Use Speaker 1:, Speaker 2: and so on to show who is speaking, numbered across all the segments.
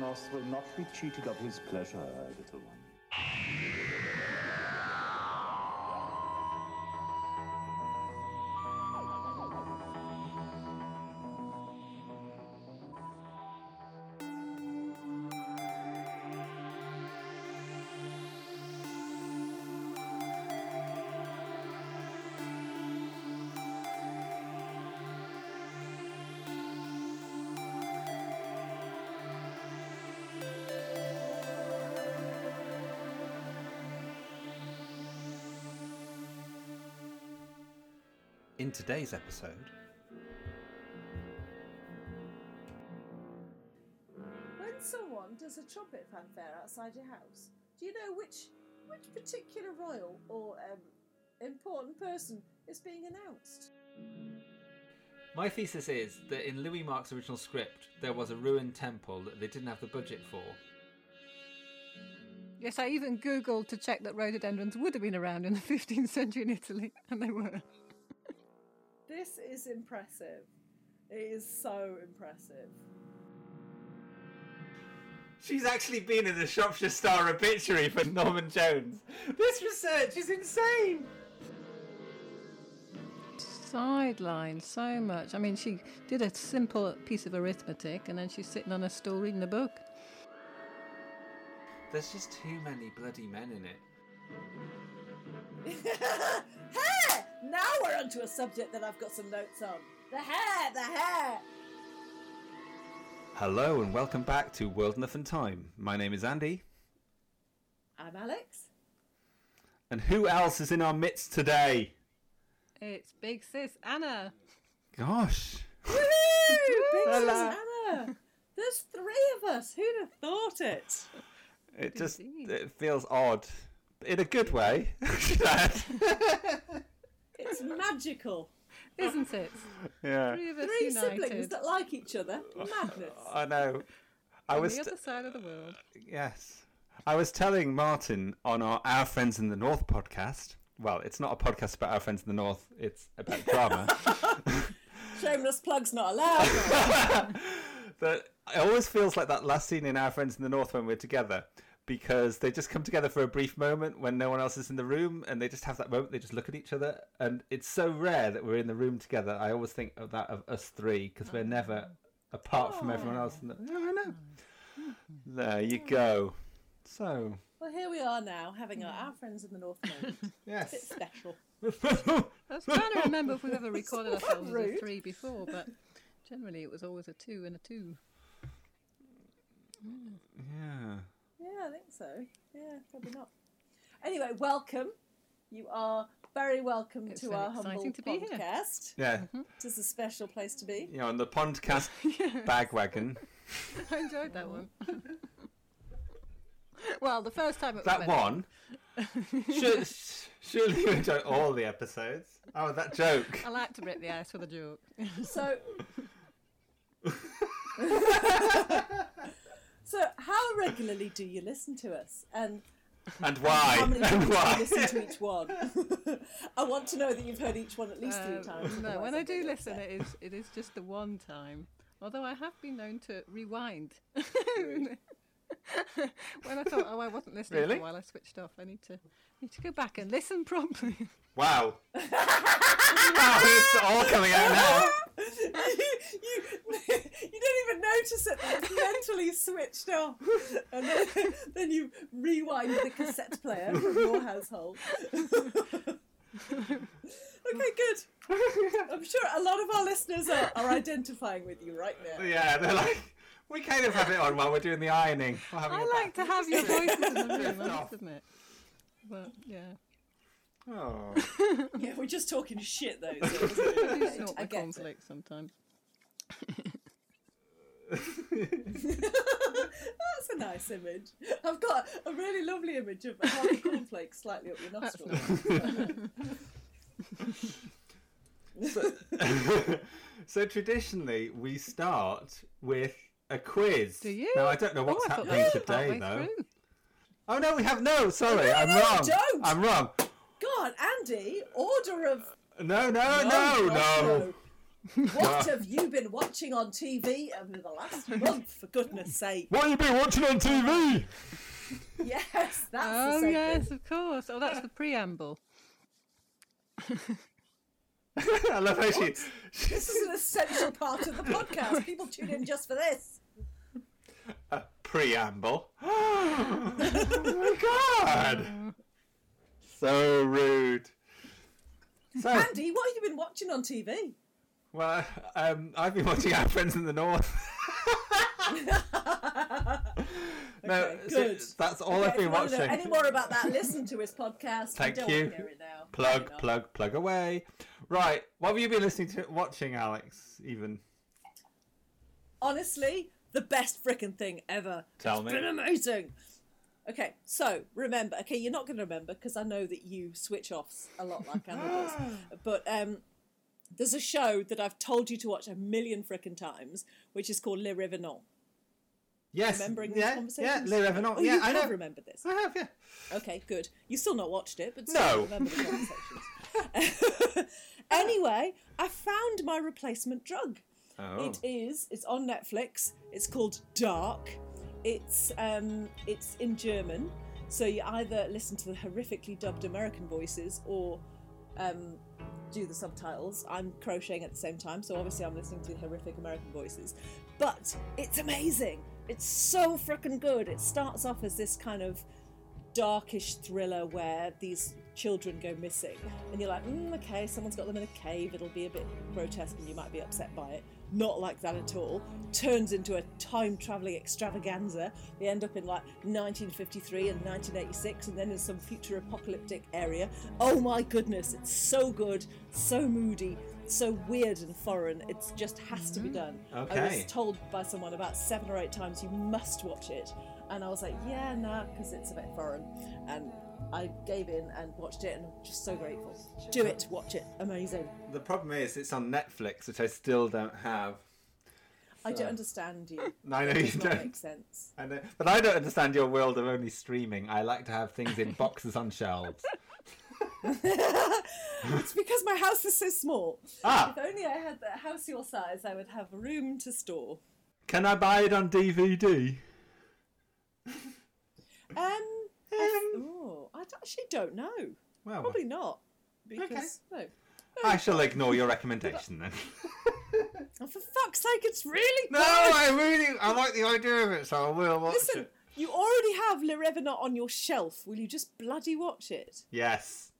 Speaker 1: house will not be cheated of his pleasure, little one.
Speaker 2: In today's episode,
Speaker 3: When someone does a trumpet fanfare outside your house, do you know which which particular royal or um, important person is being announced?
Speaker 4: My thesis is that in Louis Mark's original script, there was a ruined temple that they didn't have the budget for.
Speaker 5: Yes, I even Googled to check that rhododendrons would have been around in the 15th century in Italy, and they were.
Speaker 3: This is impressive. It is so impressive.
Speaker 4: She's actually been in the Shropshire Star obituary for Norman Jones. This research is insane!
Speaker 5: Sidelined so much. I mean, she did a simple piece of arithmetic, and then she's sitting on a stool reading a book.
Speaker 4: There's just too many bloody men in it.
Speaker 3: hair! Now we're onto a subject that I've got some notes on. The hair, the hair.
Speaker 2: hello and welcome back to World Enough and Time. My name is Andy,
Speaker 3: I'm Alex.
Speaker 2: and who else is in our midst today?
Speaker 5: It's big sis Anna.
Speaker 2: Gosh,
Speaker 3: Big
Speaker 2: Hello.
Speaker 3: Susanna. There's three of us. Who'd have thought it?
Speaker 2: it just
Speaker 5: Indeed.
Speaker 2: it feels odd, but in a good way.
Speaker 3: It's magical.
Speaker 5: Isn't it?
Speaker 2: yeah,
Speaker 5: Three of us
Speaker 3: Three
Speaker 5: united
Speaker 3: siblings that like each other. Madness.
Speaker 2: I know. I
Speaker 5: on
Speaker 2: was
Speaker 5: the
Speaker 2: t-
Speaker 5: other side of the world.
Speaker 2: Yes. I was telling Martin on our Our Friends in the North podcast. Well, it's not a podcast about our friends in the North, it's about drama.
Speaker 3: Shameless plugs not allowed.
Speaker 2: but it always feels like that last scene in Our Friends in the North when we're together because they just come together for a brief moment when no one else is in the room and they just have that moment, they just look at each other. And it's so rare that we're in the room together. I always think of that of us three because we're never apart from everyone else. In the... Yeah, I know. There you go. So,
Speaker 3: Well, here we are now, having our, our friends in the North moment. It's
Speaker 2: yes.
Speaker 3: special.
Speaker 5: I was trying to remember if we've ever recorded
Speaker 3: It's
Speaker 5: ourselves as
Speaker 3: rude.
Speaker 5: a three before, but generally it was always a two and a two.
Speaker 2: yeah.
Speaker 3: Yeah, I think so. Yeah, probably not. Anyway, welcome. You are very welcome
Speaker 5: It's
Speaker 3: to
Speaker 5: very
Speaker 3: our humble
Speaker 5: exciting to be here.
Speaker 3: podcast.
Speaker 2: Yeah,
Speaker 3: It is a special place to be.
Speaker 2: you know, on the podcast bag wagon.
Speaker 5: I enjoyed that one. well, the first time it
Speaker 2: That
Speaker 5: was
Speaker 2: one. Sur- Surely you enjoy all the episodes. Oh, that joke.
Speaker 5: I like to rip the ice with a joke.
Speaker 3: So. so, how regularly do you listen to us? And
Speaker 2: And
Speaker 3: how
Speaker 2: why?
Speaker 3: many times
Speaker 2: And
Speaker 3: do you
Speaker 2: why?
Speaker 3: listen to each one? I want to know that you've heard each one at least three
Speaker 5: Um,
Speaker 3: times.
Speaker 5: No,
Speaker 3: otherwise
Speaker 5: when
Speaker 3: I'll
Speaker 5: I do
Speaker 3: get
Speaker 5: listen,
Speaker 3: upset.
Speaker 5: it is it is just the one time. Although I have been known to rewind. when I thought, oh, I wasn't listening
Speaker 2: Really?
Speaker 5: for a while, I switched off. I need to need to go back and listen properly.
Speaker 2: Wow. wow, it's all coming out now.
Speaker 3: you, you, you don't even notice it. but It's mentally switched off, and then, then you rewind the cassette player from your household. okay, good. I'm sure a lot of our listeners are, are identifying with you right now.
Speaker 2: Yeah, they're like, we kind of have it on while we're doing the ironing. We're having
Speaker 5: I
Speaker 2: a
Speaker 5: like to have your voices in the room, I
Speaker 2: off.
Speaker 5: must admit. But yeah,
Speaker 2: ba- Oh.
Speaker 3: Yeah, we're just talking shit though. So it's
Speaker 5: I do sort
Speaker 3: I
Speaker 5: the
Speaker 3: get it.
Speaker 5: conflict sometimes.
Speaker 3: That's a nice image. I've got a really lovely image of a hard cornflake slightly up your nostril.
Speaker 2: Oh. So traditionally, we start with a quiz.
Speaker 5: Do you?
Speaker 2: No, I don't know what's
Speaker 5: oh, I thought
Speaker 2: happening
Speaker 5: that was
Speaker 2: today,
Speaker 5: partway
Speaker 2: though.
Speaker 5: through.
Speaker 2: Oh, no, we have no. Sorry, I'm
Speaker 3: no,
Speaker 2: wrong.
Speaker 3: don't.
Speaker 2: I'm wrong.
Speaker 3: God, Andy, order of
Speaker 2: No, no, no, no.
Speaker 3: gosh, What have you been watching on TV over the last month, for goodness sake?
Speaker 2: What you been watching on TV?
Speaker 3: Yes, that's the
Speaker 5: Oh
Speaker 3: segment.
Speaker 5: yes, of course. Oh, that's the preamble.
Speaker 2: I love how she. she
Speaker 3: This is an essential part of the podcast. People tune in just for this.
Speaker 2: uh, preamble. oh my god! So rude. So,
Speaker 3: Andy, what have you been watching on TV?
Speaker 2: well, um, I've been watching Our Friends in the North. no,
Speaker 3: Okay,
Speaker 2: so
Speaker 3: good.
Speaker 2: that's all
Speaker 3: Okay,
Speaker 2: I've
Speaker 3: if you
Speaker 2: been
Speaker 3: want to
Speaker 2: watching.
Speaker 3: know any more about that, listen to his podcast.
Speaker 2: Thank
Speaker 3: we don't
Speaker 2: you.
Speaker 3: Want to hear it now.
Speaker 2: plug,
Speaker 3: Probably not.
Speaker 2: plug, plug away. Right, what have you been listening to, watching, Alex? Even
Speaker 3: Honestly, the best frickin' thing ever.
Speaker 2: tell me.
Speaker 3: It's been amazing. Okay, so remember. Okay, you're not going to remember because I know that you switch offs a lot like Anna does. But um, there's a show that I've told you to watch a million frickin' times, which is called Le Revenant.
Speaker 2: Yes,
Speaker 3: Remembering these
Speaker 2: yeah, yeah,
Speaker 3: conversations?
Speaker 2: Le Revenant.
Speaker 3: Oh,
Speaker 2: yeah,
Speaker 3: you
Speaker 2: I
Speaker 3: have
Speaker 2: know.
Speaker 3: remembered this.
Speaker 2: I have, yeah.
Speaker 3: Okay, good. You still not watched it, but
Speaker 2: No.
Speaker 3: still remember the conversations. anyway, I found my replacement drug.
Speaker 2: Oh.
Speaker 3: It is. It's on Netflix. It's called Dark. It's um, it's in German, so you either listen to the horrifically dubbed American voices or um, do the subtitles. I'm crocheting at the same time, so obviously I'm listening to the horrific American voices. But it's amazing. It's so frickin' good. It starts off as this kind of darkish thriller where these children go missing and you're like mm, okay someone's got them in a cave it'll be a bit grotesque and you might be upset by it not like that at all turns into a time traveling extravaganza they end up in like 1953 and 1986 and then in some future apocalyptic area oh my goodness it's so good so moody so weird and foreign it just has to be done i was
Speaker 2: Okay.
Speaker 3: told by someone about seven or eight times you must watch it and i was like yeah nah because it's a bit foreign and i gave in and watched it and i'm just so grateful do it watch it amazing
Speaker 2: The problem is, it's on Netflix, which I still don't have.
Speaker 3: i don't understand you
Speaker 2: No, I know
Speaker 3: It
Speaker 2: you
Speaker 3: does not
Speaker 2: don't.
Speaker 3: make sense
Speaker 2: I know, but I don't understand your world of only streaming. I like to have things in boxes on shelves.
Speaker 3: it's because my house is so small
Speaker 2: Ah,
Speaker 3: if only i had a house your size i would have room to store
Speaker 2: can I buy it on DVD?
Speaker 3: um, I, oh, I d- actually don't know
Speaker 2: Um, Well,
Speaker 3: probably not because no
Speaker 2: I shall ignore your recommendation then.
Speaker 3: And for fuck's sake it's really
Speaker 2: no, I really, I like the idea of it, so I will watch
Speaker 3: Listen,
Speaker 2: it.
Speaker 3: you already have Le Revenant on your shelf. Will you just bloody watch it?
Speaker 2: Yes,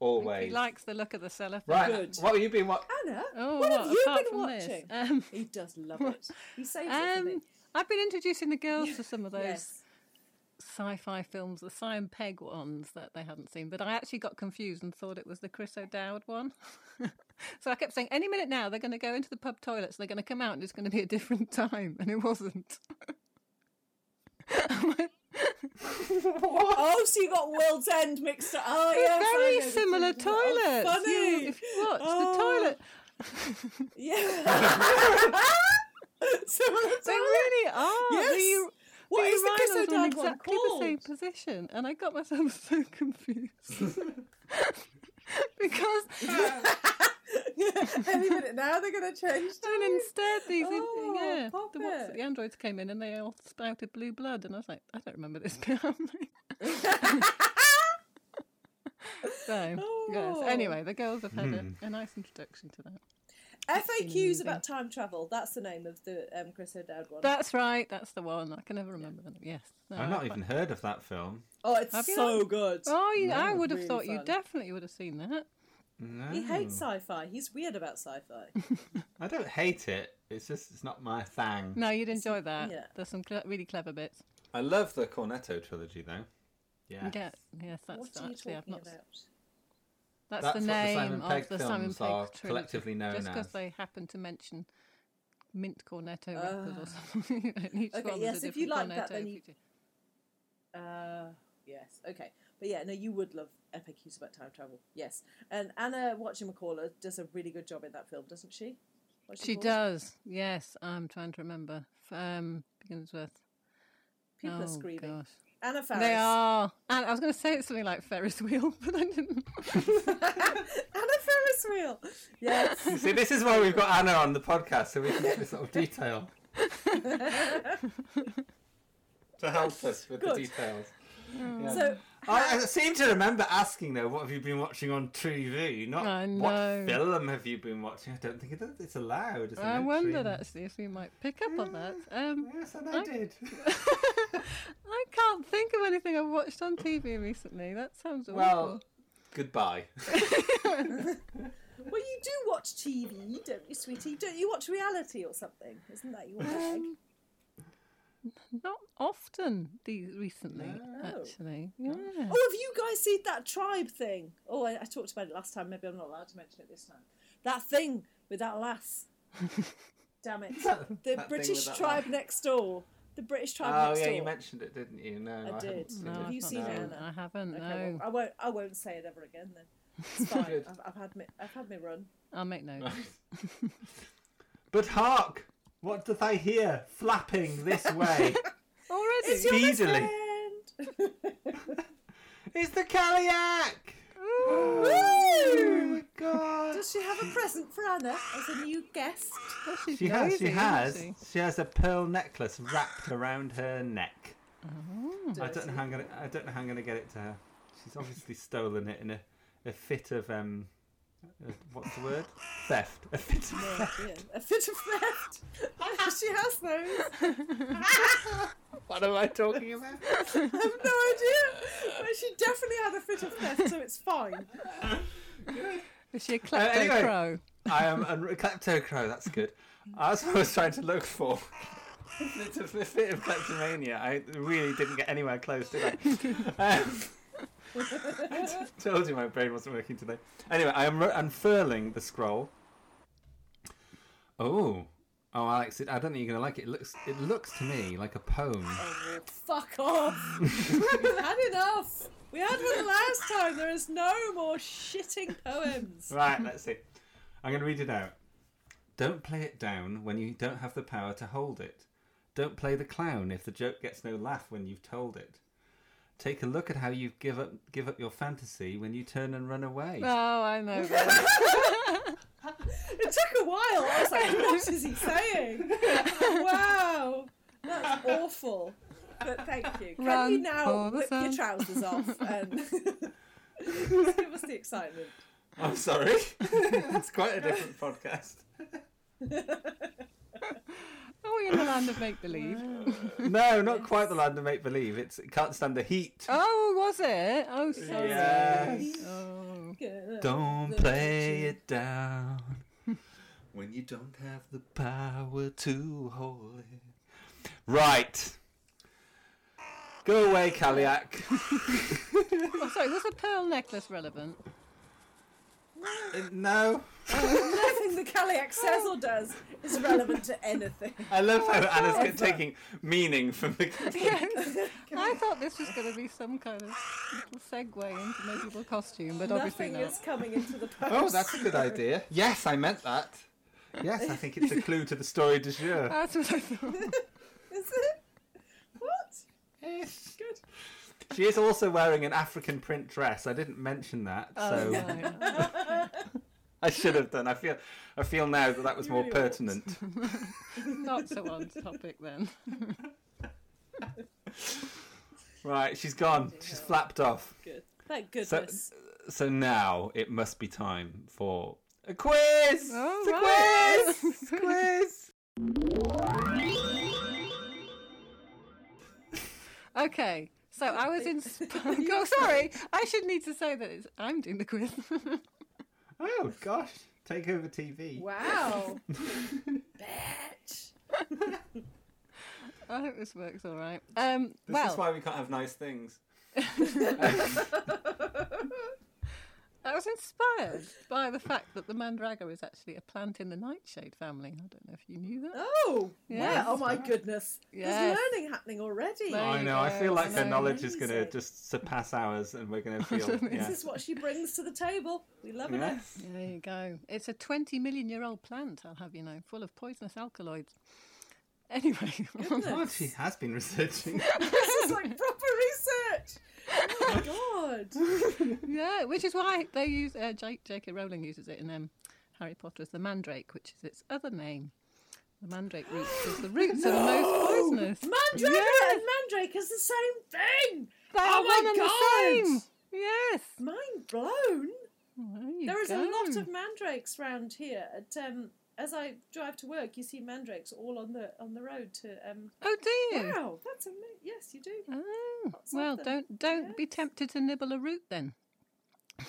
Speaker 5: He
Speaker 2: always.
Speaker 5: likes the look of the cellophane.
Speaker 2: right,
Speaker 3: Good.
Speaker 2: what have you been watching?
Speaker 3: Anna,
Speaker 5: Oh,
Speaker 3: what,
Speaker 5: what,
Speaker 3: have you
Speaker 5: apart
Speaker 3: been
Speaker 5: from
Speaker 3: watching?
Speaker 5: This? Um,
Speaker 3: He does love it. He saves it for me.
Speaker 5: um, I've been introducing the girls to some of those
Speaker 3: Yes.
Speaker 5: sci-fi films, the Simon Pegg ones that they hadn't seen. But I actually got confused and thought it was the Chris O'Dowd one. so I kept saying, any minute now they're going to go into the pub toilets, they're going to come out, and it's going to be a different time, and it wasn't.
Speaker 3: Oh, so you got World's End mixed up. Oh,
Speaker 5: They're
Speaker 3: yeah.
Speaker 5: very similar toilets.
Speaker 3: Oh,
Speaker 5: You-
Speaker 3: funny.
Speaker 5: if you watch
Speaker 3: Oh.
Speaker 5: the toilet,
Speaker 3: Yeah. similar
Speaker 5: they
Speaker 3: toilet.
Speaker 5: really are.
Speaker 3: Yes.
Speaker 5: The,
Speaker 3: What
Speaker 5: the
Speaker 3: is the Chris
Speaker 5: urinals were in
Speaker 3: O'Dowd one
Speaker 5: exactly the same
Speaker 3: called?
Speaker 5: position, and I got myself so confused because
Speaker 3: Any minute now they're going to change.
Speaker 5: And instead, these
Speaker 3: Oh,
Speaker 5: yeah, the, what's-
Speaker 3: puppet.
Speaker 5: the androids came in and they all spouted blue blood, and I was like, I don't remember this bit. happening." so
Speaker 3: Oh.
Speaker 5: yes. Anyway, the girls have had a, a nice introduction to that.
Speaker 3: FAQs about time travel. That's the name of the um, Chris O'Dowd one.
Speaker 5: That's right. That's the one. I can never remember the name. Yes. No,
Speaker 3: Ah.
Speaker 2: I've not
Speaker 5: I-
Speaker 2: even heard of that film.
Speaker 3: oh, it's
Speaker 5: Have you
Speaker 3: so
Speaker 5: not?
Speaker 3: good.
Speaker 5: Oh, you, I would have
Speaker 3: really
Speaker 5: thought you
Speaker 3: fun.
Speaker 5: definitely would have seen that.
Speaker 2: No.
Speaker 3: He hates
Speaker 5: Oh.
Speaker 3: sci-fi. He's weird about sci-fi.
Speaker 2: I don't hate it. It's just it's not my thing.
Speaker 5: No, you'd enjoy that.
Speaker 3: yeah.
Speaker 5: There's some cle really clever bits.
Speaker 2: I love the Cornetto trilogy though. Yeah.
Speaker 5: Yeah. Yes,
Speaker 3: what
Speaker 5: that's
Speaker 3: are you
Speaker 5: actually.
Speaker 3: talking
Speaker 5: I've not.
Speaker 3: about?
Speaker 5: That's,
Speaker 2: That's
Speaker 5: the
Speaker 2: what the
Speaker 5: name
Speaker 2: Simon Pegg
Speaker 5: of the Simon
Speaker 2: films are
Speaker 5: Pegg trilogy.
Speaker 2: collectively known
Speaker 5: just because
Speaker 2: as.
Speaker 5: they happen to mention mint cornetto wrappers or something. and each
Speaker 3: Ah. Okay,
Speaker 5: one was a
Speaker 3: yes, if you
Speaker 5: different
Speaker 3: like that,
Speaker 5: cornetto
Speaker 3: then you-
Speaker 5: feature.
Speaker 3: Uh, yes. Okay. But yeah, no, you would love FAQs about time travel. Yes. And Anna Watching McCaller does a really good job in that film, doesn't she? What's
Speaker 5: She
Speaker 3: called?
Speaker 5: does. Yes, I'm trying to remember. F- Um, begins with.
Speaker 3: People
Speaker 5: oh,
Speaker 3: are screaming.
Speaker 5: Gosh.
Speaker 3: Anna Faris.
Speaker 5: They are. And I was going to say it's something like Ferris wheel, but I didn't.
Speaker 3: Anna Faris wheel. Yes.
Speaker 2: See, this is why we've got Anna on the podcast, so we can get this sort of detail. to help us with the
Speaker 3: Good.
Speaker 2: details.
Speaker 3: so
Speaker 2: I, I seem to remember asking, though, what have you been watching on TV? Not
Speaker 5: I know.
Speaker 2: what film have you been watching? I don't think it, it's allowed. As an
Speaker 5: I
Speaker 2: entry.
Speaker 5: wondered actually if you might pick up on that. Um,
Speaker 2: Yes, and I,
Speaker 5: I-
Speaker 2: did.
Speaker 5: I can't think of anything I've watched on TV recently. That sounds awful.
Speaker 2: well, goodbye.
Speaker 3: Well, you do watch TV, don't you, sweetie? Don't you watch reality or something? Isn't that
Speaker 5: Um,
Speaker 3: your bag?
Speaker 5: Not often these recently, actually. Yeah.
Speaker 3: Oh, have you guys seen that tribe thing? Oh, I, I talked about it last time. Maybe I'm not allowed to mention it this time. That thing with that lass. Damn it! The
Speaker 2: with
Speaker 3: British
Speaker 2: that
Speaker 3: tribe next door. The British tribe
Speaker 2: Oh,
Speaker 3: next
Speaker 2: yeah,
Speaker 3: door.
Speaker 2: you mentioned it, didn't you? No, I,
Speaker 3: I
Speaker 2: haven't
Speaker 3: did.
Speaker 2: seen
Speaker 5: No,
Speaker 3: Have
Speaker 5: I've
Speaker 3: you
Speaker 5: not
Speaker 3: seen it,
Speaker 5: seen-
Speaker 3: Anna?
Speaker 5: I haven't.
Speaker 3: Okay, well,
Speaker 5: no,
Speaker 3: I won't. I won't say it ever again then. It's fine.
Speaker 2: Good.
Speaker 3: I've, I've had. mi- I've had me run.
Speaker 5: I'll make notes.
Speaker 2: But hark! What doth I hear flapping this way?
Speaker 5: Already?
Speaker 3: It's your best
Speaker 2: Speedily.
Speaker 3: friend.
Speaker 2: it's the Kaliak! Oh my god!
Speaker 3: Does she have a present for Anna as a new guest?
Speaker 5: She's
Speaker 2: She has,
Speaker 5: nosy,
Speaker 2: she
Speaker 5: isn't
Speaker 2: has.
Speaker 5: she?
Speaker 2: She has a pearl necklace wrapped around her neck. I don't
Speaker 3: Dirty.
Speaker 2: know how I'm gonna. I don't know how I'm gonna get it to her. She's obviously stolen it in a, a fit of um, uh, what's the word? Theft. A fit of
Speaker 3: Yeah, yeah. A fit of theft. she has those.
Speaker 2: What am I talking about?
Speaker 3: I have no idea. But she definitely had a fit of theft, so it's fine.
Speaker 5: Is she a
Speaker 2: Uh,
Speaker 5: klepto
Speaker 2: anyway.
Speaker 5: crow?
Speaker 2: I am a klepto crow. That's good. That's what I was trying to look for. It's a fit of kleptomania. I really didn't get anywhere close, did I? Um, I told you my brain wasn't working today. Anyway, I am ru- unfurling the scroll. Oh, oh, Alex! It, I don't think you're gonna like it. It looks, it looks to me like a poem.
Speaker 3: Fuck off. We've had enough. We had one last time. There is no more shitting poems.
Speaker 2: Right, let's see. I'm going to read it out. Don't play it down when you don't have the power to hold it. Don't play the clown if the joke gets no laugh when you've told it. Take a look at how you give up give up your fantasy when you turn and run away.
Speaker 5: Oh, I know. that.
Speaker 3: It took a while. I was like, what is he saying? Wow. That's awful. But thank you. Can
Speaker 5: Run
Speaker 3: you now
Speaker 5: for the
Speaker 3: whip your
Speaker 5: sun.
Speaker 3: trousers off and give us the excitement?
Speaker 2: I'm sorry. That's quite a different podcast.
Speaker 5: Oh, we're in the land of make believe.
Speaker 2: No, not quite the land of make believe. It's it can't stand the heat.
Speaker 5: Oh, was it? Oh, sorry.
Speaker 2: Yes.
Speaker 5: Oh.
Speaker 3: Good.
Speaker 2: Don't
Speaker 3: The
Speaker 2: play it down when you don't have the power to hold it. Right. Go away, Kaliak.
Speaker 5: oh, sorry. Was a pearl necklace relevant?
Speaker 2: Uh, no.
Speaker 3: Nothing the Kaliak says or does is relevant to anything.
Speaker 2: I love how Anna's get- taking meaning from the.
Speaker 5: Yes. I thought this was going to be some kind of little segue into medieval costume, but obviously
Speaker 3: Nothing
Speaker 5: not.
Speaker 3: is coming into the post.
Speaker 2: Oh, that's a good idea. Yes, I meant that. Yes, I think it's a clue to the story du jour.
Speaker 5: That's what I thought.
Speaker 3: Is it? What?
Speaker 2: Yes, good. She is also wearing an African print dress. I didn't mention that,
Speaker 5: Oh,
Speaker 2: so
Speaker 5: right.
Speaker 2: I should have done. I feel, I feel now that that was
Speaker 3: You
Speaker 2: more
Speaker 3: really ought.
Speaker 2: pertinent.
Speaker 5: Not so on topic then.
Speaker 2: Right, she's gone. She's flapped off.
Speaker 3: Good. Thank
Speaker 2: So,
Speaker 3: goodness.
Speaker 2: so now it must be time for a quiz.
Speaker 5: All
Speaker 2: It's a
Speaker 5: right.
Speaker 2: quiz. It's a quiz.
Speaker 5: Okay. So I was in. oh, sorry. I should need to say that it's, I'm doing the quiz.
Speaker 2: Oh gosh, take over TV.
Speaker 3: wow. Bitch.
Speaker 5: I hope this works all right. Um,
Speaker 2: This
Speaker 5: well,
Speaker 2: is why we can't have nice things.
Speaker 5: I was inspired by the fact that the mandragora is actually a plant in the nightshade family. I don't know if you knew that.
Speaker 3: Oh.
Speaker 5: Yes.
Speaker 3: Wow. Oh my goodness. There's
Speaker 5: Yes.
Speaker 3: learning happening already.
Speaker 5: There
Speaker 2: I
Speaker 5: you
Speaker 2: know. I
Speaker 5: go.
Speaker 2: feel like her
Speaker 5: No.
Speaker 2: knowledge is going to
Speaker 3: Amazing.
Speaker 2: just surpass ours, and we're going to feel.
Speaker 5: don't know.
Speaker 2: yeah.
Speaker 3: This is what she brings to the table. We love it.
Speaker 2: Yes.
Speaker 5: There you go. It's a 20 million year old plant, I'll have you know, full of poisonous alkaloids. Anyway,
Speaker 4: Oh, she has been researching.
Speaker 3: this is like proper research. Oh my god.
Speaker 5: yeah, which is why they use uh, J- J.K. Rowling uses it in um, Harry Potter as the Mandrake, which is its other name. The Mandrake root is the roots are the most poisonous.
Speaker 3: Mandrake
Speaker 5: Yeah.
Speaker 3: and Mandrake is the same thing.
Speaker 5: They are
Speaker 3: Oh my
Speaker 5: one and the
Speaker 3: God.
Speaker 5: same. Yes.
Speaker 3: Mind blown.
Speaker 5: There, you
Speaker 3: There is a lot
Speaker 5: go.
Speaker 3: of mandrakes round here. At, um, as I drive to work, you see mandrakes all on the on the road. To um,
Speaker 5: Oh dear.
Speaker 3: wow, that's amazing. Yes, you do.
Speaker 5: Oh,
Speaker 3: Lots of
Speaker 5: well,
Speaker 3: them.
Speaker 5: don't don't be
Speaker 3: Yes.
Speaker 5: tempted to nibble a root then.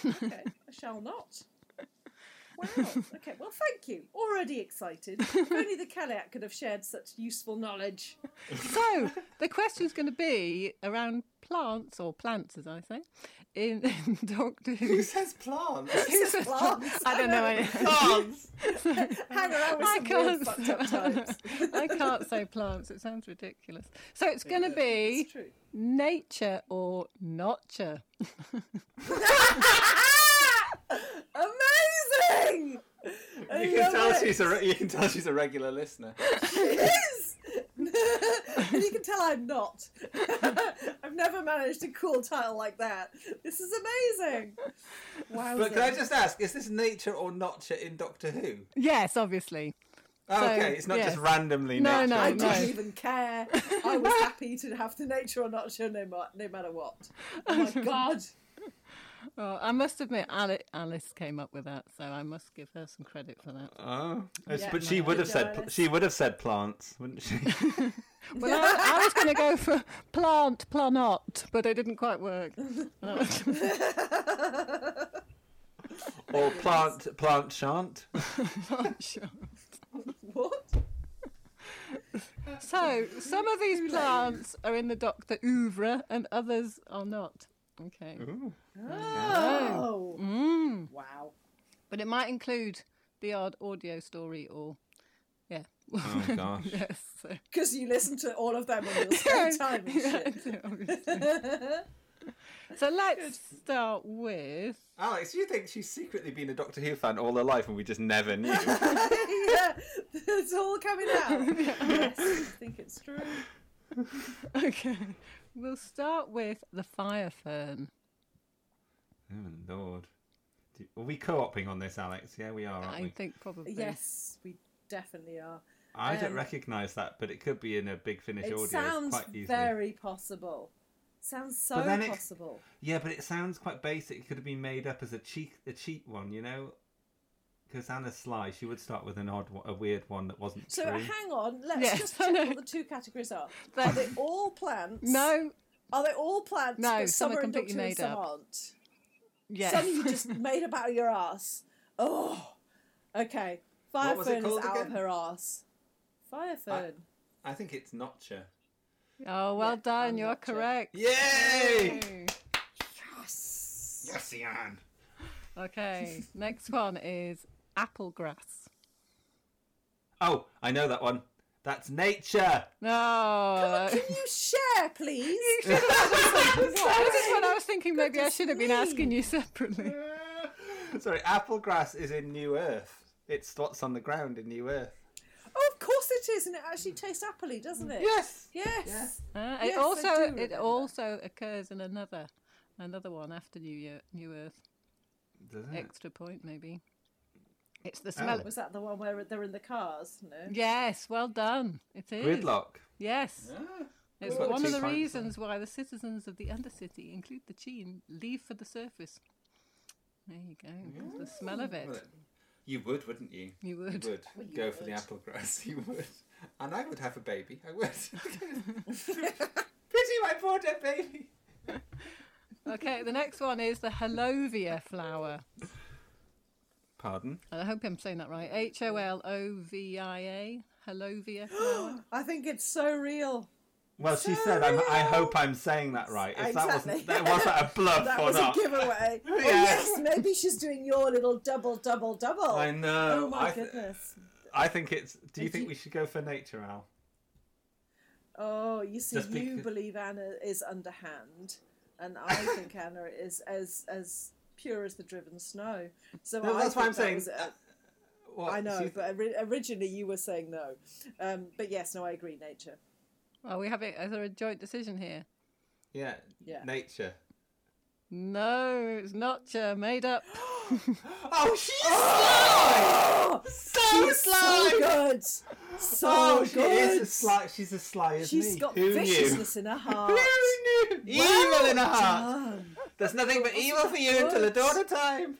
Speaker 3: Okay, I shall not. Wow. Okay. Well, thank you. Already excited. If only the Caliac could have shared such useful knowledge.
Speaker 5: So the question's going to be around plants or plants, as I say, in, in Doctor Who.
Speaker 4: Who says plants?
Speaker 5: Who's a plant? I don't know. I,
Speaker 4: plants!
Speaker 3: Hang around with
Speaker 5: I
Speaker 3: some weird
Speaker 5: can't.
Speaker 3: fucked up types.
Speaker 5: I can't say plants. It sounds ridiculous. So it's going to be
Speaker 3: It's true.
Speaker 5: nature or notcha.
Speaker 3: Amazing! I
Speaker 2: You can
Speaker 3: love
Speaker 2: tell
Speaker 3: it.
Speaker 2: she's a re- you can tell she's a regular listener.
Speaker 3: is. and you can tell I'm not. I've never managed a cool title like that. This is amazing. Wow.
Speaker 2: But can I just ask, is this nature or notcha in Doctor Who?
Speaker 5: Yes, obviously.
Speaker 2: Oh,
Speaker 5: So,
Speaker 2: okay, it's not
Speaker 5: yes.
Speaker 2: just randomly
Speaker 5: No,
Speaker 2: nature.
Speaker 5: no,
Speaker 3: I
Speaker 5: no.
Speaker 3: didn't even care. I was happy to have the nature or not show no, ma- no matter what. Oh my god.
Speaker 5: Oh, I must admit, Ali- Alice came up with that, so I must give her some credit for that.
Speaker 2: Oh, It's-
Speaker 3: Yeah,
Speaker 2: but she
Speaker 3: no,
Speaker 2: would have
Speaker 3: no,
Speaker 2: said
Speaker 3: no,
Speaker 2: pl-
Speaker 3: no.
Speaker 2: she would have said plants, wouldn't she?
Speaker 5: Well, I, I was going to go for plant, planot, but it didn't quite work.
Speaker 2: or plant plant shan't.
Speaker 5: Sure.
Speaker 3: What?
Speaker 5: So, some of these plants are in the Doctor oeuvre and others are not. Okay.
Speaker 3: Oh.
Speaker 2: Mm.
Speaker 3: Wow.
Speaker 5: But it might include the odd audio story or. Yeah.
Speaker 2: Oh gosh.
Speaker 5: yes. So.
Speaker 3: Because you listen to all of them in your spare time and shit.
Speaker 5: so, let's start with.
Speaker 2: Alex, you think she's secretly been a Doctor Who fan all her life and we just never knew?
Speaker 3: yeah, it's all coming out. Yes, I think it's true.
Speaker 5: Okay. We'll start with the fire fern.
Speaker 2: oh lord. Do- Are we co-oping on this, Alex? Yeah, we are, aren't
Speaker 5: I
Speaker 2: we?
Speaker 5: think probably.
Speaker 3: Yes, we definitely are.
Speaker 2: I don't
Speaker 3: um,
Speaker 2: recognise that, but it could be in a big finish
Speaker 3: It
Speaker 2: audio
Speaker 3: sounds
Speaker 2: quite easily.
Speaker 3: very possible. Sounds so
Speaker 2: But then it-
Speaker 3: possible.
Speaker 2: Yeah, but it sounds quite basic. It could have been made up as a cheat, a cheat one, you know. Because Anna's sly, she would start with an odd, one- a weird one that wasn't
Speaker 3: So
Speaker 2: true.
Speaker 3: hang on, let's
Speaker 5: Yes,
Speaker 3: just
Speaker 5: I
Speaker 3: check
Speaker 5: know.
Speaker 3: what the two categories are.
Speaker 5: But-
Speaker 3: Are they all plants?
Speaker 5: No.
Speaker 3: Are they all plants?
Speaker 5: No,
Speaker 3: 'Cause
Speaker 5: some are
Speaker 3: are in
Speaker 5: completely
Speaker 3: Doctor Who and
Speaker 5: made
Speaker 3: some
Speaker 5: up.
Speaker 3: aren't.
Speaker 5: Yes.
Speaker 3: Some you just made up out of your ass. Oh, okay. Fire
Speaker 2: What was it
Speaker 3: fern is
Speaker 2: called
Speaker 3: out of
Speaker 2: again?
Speaker 3: her ass. Fire fern.
Speaker 2: I think it's Notcha.
Speaker 5: Oh, well
Speaker 3: Yeah,
Speaker 5: done.
Speaker 3: I'm
Speaker 5: You're
Speaker 3: not sure.
Speaker 5: correct.
Speaker 2: Yay!
Speaker 5: Yay.
Speaker 3: Yes.
Speaker 2: Yes, Ian.
Speaker 5: Okay, next one is apple grass.
Speaker 2: Oh, I know that one. That's nature.
Speaker 5: No,
Speaker 3: Can you share, please?
Speaker 5: this is when I was thinking maybe I should have been asking you separately.
Speaker 2: Sorry, apple grass is in New Earth. It's what's on the ground in New Earth.
Speaker 3: Oh, of course it is, and it actually tastes appley, doesn't it?
Speaker 2: Yes.
Speaker 3: Yes.
Speaker 5: Uh,
Speaker 3: Yes,
Speaker 5: it
Speaker 3: I
Speaker 5: also
Speaker 3: do
Speaker 5: it
Speaker 3: remember.
Speaker 5: also occurs in another another one after New Year, New Earth.
Speaker 2: Doesn't it?
Speaker 5: Extra point maybe. It's
Speaker 2: Oh.
Speaker 5: the smell.
Speaker 3: Was that the one where they're in the cars? No.
Speaker 5: Yes, well done. It is.
Speaker 2: Gridlock.
Speaker 5: Yes. It's
Speaker 2: Got
Speaker 5: one
Speaker 2: two
Speaker 5: of the
Speaker 2: points there.
Speaker 5: reasons why the citizens of the Undercity, include the Cheen, leave for the surface. There you go. The smell of it.
Speaker 2: You would, wouldn't you?
Speaker 5: You
Speaker 2: You
Speaker 5: would.
Speaker 2: would go for the apple grass. You would. And I would have a baby. I would. Pity my poor dead baby.
Speaker 5: Okay, the next one is the Halovia flower.
Speaker 2: Pardon?
Speaker 5: And I hope I'm saying that right. H O L O V I A. Halovia flower.
Speaker 3: I think it's so real.
Speaker 2: Well, she said, I'm, I hope I'm saying that right. If that wasn't, that, was that a bluff
Speaker 3: That
Speaker 2: or
Speaker 3: was
Speaker 2: not?
Speaker 3: a giveaway. Oh,
Speaker 2: Yes.
Speaker 3: yes, maybe she's doing your little double, double, double.
Speaker 2: I know.
Speaker 3: Oh my
Speaker 2: I, th-
Speaker 3: goodness.
Speaker 2: I think it's. Do you
Speaker 3: If
Speaker 2: think
Speaker 3: you-
Speaker 2: we should go for nature, Al?
Speaker 3: Oh, you see,
Speaker 2: Just
Speaker 3: you
Speaker 2: because-
Speaker 3: believe Anna is underhand, and I think Anna is as as pure as the driven snow. So
Speaker 2: No,
Speaker 3: I
Speaker 2: that's why I'm
Speaker 3: think that
Speaker 2: saying.
Speaker 3: was a-
Speaker 2: uh,
Speaker 4: What?
Speaker 3: I know,
Speaker 4: So you-
Speaker 3: but ori- originally you were saying no. Um, but yes, no, I agree. Nature.
Speaker 5: Well, Oh, we have it. Is there a joint decision here?
Speaker 2: Yeah.
Speaker 3: Yeah.
Speaker 2: Nature.
Speaker 5: No, it's not uh, made up.
Speaker 2: Oh, she's sly! So
Speaker 3: She's Oh! so good. So
Speaker 2: Oh, she is
Speaker 3: good.
Speaker 2: a sly. She's as sly as me.
Speaker 3: She's got
Speaker 2: Who knew?
Speaker 3: viciousness in her heart.
Speaker 2: Who knew? evil in her heart.
Speaker 3: Done.
Speaker 2: There's nothing but evil for you until the dawn of time.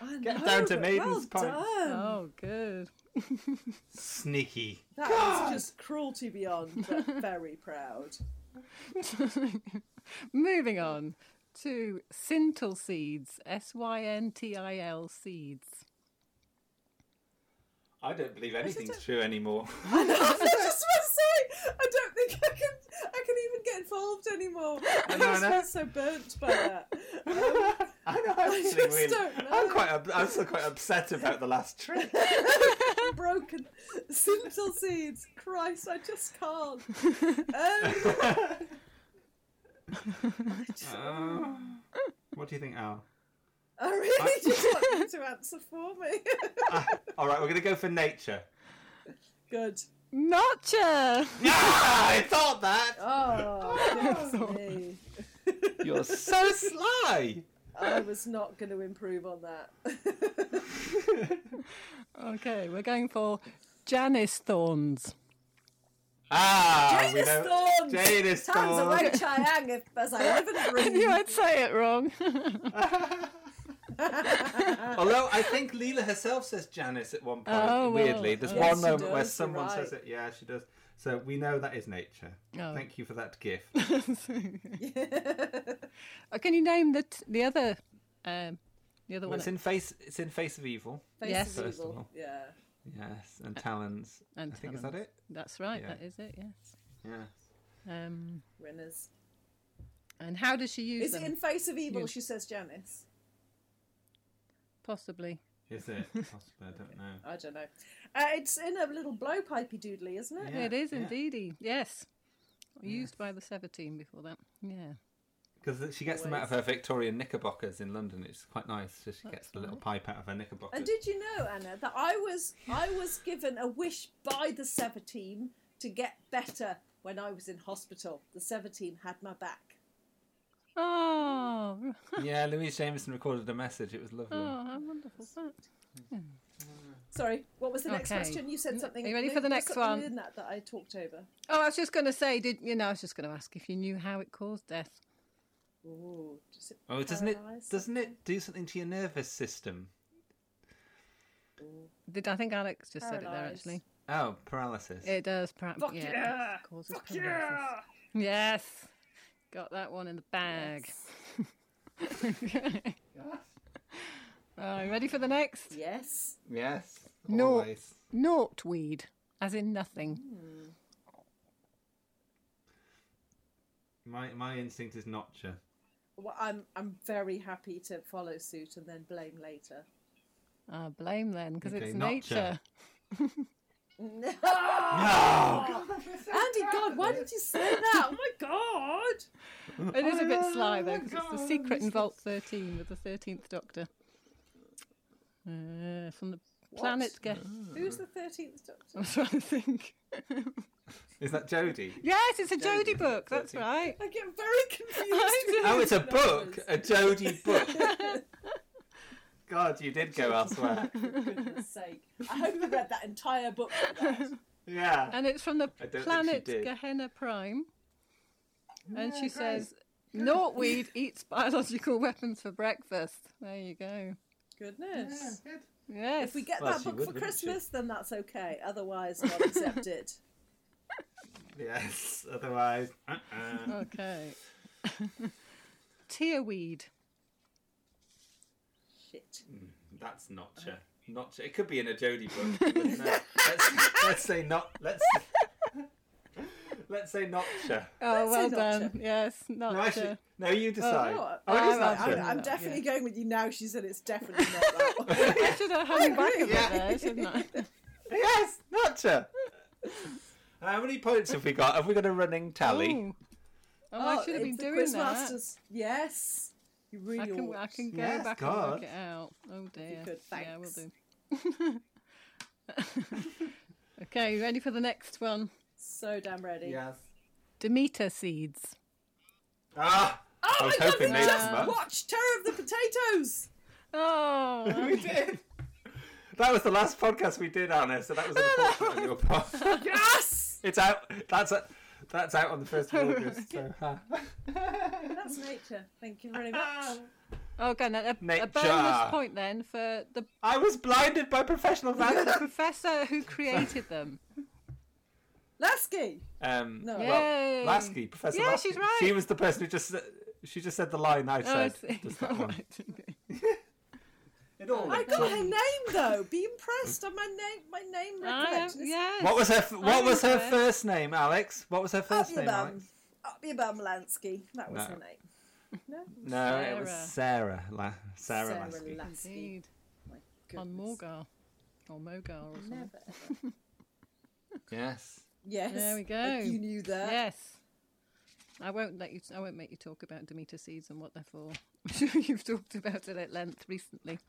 Speaker 3: I
Speaker 2: Get
Speaker 3: know,
Speaker 2: down to
Speaker 3: but
Speaker 2: maiden's
Speaker 3: well
Speaker 2: point.
Speaker 3: Done.
Speaker 5: Oh, good.
Speaker 2: Sneaky.
Speaker 3: That is just cruelty beyond. but very proud.
Speaker 5: Moving on to Sintil Seeds. S Y N T I L Seeds.
Speaker 2: I don't believe anything's true anymore.
Speaker 3: I just was saying, I don't think I can, I can even get involved anymore. I
Speaker 2: know, I
Speaker 3: just
Speaker 2: know.
Speaker 3: feel so burnt by that.
Speaker 2: I know. I'm,
Speaker 3: just
Speaker 2: feeling really-
Speaker 3: don't
Speaker 2: I'm
Speaker 3: know.
Speaker 2: quite. up- I'm still quite upset about the last trick.
Speaker 3: Broken, simple seeds. Christ, I just can't. Um,
Speaker 2: what do you think, Al?
Speaker 3: I really just want you to answer for me.
Speaker 2: All right, we're gonna go for nature.
Speaker 3: Good.
Speaker 5: Notcha!
Speaker 2: Yeah, I thought that.
Speaker 3: Oh, goodness me.
Speaker 2: You're so sly.
Speaker 3: I was not going to improve on that.
Speaker 5: Okay, we're going for Janice Thorns.
Speaker 2: Ah, we
Speaker 3: Jadis
Speaker 2: know-
Speaker 3: Thorns!
Speaker 2: Jadis
Speaker 3: Times
Speaker 2: Thorns.
Speaker 3: away, Chiang, if as I live and
Speaker 5: I
Speaker 3: breathe.
Speaker 5: knew I'd say it wrong.
Speaker 2: Although I think Leela herself says Janice at one point.
Speaker 5: Oh, well.
Speaker 2: weirdly, there's
Speaker 5: Yes,
Speaker 2: one
Speaker 3: she
Speaker 2: moment
Speaker 3: does,
Speaker 2: where
Speaker 3: you're
Speaker 2: someone
Speaker 3: right.
Speaker 2: says it. Yeah, she does. So we know that is nature.
Speaker 5: Oh.
Speaker 2: Thank you for that gift.
Speaker 5: Uh, Can you name the t- the other um, the other
Speaker 2: Well,
Speaker 5: one?
Speaker 2: it's in face. It's in face of evil.
Speaker 3: Face
Speaker 5: Yes.
Speaker 3: of
Speaker 2: First of
Speaker 3: evil.
Speaker 2: all.
Speaker 3: Yeah.
Speaker 2: Yes, and talons.
Speaker 5: And
Speaker 2: I think is that
Speaker 5: Talons.
Speaker 2: it?
Speaker 5: That's right.
Speaker 2: Yeah.
Speaker 5: That is it. Yes.
Speaker 2: Yeah.
Speaker 5: Um,
Speaker 3: Winners.
Speaker 5: and how does she use
Speaker 3: Is
Speaker 5: them?
Speaker 3: it in Face of Evil?
Speaker 5: Yeah.
Speaker 3: She says Janice.
Speaker 5: Possibly.
Speaker 2: Is it? Possibly, I don't know.
Speaker 3: I don't know. Uh, it's in a little blowpipey doodly, isn't it?
Speaker 2: Yeah,
Speaker 5: it is
Speaker 2: yeah.
Speaker 5: indeedy. Yes. Used by the Seventeen before that. Yeah.
Speaker 2: Because she gets them out of her Victorian knickerbockers in London. It's quite nice. So she gets the little pipe out of her knickerbocker.
Speaker 3: And did you know, Anna, that I was I was given a wish by the Sever team to get better when I was in hospital. The Sever team had my back.
Speaker 5: Oh,
Speaker 2: yeah, Louise Jameson recorded a message. It was lovely.
Speaker 5: oh how wonderful. is that?
Speaker 3: Sorry, what was the next
Speaker 5: Okay.
Speaker 3: question? You said something.
Speaker 5: Are you ready
Speaker 3: Luke,
Speaker 5: for the
Speaker 3: there's
Speaker 5: next
Speaker 3: something
Speaker 5: one?
Speaker 3: In that, that I talked over.
Speaker 5: Oh, I was just going to say, did you know? I was just going to ask if you knew how it caused death.
Speaker 3: Ooh, does it
Speaker 2: Oh, doesn't it?
Speaker 3: paralyse?
Speaker 2: Doesn't it do something to your nervous system?
Speaker 5: Did I think Alex just said it there?
Speaker 3: Paralyse.
Speaker 5: Actually,
Speaker 2: Oh, paralysis.
Speaker 5: it does. Perhaps.
Speaker 3: Fuck
Speaker 5: yeah.
Speaker 3: yeah!
Speaker 5: it Causes
Speaker 3: Fuck
Speaker 5: paralysis.
Speaker 3: yeah!
Speaker 5: Yes. Got that one in the bag. okay. Right, ready for the next?
Speaker 3: Yes.
Speaker 2: Yes.
Speaker 5: No.
Speaker 2: Always.
Speaker 5: Nortweed, as in nothing.
Speaker 2: My my instinct is notcha.
Speaker 3: Well, I'm I'm very happy to follow suit and then blame later.
Speaker 5: Ah, blame then, because
Speaker 2: Okay,
Speaker 5: it's
Speaker 2: notcha.
Speaker 5: nature.
Speaker 3: Andy, God, why did you say that? Oh my God!
Speaker 5: It is a bit sly though, because it's the secret in Vault 13 with the 13th Doctor. Uh, from the planet Get.
Speaker 3: Who's the thirteenth Doctor?
Speaker 5: I was trying to think.
Speaker 2: Is that Jodie?
Speaker 5: Yes, it's a Jodie book. That's
Speaker 2: 13th.
Speaker 5: right.
Speaker 3: I get very
Speaker 5: I
Speaker 3: confused.
Speaker 2: oh, it's a book. A Jodie book. God, you did go elsewhere.
Speaker 3: For goodness sake! I hope you read that entire book. for that.
Speaker 2: Yeah.
Speaker 5: And it's from the
Speaker 2: don't think she
Speaker 5: planet
Speaker 2: did.
Speaker 5: Gehenna Prime. And she says, Nortweed eats biological weapons for breakfast. There you go.
Speaker 3: Goodness.
Speaker 5: Yes.
Speaker 3: If we get
Speaker 2: Well,
Speaker 3: that
Speaker 2: she
Speaker 3: book
Speaker 2: would,
Speaker 3: for
Speaker 2: wouldn't she?
Speaker 3: Christmas, then that's okay. Otherwise, not accepted.
Speaker 2: Yes. Otherwise. Uh-uh.
Speaker 5: Okay. Tearweed.
Speaker 3: Shit.
Speaker 2: That's notcha. Notcha. It could be in a Jodie book. but no. let's, let's say not. Let's. Let's say notcha.
Speaker 5: Oh, well
Speaker 3: That's a
Speaker 5: done.
Speaker 3: notcha.
Speaker 5: Yes, not
Speaker 2: No, actually, no, you decide.
Speaker 3: Oh,
Speaker 2: Oh, it is
Speaker 5: I'm-
Speaker 3: I'm,
Speaker 2: notcha.
Speaker 5: Yeah.
Speaker 3: I'm definitely going with you now. She said it's definitely not that one.
Speaker 5: I should have hung back a bit
Speaker 2: Yeah.
Speaker 5: there, shouldn't I?
Speaker 2: Yes, notcha. How many points have we got? Have we got a running tally?
Speaker 5: Ooh. Oh, I should have been
Speaker 3: it's the
Speaker 5: doing that.
Speaker 3: Quizmasters. Yes. You
Speaker 5: I
Speaker 3: really
Speaker 5: can,
Speaker 3: ought.
Speaker 5: I can go
Speaker 2: Yes,
Speaker 5: back and
Speaker 2: God.
Speaker 5: work it out. Oh dear.
Speaker 3: could,
Speaker 5: yeah, we'll
Speaker 3: thanks.
Speaker 5: do. Okay, ready for the next one?
Speaker 3: So damn ready.
Speaker 6: Yes.
Speaker 5: Demeter seeds.
Speaker 6: Ah!
Speaker 3: Oh
Speaker 2: I
Speaker 3: my
Speaker 2: was
Speaker 3: god, we
Speaker 2: hoping they'd
Speaker 3: just
Speaker 2: come up.
Speaker 3: watched Terror of the Potatoes.
Speaker 5: Oh,
Speaker 6: We did!
Speaker 2: That was the last podcast we did, Anna, so that was unfortunate on your part.
Speaker 3: Yes,
Speaker 2: It's out. That's a, that's out on the first of August. So, ha.
Speaker 3: that's nature. Thank you very much.
Speaker 5: Oh, okay, now a, a
Speaker 2: Nature.
Speaker 5: bonus point then for the
Speaker 2: I was blinded by professional vanity.
Speaker 5: professor who created them.
Speaker 3: Lasky.
Speaker 2: Um,
Speaker 3: No.
Speaker 5: Yay.
Speaker 2: well, Lasky, Professor.
Speaker 5: Yeah,
Speaker 2: Lasky.
Speaker 5: she's right.
Speaker 2: She was the person who just said- she just said the line I
Speaker 5: Oh, I
Speaker 2: said.
Speaker 5: see.
Speaker 2: Just that one.
Speaker 5: Alright, okay.
Speaker 6: It all
Speaker 3: I
Speaker 6: went
Speaker 3: got
Speaker 6: wrong.
Speaker 3: her name though. Be impressed on my name. My name
Speaker 5: I am-
Speaker 3: recollection. is-
Speaker 5: yes.
Speaker 2: What was her f- What was her
Speaker 5: okay.
Speaker 2: first name, Alex? What was her
Speaker 3: Up
Speaker 2: first
Speaker 3: your
Speaker 2: name, Alex?
Speaker 3: bum. Up your bum, Lansky. That was
Speaker 2: No.
Speaker 3: her name. No.
Speaker 2: No, it was Sarah. La- Sarah,
Speaker 3: Sarah
Speaker 2: Lasky.
Speaker 3: Lasky.
Speaker 5: Indeed.
Speaker 3: My
Speaker 5: On
Speaker 3: goodness.
Speaker 5: Morgar. Or Mogar or something.
Speaker 3: Never. ever.
Speaker 2: Yes.
Speaker 3: Yes.
Speaker 5: There we
Speaker 3: like
Speaker 5: go.
Speaker 3: you knew that.
Speaker 5: Yes. I won't let you. I won't make you talk about Demeter seeds and what they're for. I'm sure you've talked about it at length recently.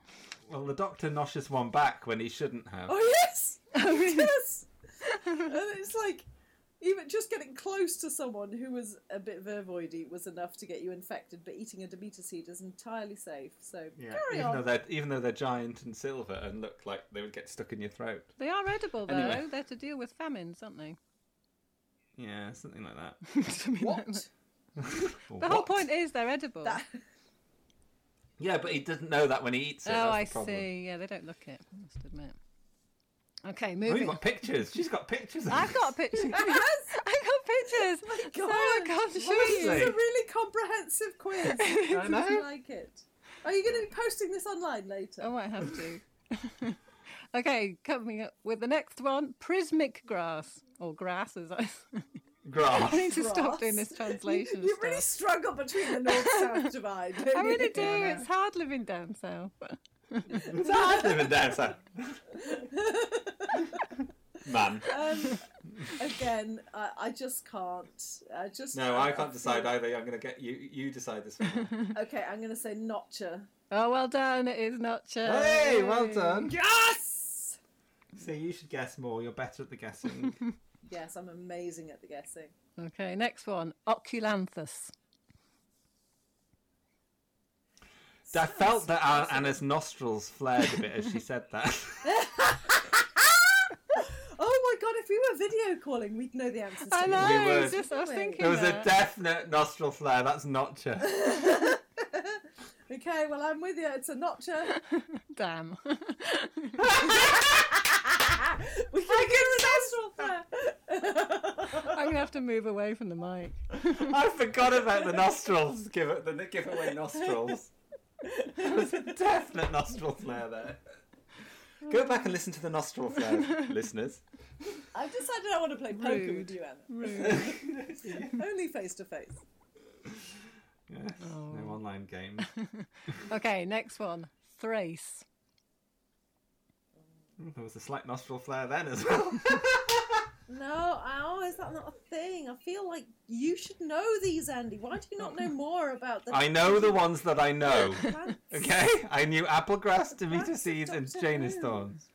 Speaker 2: Well, the doctor noshes one back when he shouldn't have.
Speaker 3: Oh yes. yes. and it's like even just getting close to someone who was a bit vervoidy was enough to get you infected, but eating a Demeter seed is entirely safe. So
Speaker 2: Yeah,
Speaker 3: carry
Speaker 2: even
Speaker 3: on.
Speaker 2: though they're even though they're giant and silver and look like they would get stuck in your throat.
Speaker 5: They are edible though.
Speaker 2: Anyway.
Speaker 5: They're to deal with famines, aren't they?
Speaker 2: Yeah, something like that.
Speaker 5: Something
Speaker 3: What?
Speaker 5: like that. The whole
Speaker 2: What?
Speaker 5: point is they're edible.
Speaker 3: That-
Speaker 2: Yeah, but he doesn't know that when he eats it.
Speaker 5: oh,
Speaker 2: that's
Speaker 5: I
Speaker 2: the problem.
Speaker 5: see. Yeah, they don't look it. I must admit. Okay,
Speaker 2: Oh,
Speaker 5: moving.
Speaker 2: you've got pictures. She's got pictures. Of
Speaker 5: I've
Speaker 2: it.
Speaker 5: got pictures. I've got pictures.
Speaker 3: my
Speaker 5: Sarah, I
Speaker 3: God.
Speaker 5: can't show
Speaker 3: This
Speaker 5: you.
Speaker 3: is a really comprehensive quiz. I
Speaker 2: know.
Speaker 3: like it. Are you going to be posting this online later?
Speaker 5: I might have to. okay, coming up with the next one: prismic grass or grass, as I. I
Speaker 2: grass.
Speaker 5: need to stop doing
Speaker 3: Grass.
Speaker 5: this translation
Speaker 3: You really
Speaker 5: stuff.
Speaker 3: struggle between the north-south divide. don't
Speaker 5: I
Speaker 3: you?
Speaker 5: really do.
Speaker 6: Yeah.
Speaker 5: It's hard living down south.
Speaker 2: It's hard living down south. Man.
Speaker 3: Um, again, I, I just can't. I just
Speaker 2: No, I can't decide either. I'm going to get you. You decide this one.
Speaker 3: Okay, I'm going to say Notcher.
Speaker 5: Oh, well done. It is not sure.
Speaker 2: hey, well done.
Speaker 3: Yes.
Speaker 2: See, you should guess more. You're better at the guessing.
Speaker 3: Yes, I'm amazing at the guessing.
Speaker 5: Okay, next one. Oculanthus.
Speaker 2: I felt that Ann- Anna's nostrils flared a bit as she said that.
Speaker 3: Oh my god! If we were video calling, we'd know the answers. to
Speaker 5: I
Speaker 3: these.
Speaker 5: know.
Speaker 2: We were-
Speaker 5: it's just, I was
Speaker 3: Really?
Speaker 5: thinking
Speaker 2: there was a
Speaker 5: that.
Speaker 2: definite nostril flare. That's notcher.
Speaker 3: Okay, well I'm with you. It's a Notcher.
Speaker 5: Damn.
Speaker 3: We can get a nostril
Speaker 5: I'm going to have to move away from the mic.
Speaker 2: I forgot about the nostrils. Give it the giveaway nostrils. There was a definite nostril flare there. Go back and listen to the nostril flare, listeners.
Speaker 3: I've decided I want to play poker with
Speaker 5: Rude.
Speaker 3: you, Anna. Only face to face.
Speaker 2: Yes, No online game.
Speaker 5: Okay, next one. Thrace.
Speaker 2: There was a slight nostril flare then as well.
Speaker 3: No, oh, is that not a thing? I feel like you should know these, Andy. Why do you not know more about the?
Speaker 2: I know the ones that I know.
Speaker 3: plants?
Speaker 2: Okay, I knew applegrass, Demeter
Speaker 3: That's
Speaker 2: seeds, and
Speaker 3: Doctor
Speaker 2: Janus
Speaker 3: Who.
Speaker 2: thorns.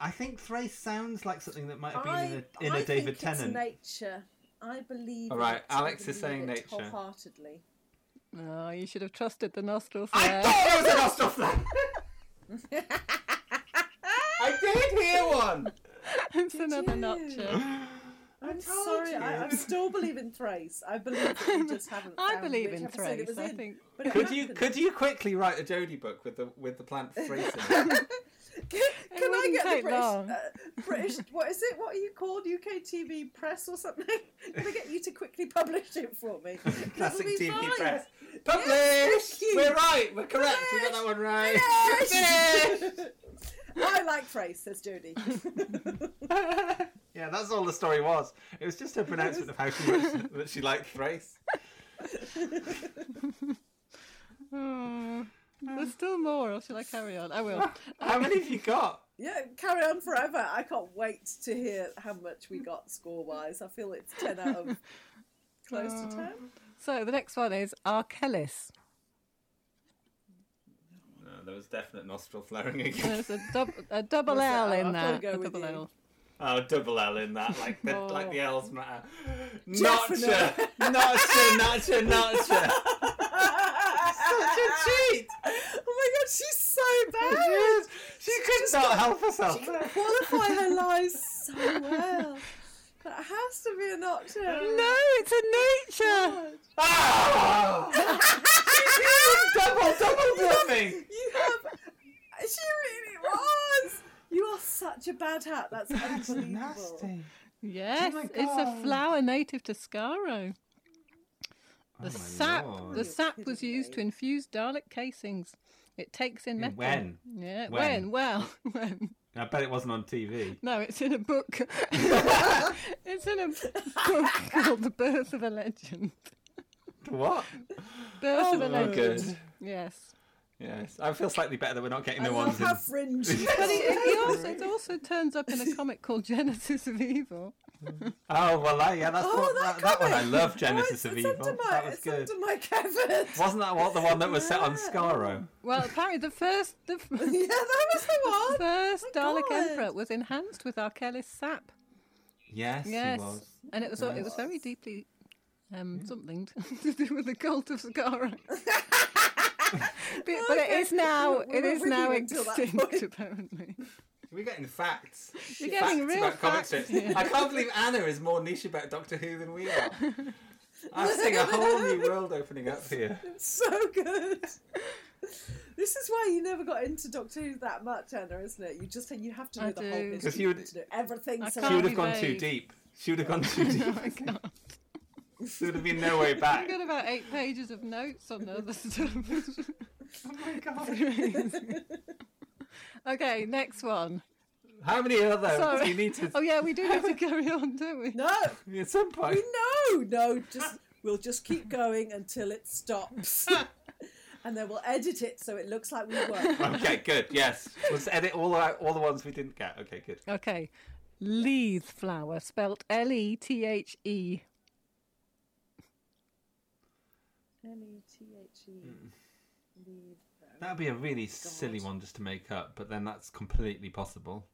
Speaker 2: I think Thrace sounds like something that might have been
Speaker 3: I,
Speaker 2: in a, in
Speaker 3: I
Speaker 2: a David
Speaker 3: think it's
Speaker 2: Tennant.
Speaker 3: nature. I believe.
Speaker 2: All right,
Speaker 3: in it.
Speaker 2: Alex
Speaker 3: I
Speaker 2: is
Speaker 3: believe
Speaker 2: saying
Speaker 3: it
Speaker 2: nature.
Speaker 3: wholeheartedly.
Speaker 5: Oh, you should have trusted the nostrils
Speaker 2: I
Speaker 5: there.
Speaker 2: thought it was a nostril flare. I did hear one.
Speaker 5: it's another
Speaker 3: you?
Speaker 5: notcher.
Speaker 3: I'm sorry, I, I
Speaker 2: you.
Speaker 3: still believe in Thrace. I believe that you just haven't.
Speaker 5: I
Speaker 3: found
Speaker 5: believe
Speaker 3: which
Speaker 5: in
Speaker 3: episode it
Speaker 5: Thrace.
Speaker 3: was
Speaker 5: I
Speaker 3: in.
Speaker 5: think.
Speaker 3: But it
Speaker 2: Could you
Speaker 3: happened.
Speaker 2: could you quickly write a Jodie book with the with the plant Thrace in it?
Speaker 3: Can, can I
Speaker 5: wouldn't
Speaker 3: get the
Speaker 5: take
Speaker 3: British,
Speaker 5: long.
Speaker 3: uh, British? What is it? What are you called? UK TV Press or something? Can I get you to quickly publish it for me?
Speaker 2: Classic
Speaker 3: It'll be
Speaker 2: TV
Speaker 3: fine.
Speaker 2: press.
Speaker 3: Yes,
Speaker 2: Publish.
Speaker 3: thank you.
Speaker 2: We're right. We're correct. We got that one right. Finish!
Speaker 3: I like Thrace, says Jodie.
Speaker 2: yeah, that's all the story was. It was just her pronouncement of how she much that she liked Thrace.
Speaker 5: Oh, there's still more, or shall I carry on? I will.
Speaker 2: How many have you got?
Speaker 3: Yeah, carry on forever. I can't wait to hear how much we got score wise. I feel it's 10 out of close to 10.
Speaker 5: So the next one is Archelis.
Speaker 2: No, there was definite nostril flaring again.
Speaker 5: There's a, dub- a double
Speaker 3: What's that?
Speaker 5: L in
Speaker 3: I've gotta
Speaker 5: that.
Speaker 3: go
Speaker 5: a
Speaker 3: with
Speaker 5: double
Speaker 3: you.
Speaker 5: L.
Speaker 2: Oh, double L in that, like the,
Speaker 5: Oh.
Speaker 2: like the L's matter.
Speaker 3: Definitely.
Speaker 2: Notcha, notcha, notcha, notcha. Such a cheat.
Speaker 3: Oh my god, she's so bad.
Speaker 2: She could not help herself.
Speaker 3: Qualify her lies so well. But it has to be a notch.
Speaker 5: No, it's a nature.
Speaker 2: Ah! double, double bluffing.
Speaker 3: You have. She really was. You are such a bad hat. That's unbelievable.
Speaker 5: Yes, it's a flower native to Skaro. The sap,
Speaker 2: Oh lord.
Speaker 5: the sap was used to infuse Dalek casings. It takes in metal.
Speaker 2: When?
Speaker 5: Yeah,
Speaker 2: When?
Speaker 5: when? Well, when?
Speaker 2: I bet it wasn't on TV.
Speaker 5: No, it's in a book. it's in a book called The Birth of a Legend.
Speaker 2: What?
Speaker 5: Birth
Speaker 2: Oh
Speaker 5: of a Legend.
Speaker 2: good.
Speaker 5: Yes.
Speaker 2: Yes, I feel slightly better that we're not getting
Speaker 3: I
Speaker 2: the ones.
Speaker 3: love how
Speaker 2: In...
Speaker 3: fringe.
Speaker 5: But it, it, also, it also turns up in a comic called Genesis of Evil.
Speaker 2: Oh well, that, yeah, that's
Speaker 3: Oh,
Speaker 2: what,
Speaker 3: that
Speaker 2: that, that one. I
Speaker 3: comic.
Speaker 2: love
Speaker 3: Oh,
Speaker 2: Genesis
Speaker 3: it's,
Speaker 2: of
Speaker 3: it's
Speaker 2: Evil.
Speaker 3: Under my,
Speaker 2: that was
Speaker 3: it's
Speaker 2: good.
Speaker 3: under my cupboard.
Speaker 2: Wasn't that what the one that was set on
Speaker 3: Yeah.
Speaker 2: Scarrow?
Speaker 5: Well, apparently the first the f-
Speaker 3: Yeah, that was the
Speaker 5: the
Speaker 3: one.
Speaker 5: first
Speaker 3: God.
Speaker 5: Dalek Emperor was enhanced with Arkellis sap.
Speaker 2: Yes,
Speaker 5: Yes,
Speaker 2: he was.
Speaker 5: and it was it was very deeply um, something to do with the cult of Skara. but, but it is now
Speaker 3: We
Speaker 5: it
Speaker 3: were
Speaker 5: is
Speaker 3: with
Speaker 5: now
Speaker 3: you until that
Speaker 5: extinct
Speaker 3: point.
Speaker 5: apparently.
Speaker 2: We're getting facts.
Speaker 5: You're getting
Speaker 2: facts
Speaker 5: real
Speaker 2: about comic
Speaker 5: facts.
Speaker 2: strips.
Speaker 5: here.
Speaker 2: I can't believe Anna is more niche about Doctor Who than we are. I'm seeing a whole new world opening up here.
Speaker 3: It's so good. This is why you never got into Doctor Who that much, Anna, isn't it? You just you have to know
Speaker 5: I
Speaker 3: the
Speaker 5: do.
Speaker 3: whole history.
Speaker 2: 'Cause you would-
Speaker 3: have to know everything.
Speaker 5: I
Speaker 3: so
Speaker 5: can't
Speaker 2: She would
Speaker 5: be
Speaker 2: have gone too
Speaker 5: vague.
Speaker 2: deep. She would have gone too deep.
Speaker 5: Oh my God.
Speaker 2: There would have been no way
Speaker 5: I've
Speaker 2: back.
Speaker 5: got about eight pages of notes on the other stuff.
Speaker 2: Oh my god.
Speaker 5: okay, next one.
Speaker 2: How many other
Speaker 5: Sorry.
Speaker 2: do you need to
Speaker 5: Oh yeah, we do have to carry on, don't we?
Speaker 3: No,
Speaker 2: at some point?
Speaker 3: no, no. Just we'll just keep going until it stops, and then we'll edit it so it looks like we were.
Speaker 2: Okay, good. Yes. Let's edit all out all the ones we didn't get. Okay, good.
Speaker 5: Okay, Leith flower, spelt L E T H E.
Speaker 3: M E T H E.
Speaker 2: Mm. That'd be a
Speaker 3: Oh
Speaker 2: really silly one just to make up, but then that's completely possible.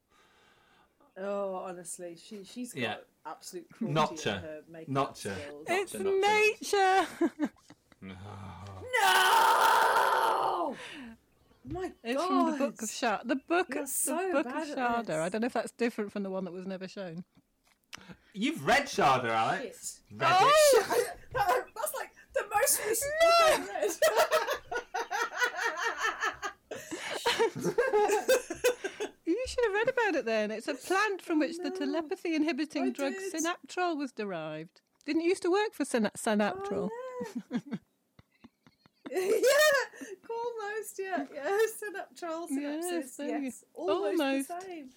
Speaker 3: Oh, honestly, she she's got
Speaker 2: Yeah.
Speaker 3: absolute cruelty
Speaker 2: Notcha.
Speaker 3: in her makeup
Speaker 2: Notcha.
Speaker 3: skills.
Speaker 5: It's
Speaker 2: Doctor, doctor.
Speaker 5: nature.
Speaker 3: No! Oh My
Speaker 5: It's
Speaker 3: God.
Speaker 5: from the Book of Shard. The Book,
Speaker 3: You're
Speaker 5: the
Speaker 3: so
Speaker 5: book
Speaker 3: bad
Speaker 5: of
Speaker 3: at
Speaker 5: Sharda.
Speaker 3: this.
Speaker 5: I don't know if that's different from the one that was never shown.
Speaker 2: You've read Sharda, Alex.
Speaker 3: Shit. Oh!
Speaker 2: Read it.
Speaker 3: That- That's like the most recent book I've
Speaker 5: You should have read about it then. It's a plant from which the telepathy inhibiting
Speaker 3: I
Speaker 5: drug
Speaker 3: did.
Speaker 5: Synaptrol was derived. Didn't it used to work for syna- Synaptrol?
Speaker 3: read. yeah. yeah, almost, yeah. Yeah, synaptrol synapses,
Speaker 5: Yes,
Speaker 3: yes.
Speaker 5: there you-
Speaker 3: almost,
Speaker 5: almost.
Speaker 3: the same.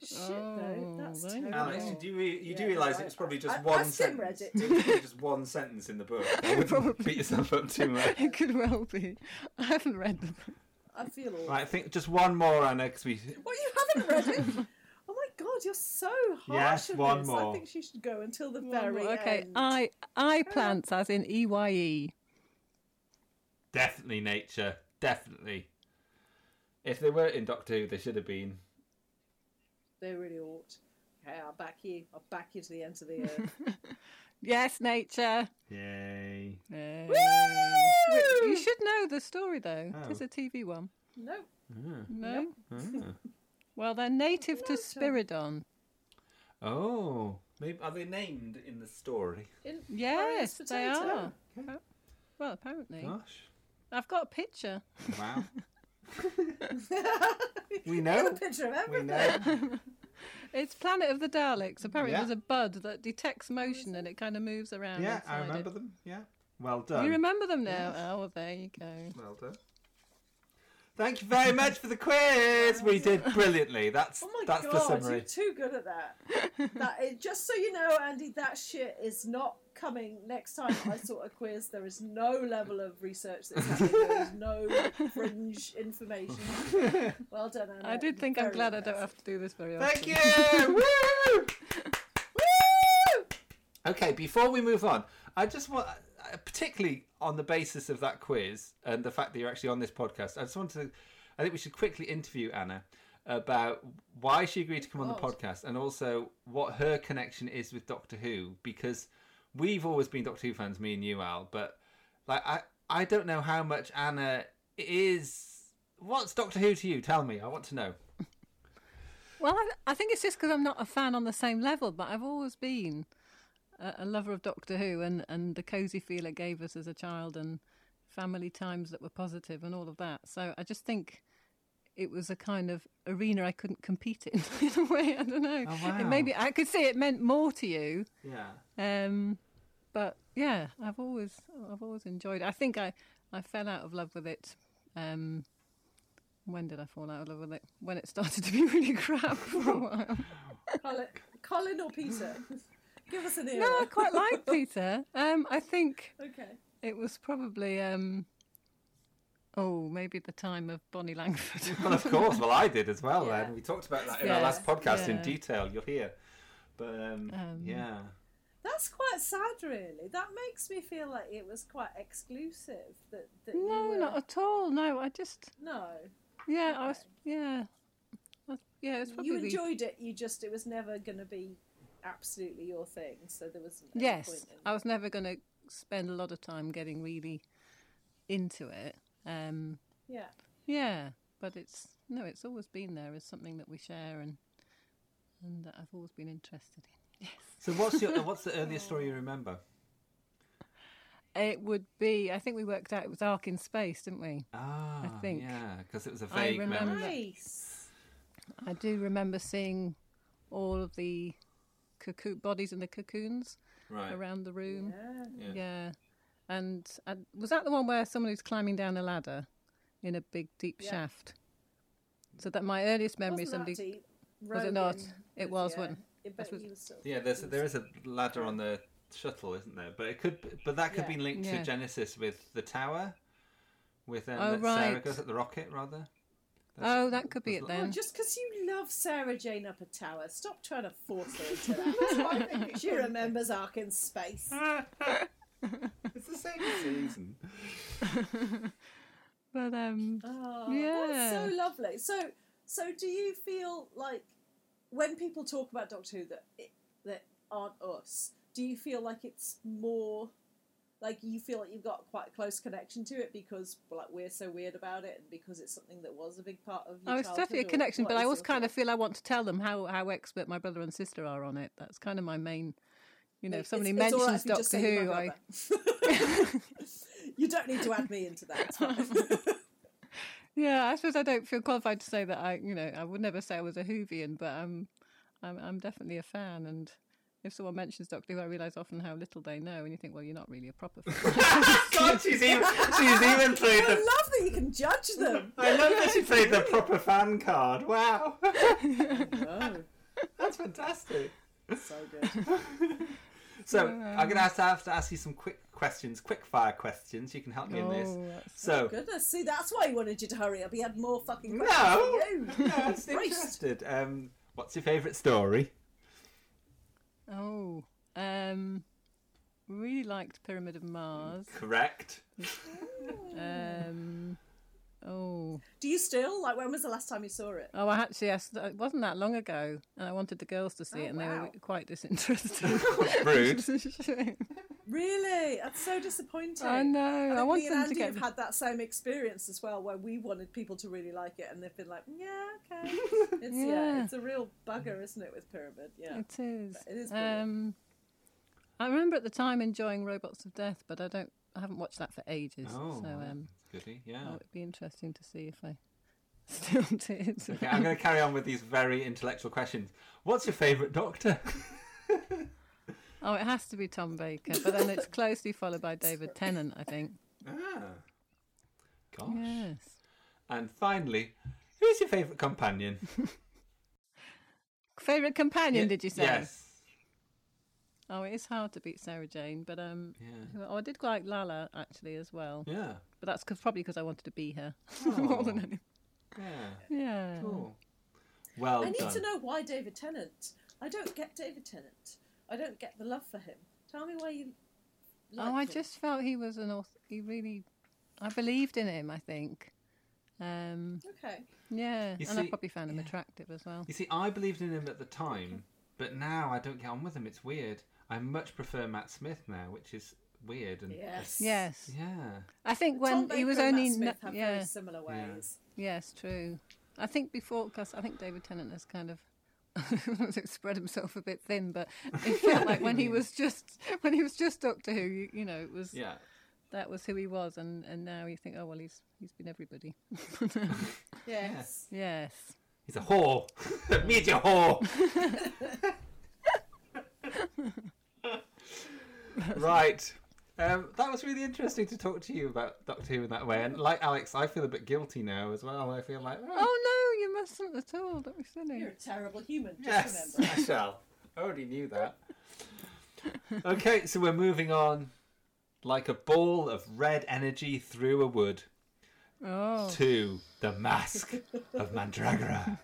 Speaker 3: Shit, though,
Speaker 5: Oh,
Speaker 3: that's
Speaker 5: there you
Speaker 3: terrible.
Speaker 5: go.
Speaker 2: Alex, you do re- you do
Speaker 3: Yeah,
Speaker 2: realise
Speaker 3: no,
Speaker 2: it was probably
Speaker 3: I-
Speaker 2: just
Speaker 3: I-
Speaker 2: one
Speaker 3: I skimmed
Speaker 2: sentence.
Speaker 3: it.
Speaker 2: was probably just one sentence in the book. I wouldn't
Speaker 5: Probably.
Speaker 2: beat yourself up too much.
Speaker 5: It could well be. I haven't read them.
Speaker 3: I feel awful.
Speaker 2: Right, I think just one more, Anna, because we.
Speaker 3: What, you haven't read it? Oh my God, you're so harsh
Speaker 2: Yes,
Speaker 3: on
Speaker 2: one
Speaker 3: this.
Speaker 2: more.
Speaker 3: I think she should go until the
Speaker 5: One
Speaker 3: very
Speaker 5: more. Okay, um,
Speaker 3: end.
Speaker 5: I I plants as in E Y E.
Speaker 2: Definitely nature. Definitely. If they were in Doctor Who, they should have been.
Speaker 3: They really ought. Okay, I'll back you. I'll back you to the end of the earth.
Speaker 5: Yes, nature.
Speaker 2: Yay.
Speaker 5: Yay. You should know the story though.
Speaker 2: Oh. Hmm.
Speaker 5: It's a TV one.
Speaker 3: no.
Speaker 5: No. Well, they're native to Spiridon.
Speaker 2: Oh. Maybe, are they named in the story?
Speaker 3: In
Speaker 5: Yes,
Speaker 3: Arius
Speaker 5: they
Speaker 3: potato.
Speaker 5: are. Appar- Well, apparently,
Speaker 2: Gosh.
Speaker 5: I've got a picture.
Speaker 2: Wow. we know.
Speaker 3: Picture of everything.
Speaker 2: We know.
Speaker 5: It's Planet of the Daleks. Apparently,
Speaker 2: Yeah.
Speaker 5: there's a bud that detects motion and it kind of moves around.
Speaker 2: Yeah,
Speaker 5: inside
Speaker 2: I remember
Speaker 5: It.
Speaker 2: them. Yeah. Well done.
Speaker 5: You remember them now? Oh, well, there you go.
Speaker 2: Well done. Thank you very much for the quiz. We did brilliantly. That's
Speaker 3: Oh my
Speaker 2: that's
Speaker 3: god,
Speaker 2: the summary.
Speaker 3: you're too good at that. that it, just so you know, Andy, that shit is not coming next time I sort a quiz. There is no level of research that's happening. There is no fringe information. Well done, Andy.
Speaker 5: I did think I'm glad I don't have to do this very often.
Speaker 2: Thank you. Woo! Woo! Okay, before we move on, I just want, uh, particularly on the basis of that quiz and the fact that you're actually on this podcast, I just want to
Speaker 4: I think we should quickly interview Anna about why she agreed to come on the
Speaker 3: God.
Speaker 4: podcast and also what her connection is with Doctor Who because we've always been Doctor Who fans, me and you, Al. But like, I I don't know how much Anna is. What's Doctor Who to you? Tell me. I want to know.
Speaker 5: Well, I, I think it's just because I'm not a fan on the same level, but I've always been a, a lover of Doctor Who and, and the cosy feel it gave us as a child and family times that were positive and all of that. So I just think it was a kind of arena I couldn't compete in in a way. I don't know. It maybe I could see it meant more to you.
Speaker 4: Yeah.
Speaker 5: Um, but yeah, I've always I've always enjoyed. It. I think I I fell out of love with it. Um, when did I fall out of love with it? When it started to be really crap for a while.
Speaker 3: Colin, Colin or Peter? Give us an ear.
Speaker 5: No, I quite like Peter. Um, I think
Speaker 3: Okay.
Speaker 5: it was probably um, oh maybe the time of Bonnie Langford.
Speaker 2: Well, of course. Well, I did as well.
Speaker 3: Yeah.
Speaker 2: Then we talked about that in
Speaker 3: Yeah.
Speaker 2: our last podcast in
Speaker 5: Yeah.
Speaker 2: detail. You'll hear. But um,
Speaker 5: Um,
Speaker 2: yeah,
Speaker 3: That's quite sad, really. That makes me feel like it was quite exclusive. That, that you
Speaker 5: no,
Speaker 3: were-
Speaker 5: not at all. No, I just
Speaker 3: no.
Speaker 5: yeah I was yeah. I- Yeah, it was probably
Speaker 3: You
Speaker 5: the-
Speaker 3: enjoyed it. You just it was never going to be absolutely your thing. So there was no
Speaker 5: Yes,
Speaker 3: Point in...
Speaker 5: I was never going to spend a lot of time getting really into it. Um,
Speaker 3: Yeah.
Speaker 5: yeah, but it's no, it's always been there as something that we share and and that I've always been interested in.
Speaker 4: So what's your what's the earliest story you remember?
Speaker 5: It would be, I think we worked out it was Ark in Space, didn't we?
Speaker 4: Ah,
Speaker 5: think.
Speaker 4: yeah, because it was a
Speaker 5: I
Speaker 4: vague
Speaker 5: remember
Speaker 4: memory.
Speaker 5: that.
Speaker 3: Nice.
Speaker 5: I do remember seeing all of the cocoon bodies in the cocoons
Speaker 4: Right.
Speaker 5: around the room.
Speaker 3: Yeah.
Speaker 5: Yeah. And uh, was that the one where someone who's climbing down a ladder in a big deep
Speaker 3: Yeah.
Speaker 5: shaft? So that my earliest memory is
Speaker 3: Wasn't
Speaker 5: somebody
Speaker 3: that deep?
Speaker 5: was it
Speaker 3: Rogan
Speaker 5: not? It was,
Speaker 3: yeah.
Speaker 5: wasn't
Speaker 3: it? But
Speaker 5: was-
Speaker 3: he was still-
Speaker 4: Yeah, there's there is a ladder on the shuttle, isn't there? But it could, but that could be
Speaker 3: Yeah.
Speaker 4: linked
Speaker 5: Yeah.
Speaker 4: to Genesis with the tower, with um,
Speaker 5: Oh,
Speaker 4: that Sarah
Speaker 5: right.
Speaker 4: goes at the rocket rather.
Speaker 5: Oh, that could be
Speaker 4: that's
Speaker 5: it
Speaker 4: not-
Speaker 5: then.
Speaker 3: Oh, just because you love Sarah Jane Upper Tower, stop trying to force her into that. she remembers Ark in space.
Speaker 2: it's the same season.
Speaker 5: but um,
Speaker 3: Oh,
Speaker 5: Yeah.
Speaker 3: that's so lovely. So, so do you feel like when people talk about Doctor Who that it, that aren't us, do you feel like it's more like you feel like you've got quite a close connection to it because like we're so weird about it and because it's something that was a big part of your
Speaker 5: oh, it's
Speaker 3: childhood,
Speaker 5: definitely a
Speaker 3: or
Speaker 5: connection.
Speaker 3: what
Speaker 5: But I
Speaker 3: is
Speaker 5: always
Speaker 3: your
Speaker 5: kind of
Speaker 3: thought?
Speaker 5: feel I want to tell them how how expert my brother and sister are on it. That's kind of my main. You know,
Speaker 3: Like,
Speaker 5: if somebody
Speaker 3: it's- it's all right
Speaker 5: mentions
Speaker 3: if you just say
Speaker 5: Doctor
Speaker 3: you're my
Speaker 5: Who, I
Speaker 3: brother. you don't need to add me into that. it's fine.
Speaker 5: yeah, I suppose I don't feel qualified to say that I, you know, I would never say I was a Hoovian, but I'm, I'm, I'm definitely a fan. And if someone mentions Doctor Who, I realise often how little they know, and you think, well, you're not really a proper fan.
Speaker 2: God, she's even she's even played
Speaker 3: I
Speaker 2: the.
Speaker 3: love that you can judge them.
Speaker 2: I love that she played the proper fan card. Wow,
Speaker 3: Oh,
Speaker 2: that's fantastic.
Speaker 3: so good.
Speaker 4: So I'm gonna have to have to ask you some quick questions, quick fire questions. You can help me in this.
Speaker 5: Oh, that's-
Speaker 4: So
Speaker 3: Goodness, see, that's why he wanted you to hurry up. He had more fucking
Speaker 2: No.
Speaker 3: questions for you.
Speaker 2: Yeah, it's
Speaker 3: Christ.
Speaker 2: interested. Um, what's your favourite story?
Speaker 5: oh, um, really liked Pyramid of Mars.
Speaker 2: Correct.
Speaker 5: Um, oh,
Speaker 3: Do you still like? When was the last time you saw it?
Speaker 5: oh! I actually, I, s- it wasn't that long ago, and I wanted the girls to see
Speaker 3: Oh,
Speaker 5: it, and they
Speaker 3: wow.
Speaker 5: were quite disinterested.
Speaker 2: Rude.
Speaker 5: It's a shame.
Speaker 3: Really, that's so disappointing.
Speaker 5: I know. I,
Speaker 3: think
Speaker 5: want
Speaker 3: me and
Speaker 5: them
Speaker 3: Andy
Speaker 5: to get.
Speaker 3: have had that same experience as well, where we wanted people to really like it, and they've been like, "Yeah, okay." It's, yeah.
Speaker 5: Yeah.
Speaker 3: it's a real bugger, isn't it, with Pyramid? Yeah,
Speaker 5: It is.
Speaker 3: It is brilliant.
Speaker 5: Um, I remember at the time enjoying Robots of Death, but I don't. I haven't watched that for ages.
Speaker 4: Oh,
Speaker 5: so um,
Speaker 4: goody, yeah.
Speaker 5: oh, it'd be interesting to see if I still did.
Speaker 4: Okay, I'm going to carry on with these very intellectual questions. What's your favourite Doctor?
Speaker 5: Oh, it has to be Tom Baker, but then it's closely followed by David Tennant, I think.
Speaker 4: ah, gosh.
Speaker 5: Yes.
Speaker 4: And finally, who's your favourite companion?
Speaker 5: Favorite companion? Did you say?
Speaker 4: Yes.
Speaker 5: Oh, it is hard to beat Sarah Jane, but um,
Speaker 4: Yeah.
Speaker 5: oh, I did quite like Lala actually as well,
Speaker 4: Yeah.
Speaker 5: but that's 'cause- probably because I wanted to be her
Speaker 4: Oh.
Speaker 5: more than anything.
Speaker 4: Yeah.
Speaker 5: Yeah.
Speaker 4: Cool. Well
Speaker 3: I need
Speaker 4: done.
Speaker 3: to know why David Tennant. I don't get David Tennant. I don't get the love for him. Tell me why you.
Speaker 5: Oh, I
Speaker 3: liked him.
Speaker 5: just felt he was an author. He really, I believed in him. I think, Um,
Speaker 3: Okay.
Speaker 5: yeah,
Speaker 2: You
Speaker 5: and I
Speaker 2: see-
Speaker 5: probably found him attractive as well.
Speaker 2: You see, I believed in him at the time, but now I don't get on with him. It's weird. I much prefer Matt Smith now, which is weird. And
Speaker 3: Yes.
Speaker 5: Yes,
Speaker 2: Yeah.
Speaker 5: I think
Speaker 3: Tom
Speaker 5: when
Speaker 3: Baker
Speaker 5: he was
Speaker 3: and Matt
Speaker 5: only
Speaker 3: Smith
Speaker 5: n-
Speaker 3: have
Speaker 5: yeah,
Speaker 3: very similar ways.
Speaker 5: yes, true. I think before because I think David Tennant has kind of spread himself a bit thin, but it felt like when he was just when he was just Doctor Who, you, you know, it was
Speaker 2: Yeah.
Speaker 5: that was who he was, and and now you think, oh well, he's he's been everybody.
Speaker 3: Yes.
Speaker 5: yes,
Speaker 2: He's a whore. a major whore. right. Um, that was really interesting to talk to you about Doctor Who in that way. And like Alex, I feel a bit guilty now as well. I feel like, oh,
Speaker 5: oh no, you mustn't at all. Don't be silly.
Speaker 3: You're a terrible human, just
Speaker 2: yes,
Speaker 3: remember.
Speaker 2: I shall. I already knew that. okay, so we're moving on like a ball of red energy through a wood
Speaker 5: Oh,
Speaker 2: to the mask of Mandragora.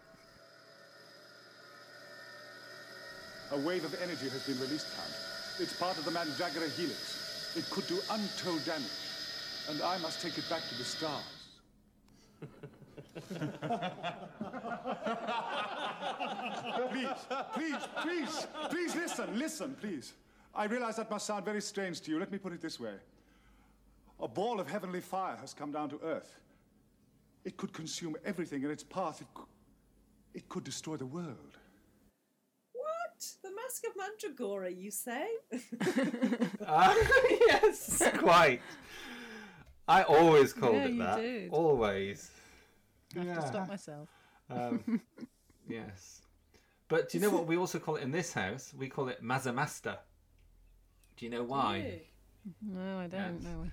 Speaker 7: A wave of energy has been released, Count. It's part of the Mandragora helix. It could do untold damage, and I must take it back to the stars. please, please, please, please listen, listen, please. I realize that must sound very strange to you. Let me put it this way A ball of heavenly fire has come down to Earth. It could consume everything in its path, it, cou- it could destroy the world.
Speaker 3: What? The Mask of Mandragora, you say?
Speaker 2: yes, quite. I always called
Speaker 5: Yeah,
Speaker 2: it
Speaker 5: you
Speaker 2: that.
Speaker 5: did.
Speaker 2: Always.
Speaker 5: I have to
Speaker 2: Yeah.
Speaker 5: stop myself.
Speaker 2: Yes. But do you know what we also call it in this house? We call it Mazamasta. Do you know why?
Speaker 5: No, Oh, I don't
Speaker 2: Yes.
Speaker 5: know.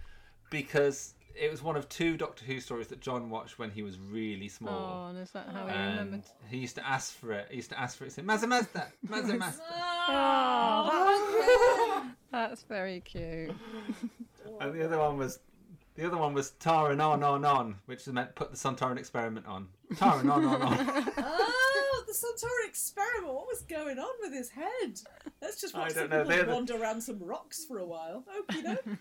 Speaker 2: Because it was one of two Doctor Who stories that John watched when he was really
Speaker 5: Oh,
Speaker 2: small.
Speaker 5: and is that how he
Speaker 2: and
Speaker 5: remembered?
Speaker 2: he used to ask for it. He used to ask for it. He said, Mazamasta! Mazamasta!
Speaker 5: Oh, That's very cute.
Speaker 2: and the other one was. The other one was Taran on on on, which meant put the Suntaran experiment on. Taran on on on.
Speaker 3: Oh, the Suntory experiment. What was going on with his head? Let's just watch
Speaker 2: don't
Speaker 3: the
Speaker 2: know. They're
Speaker 3: people
Speaker 2: the-
Speaker 3: wander around some rocks for a while. Oh, Okie doke.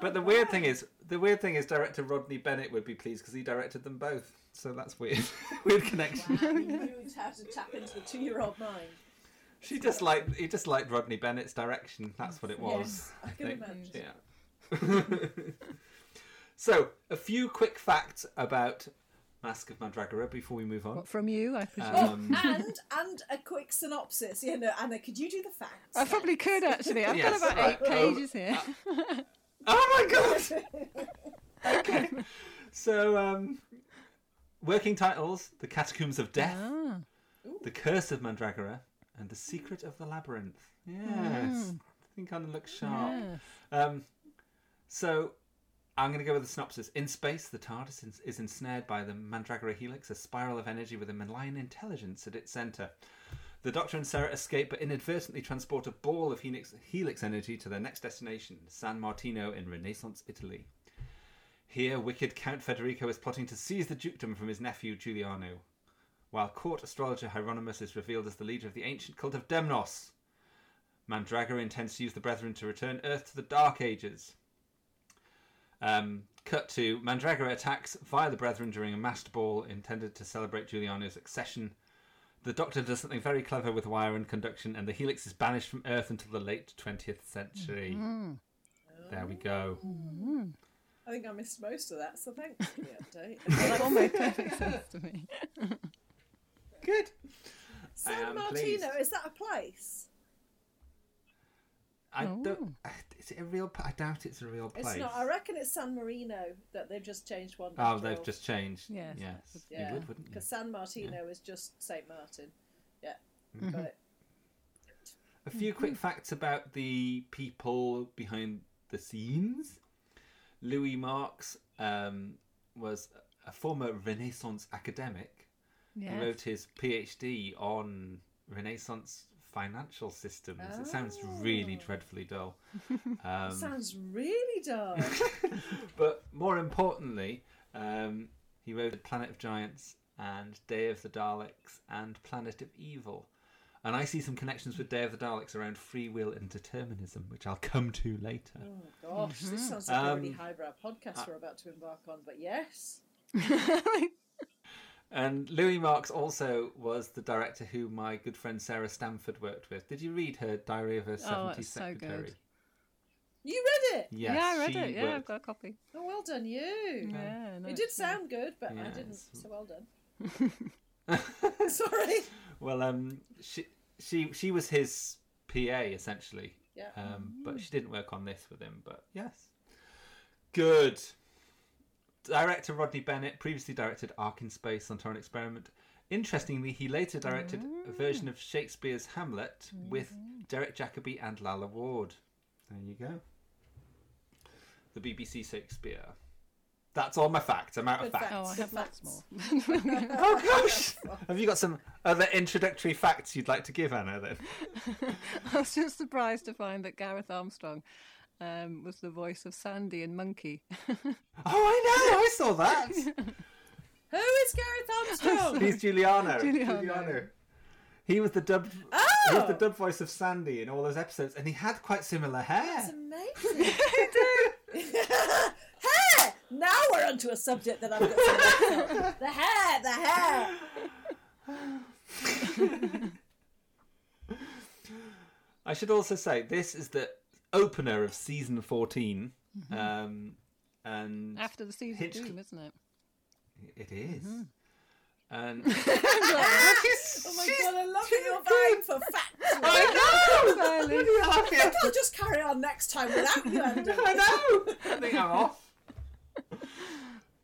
Speaker 2: But the weird thing is, the weird thing is, director Rodney Bennett would be pleased because he directed them both. So that's weird. weird connection.
Speaker 3: Wow, he knew how to tap into the two-year-old mind.
Speaker 2: She just liked he just liked Rodney Bennett's direction. That's what it was.
Speaker 3: Yes, I can
Speaker 2: think.
Speaker 3: imagine.
Speaker 2: Yeah. so a few quick facts about Mask of Mandragora before we move on.
Speaker 5: What from you? I presume.
Speaker 3: Oh,
Speaker 2: Um,
Speaker 3: and and a quick synopsis. Yeah, no, Anna, could you do the facts?
Speaker 5: I probably could actually. I've
Speaker 2: Yes, Uh,
Speaker 5: got about
Speaker 2: right.
Speaker 5: eight pages here.
Speaker 2: oh my god! okay. So um, working titles: The Catacombs of Death.
Speaker 5: Ah,
Speaker 2: The Curse of Mandragora and The Secret of the Labyrinth. Yes. I think kind of looks sharp.
Speaker 5: Mm. yes.
Speaker 2: Um, so I'm going to go with the synopsis. In space, the TARDIS is- is ensnared by the Mandragora Helix, a spiral of energy with a malign intelligence at its centre. The Doctor and Sarah escape but inadvertently transport a ball of helix, helix energy to their next destination, San Martino in Renaissance, Italy. Here, wicked Count Federico is plotting to seize the dukedom from his nephew Giuliano, while court astrologer Hieronymus is revealed as the leader of the ancient cult of Demnos. Mandragora intends to use the Brethren to return Earth to the Dark Ages. Um, cut to Mandragora attacks via the Brethren during a masked ball intended to celebrate Giuliano's accession. The Doctor does something very clever with wire and conduction, and the Helix is banished from Earth until the late 20th century. There we go.
Speaker 3: I think I missed most of that, so thanks for the update.
Speaker 5: That all made perfect
Speaker 2: Uh,
Speaker 5: sense to me.
Speaker 2: Good. I
Speaker 3: San
Speaker 2: am
Speaker 3: Martino,
Speaker 2: pleased.
Speaker 3: is that a place?
Speaker 2: I don't. uh, Is it a real? pla- I doubt it's a real place.
Speaker 3: It's not. I reckon it's San Marino that they've just changed one.
Speaker 2: Oh, they've just changed.
Speaker 5: Yes,
Speaker 2: Yes.
Speaker 3: yeah.
Speaker 2: You would, wouldn't you?
Speaker 3: because San Martino is just Saint Martin. Yeah,
Speaker 5: Mm-hmm.
Speaker 3: got it.
Speaker 2: A few quick facts about the people behind the scenes. Louis Marx um, was a former Renaissance academic
Speaker 5: Yes.
Speaker 2: and wrote his PhD on Renaissance financial systems. It sounds really
Speaker 5: Oh.
Speaker 2: dreadfully dull. Um,
Speaker 3: Sounds really dark.
Speaker 2: but more importantly, um, he wrote The Planet of Giants and Day of the Daleks and Planet of Evil. And I see some connections with Day of the Daleks around free will and determinism, which I'll come to later.
Speaker 5: Oh.
Speaker 3: Gosh, this sounds like a really
Speaker 2: Um,
Speaker 3: highbrow podcast we're about to embark on. But yes,
Speaker 2: And Louis Marks also was the director who my good friend Sarah Stanford worked with. Did you read her Diary of a 70s
Speaker 5: Oh, it's so good.
Speaker 2: Secretary?
Speaker 3: You read it?
Speaker 2: Yes,
Speaker 5: yeah, I read
Speaker 2: she
Speaker 5: it. Yeah, I've
Speaker 2: worked-
Speaker 5: got a copy.
Speaker 3: Oh, well done, you.
Speaker 5: Yeah, Mm-hmm. no,
Speaker 3: it did
Speaker 5: it's-
Speaker 3: sound good, but I
Speaker 2: Uh, Yeah,
Speaker 3: didn't.
Speaker 2: it's-
Speaker 3: So well done. Sorry.
Speaker 2: Well, um, she she she was his PA essentially,
Speaker 3: Yeah.
Speaker 2: um, but she didn't work on this with him. But yes, good. Director Rodney Bennett previously directed Ark in Space, Santorin Experiment. Interestingly, he later directed a version of Shakespeare's Hamlet with Derek Jacobi and Lala Ward. There you go. The BBC Shakespeare. That's all my facts. I'm out of
Speaker 3: Good
Speaker 2: facts.
Speaker 3: fact.
Speaker 5: Oh, I have
Speaker 3: Facts.
Speaker 5: lots more.
Speaker 2: Oh gosh! Have you got some other introductory facts you'd like to give, Anna? Then
Speaker 5: I was just surprised to find that Gareth Armstrong um, was the voice of Sandy and Monkey.
Speaker 2: Oh, I know. I saw that.
Speaker 3: Who is Gareth Armstrong?
Speaker 2: He's Giuliano.
Speaker 5: Giuliano.
Speaker 2: He was the dub. He was the
Speaker 3: oh,
Speaker 2: dub voice of Sandy in all those episodes, and he had quite similar hair.
Speaker 3: that's amazing. hair. Now we're onto a subject that I've got. Some notes on. the hair. The hair.
Speaker 2: I should also say this is the opener of season 14 um, and
Speaker 5: After the Seas of
Speaker 2: Hitch-
Speaker 5: Doom, isn't it?
Speaker 2: it is. And
Speaker 3: Oh my god, I love that you're vying for facts. I
Speaker 2: I know. Really happy.
Speaker 3: think I'll just carry on next time without you, Andy.
Speaker 2: I know. I think I'm off.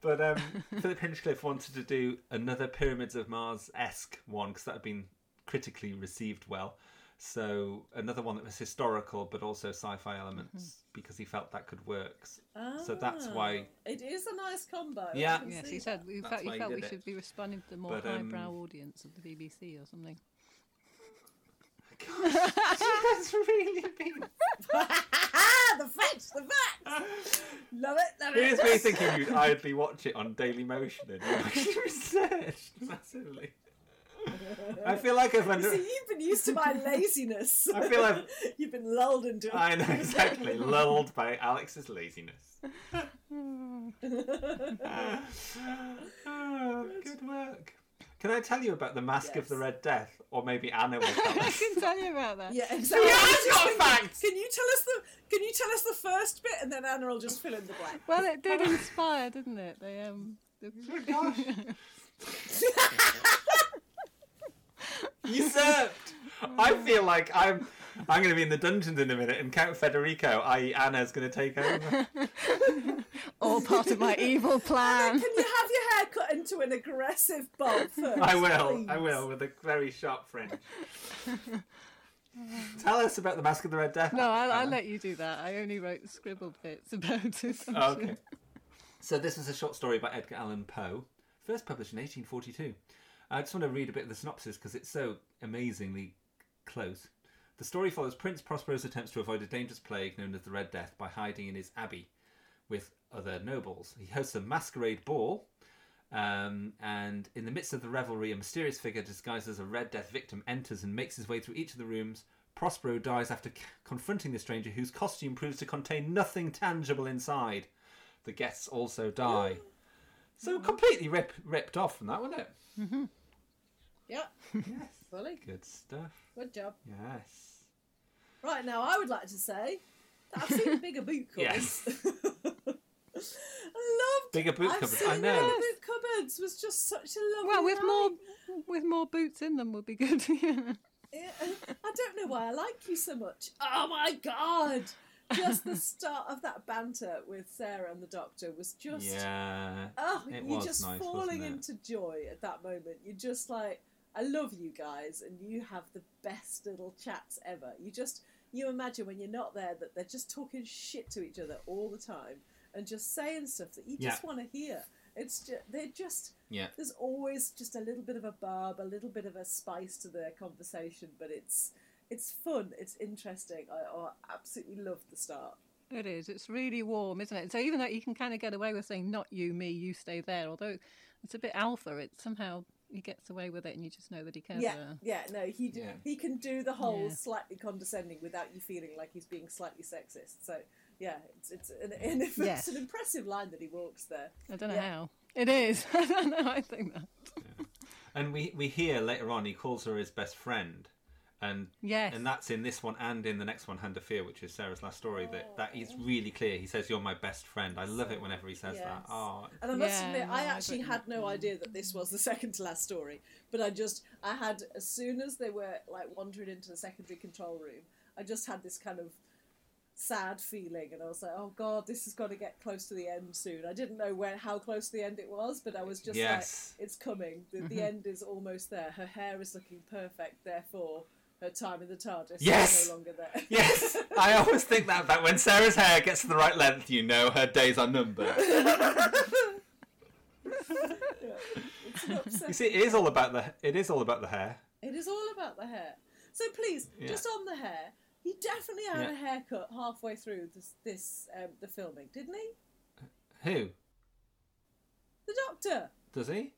Speaker 2: But um, Philip Hinchcliffe wanted to do another Pyramids of Mars esque one because that had been critically received well. So another one that was historical but also sci fi elements because he felt that could work. S- So that's why.
Speaker 3: Ah, It is a nice combo. I
Speaker 2: Yeah.
Speaker 3: can
Speaker 5: Yes,
Speaker 3: see
Speaker 5: he said we
Speaker 2: That's
Speaker 5: felt,
Speaker 2: why
Speaker 5: you
Speaker 2: he
Speaker 5: felt
Speaker 2: did
Speaker 5: we
Speaker 2: it.
Speaker 5: should be responding to the more
Speaker 2: But, um,
Speaker 5: highbrow audience of the BBC or something.
Speaker 2: That's really been.
Speaker 3: that. Ah, the facts, the facts. love it, love
Speaker 2: Here's
Speaker 3: it.
Speaker 2: me thinking you'd idly watch it on Daily Motion and you actually researched massively. I feel like I've under.
Speaker 3: See, you've been used to my laziness.
Speaker 2: I feel I've
Speaker 3: you've been lulled into it.
Speaker 2: I know exactly. lulled by Alex's laziness. Oh, good work. Can I tell you about the Mask of the
Speaker 3: Yes.
Speaker 2: Red Death, or maybe Anna will tell
Speaker 5: I
Speaker 2: us?
Speaker 5: can tell you about that.
Speaker 3: Yeah, exactly.
Speaker 2: I've
Speaker 3: I was just
Speaker 2: got
Speaker 3: thinking,
Speaker 2: facts.
Speaker 3: Can you tell us the Can you tell us the first bit, and then Anna will just fill in the blank.
Speaker 5: Well, it did inspire, didn't it? They um. the-
Speaker 2: Usurped. I feel like I'm. I'm going to be in the dungeons in a minute, and Count Federico, i.e., Anna's going to take over.
Speaker 5: all part of my evil plan.
Speaker 3: Can you have your hair cut into an aggressive bob first?
Speaker 2: I will. I
Speaker 3: please?
Speaker 2: will with a very sharp fringe. Tell us about the Mask of the Red Death.
Speaker 5: No, I'll, I'll
Speaker 2: Anna.
Speaker 5: let you do that. I only wrote scribbled bits about it. I'm
Speaker 2: Oh,
Speaker 5: sure.
Speaker 2: okay. So this was a short story by Edgar Allan Poe, first published in 1842. I just want to read a bit of the synopsis because it's so amazingly close. The story follows Prince Prospero's attempts to avoid a dangerous plague known as the Red Death by hiding in his abbey with other nobles. He hosts a masquerade ball, um, and in the midst of the revelry, a mysterious figure disguised as a Red Death victim enters and makes his way through each of the rooms. Prospero dies after c- confronting the stranger, whose costume proves to contain nothing tangible inside. The guests also die. So completely rip, ripped off from that, wasn't it?
Speaker 3: Yeah,
Speaker 2: Yes.
Speaker 3: fully.
Speaker 2: Good stuff.
Speaker 3: Good job.
Speaker 2: Yes.
Speaker 3: Right now, I would like to say that I've seen bigger boot covers. I loved
Speaker 2: Bigger boot
Speaker 3: I've
Speaker 2: cupboards.
Speaker 3: Seen
Speaker 2: I know.
Speaker 3: Bigger boot cupboards was just such a lovely.
Speaker 5: Well, with more
Speaker 3: line.
Speaker 5: with more boots in them would be good. yeah.
Speaker 3: Yeah, I don't know why I like you so much. Oh my god! Just the start of that banter with Sarah and the Doctor was just.
Speaker 2: Yeah.
Speaker 3: Oh,
Speaker 2: It
Speaker 3: you're
Speaker 2: was
Speaker 3: just
Speaker 2: nice, wasn't
Speaker 3: falling
Speaker 2: it?
Speaker 3: into joy at that moment. You're just like, I love you guys, and you have the best little chats ever. You just, you imagine when you're not there that they're just talking shit to each other all the time and just saying stuff that you just
Speaker 2: Yeah.
Speaker 3: want to hear. It's just, they're just,
Speaker 2: Yeah.
Speaker 3: there's always just a little bit of a barb, a little bit of a spice to their conversation, but it's, it's fun, it's interesting. I, I absolutely loved the start.
Speaker 5: It is. It's really warm, isn't it? So even though you can kind of get away with saying "not you, me, you stay there," although it's a bit alpha, it somehow he gets away with it, and you just know that he cares.
Speaker 3: Yeah,
Speaker 5: about her.
Speaker 3: yeah, no, he d
Speaker 2: Yeah.
Speaker 3: he can do the whole
Speaker 5: Yeah.
Speaker 3: slightly condescending without you feeling like he's being slightly sexist. So yeah, it's it's an, an, it's
Speaker 5: Yes.
Speaker 3: an impressive line that he walks there.
Speaker 5: I don't know
Speaker 3: Yeah.
Speaker 5: how. It is. I know, I think that.
Speaker 2: And we we hear later on he calls her his best friend, and
Speaker 5: Yes.
Speaker 2: and that's in this one and in the next one, Hand of Fear, which is Sarah's last story.
Speaker 3: Oh,
Speaker 2: That that is really clear. He says, "You're my best friend." I love it whenever he says that.
Speaker 3: Yes.
Speaker 2: Oh,
Speaker 3: And I must
Speaker 5: Yeah,
Speaker 3: admit,
Speaker 5: no,
Speaker 3: I
Speaker 5: I Mm.
Speaker 3: actually
Speaker 5: don't
Speaker 3: had no idea that this was the second to last story. But I just, I had, as soon as they were like wandering into the secondary control room, I just had this kind of sad feeling, and I was like, oh god, this has got to get close to the end soon. I didn't know when, how close to the end it was, but I was just
Speaker 2: Yes.
Speaker 3: like, it's coming. The,
Speaker 5: Mm-hmm.
Speaker 3: the end is almost there. Her hair is looking perfect. Therefore, her time in the TARDIS
Speaker 2: Yes!
Speaker 3: is no longer there.
Speaker 2: Yes, I always think that that when Sarah's hair gets to the right length, you know her days are numbered.
Speaker 3: It's an upsetting
Speaker 8: You see, it is all about the it is all about the hair.
Speaker 3: It is all about the hair. So please, just on the hair, he definitely had
Speaker 2: Yeah.
Speaker 3: a haircut halfway through this, this um, the filming, didn't he?
Speaker 2: Who
Speaker 3: The Doctor.
Speaker 2: does he?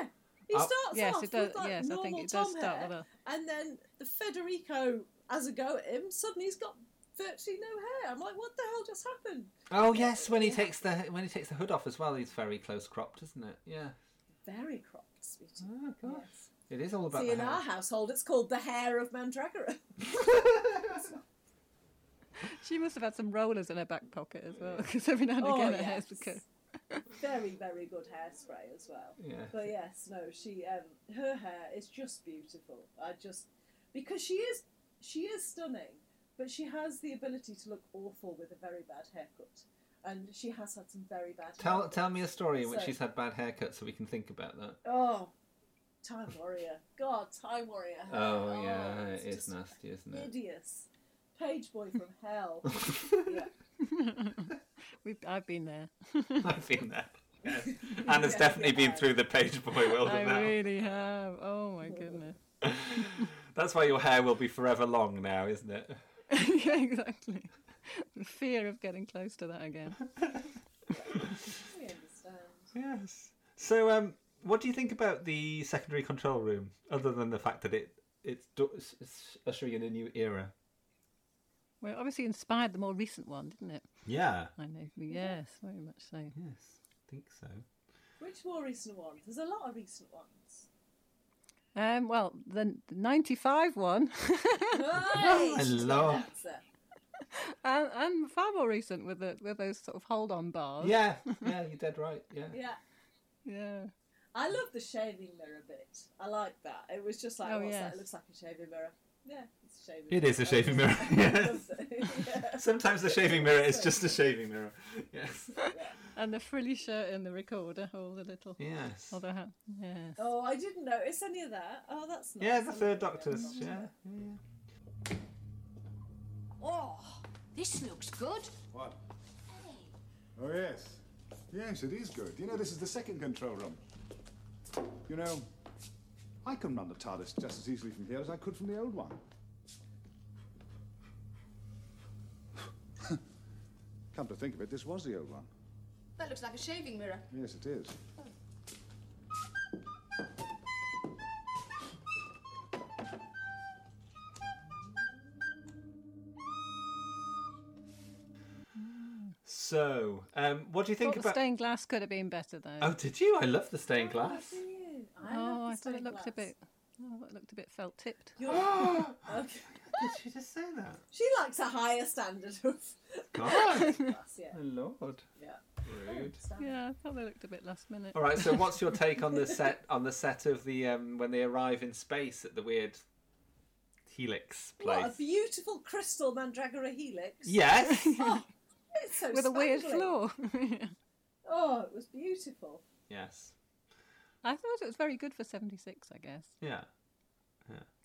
Speaker 3: Yeah, he
Speaker 2: Oh.
Speaker 3: starts
Speaker 5: Yes,
Speaker 3: off
Speaker 5: it does-
Speaker 3: with like
Speaker 5: yes, I
Speaker 3: normal
Speaker 5: think it does
Speaker 3: Tom
Speaker 5: start
Speaker 3: hair,
Speaker 5: with a-
Speaker 3: and then the Federico has a go at him. Suddenly, he's got virtually no hair. I'm like, what the hell just happened?
Speaker 2: Oh yes, when he takes the when he takes the hood off as well, he's very close cropped, isn't it? Yeah.
Speaker 3: Very cropped, sweetie.
Speaker 2: Oh gosh, it is all about
Speaker 3: See,
Speaker 2: the
Speaker 3: in
Speaker 2: hair.
Speaker 3: our household, it's called the hair of Mandragora.
Speaker 5: She must have had some rollers in her back pocket as well, because every now and again her hair's because
Speaker 3: very very good hairspray as well.
Speaker 2: Yeah.
Speaker 3: But yes, no, she um, her hair is just beautiful. I just because she is she is stunning, but she has the ability to look awful with a very bad haircut, and she has had some very bad.
Speaker 2: Tell
Speaker 3: haircuts.
Speaker 2: tell me a story in which
Speaker 3: So-
Speaker 2: she's had bad haircuts, so we can think about that.
Speaker 3: Oh, Time Warrior, God, Time Warrior. hair.
Speaker 2: Oh, yeah,
Speaker 3: it's
Speaker 2: it is
Speaker 3: just
Speaker 2: nasty, isn't it?
Speaker 3: Hideous, page boy from hell. yeah.
Speaker 5: we've, I've been there.
Speaker 2: I've been there. Yes. Anna's definitely been through the page boy world
Speaker 5: I
Speaker 2: Oh, now.
Speaker 5: really have. Oh my goodness.
Speaker 2: That's why your hair will be forever long now, isn't it?
Speaker 5: yeah, exactly. The fear of getting close to that again.
Speaker 3: we understand.
Speaker 2: Yes. So, um, what do you think about the secondary control room, other than the fact that it it's, do- it's, it's ushering in a new era?
Speaker 5: Well, it obviously inspired the more recent one, didn't it?
Speaker 2: Yeah.
Speaker 5: I know. Yes, very much so.
Speaker 2: Yes, I think so.
Speaker 3: Which more recent one? There's a lot of recent ones.
Speaker 5: Um, well, the the 95 one,
Speaker 3: Right.
Speaker 2: Hello.
Speaker 3: Answer.
Speaker 5: and, and far more recent with the, with those sort of hold on bars.
Speaker 2: Yeah, yeah, you're dead right. Yeah.
Speaker 3: Yeah.
Speaker 5: Yeah.
Speaker 3: I love the shaving mirror bit. I like that. It was just like,
Speaker 5: Oh,
Speaker 3: what's that?
Speaker 5: yes.
Speaker 3: It looks like a shaving mirror. Yeah, it's a shaving
Speaker 2: It is a shaving mirror.
Speaker 3: I
Speaker 2: Yes.
Speaker 3: loved it. yeah.
Speaker 2: Sometimes the shaving mirror is just a shaving mirror. Yes.
Speaker 5: And the frilly shirt and the recorder, all the little.
Speaker 2: Yes.
Speaker 5: Although, ha- yes.
Speaker 3: Oh, I didn't notice any of that. Oh, that's nice.
Speaker 2: Yeah, the
Speaker 3: I
Speaker 2: third
Speaker 3: love that.
Speaker 2: doctor's. Yeah.
Speaker 9: Oh, this looks good.
Speaker 7: What? Oh, yes. Yes, it is good. You know, this is the second control room. You know, I can run the TARDIS just as easily from here as I could from the old one. Come to think of it, this was the old one.
Speaker 9: That looks like a shaving mirror.
Speaker 7: Yes, it is.
Speaker 2: So, um, what do you think
Speaker 5: thought
Speaker 2: about?
Speaker 5: the stained glass could have been better though.
Speaker 2: Oh, did you? I love the stained
Speaker 3: Oh,
Speaker 2: glass.
Speaker 3: do you? I love
Speaker 5: Oh,
Speaker 3: the
Speaker 5: I thought it
Speaker 3: stained
Speaker 5: looked a
Speaker 3: glass.
Speaker 5: bit. Oh, it looked a bit felt tipped.
Speaker 3: Okay.
Speaker 2: Did she just say that?
Speaker 3: She likes a higher standard of
Speaker 2: God,
Speaker 3: glass, yeah.
Speaker 2: my Oh, lord.
Speaker 3: yeah.
Speaker 2: Rude.
Speaker 5: Yeah, I thought they looked a bit last minute.
Speaker 2: All right. So, what's your take on the set on the set of the um, when they arrive in space at the weird helix place?
Speaker 3: What a beautiful crystal Mandragora helix. Oh,
Speaker 2: yes.
Speaker 3: It's so
Speaker 5: With a weird
Speaker 3: spangly.
Speaker 5: floor.
Speaker 3: Oh, it was beautiful.
Speaker 2: yes.
Speaker 5: I thought it was very good for 76, I guess.
Speaker 2: Yeah.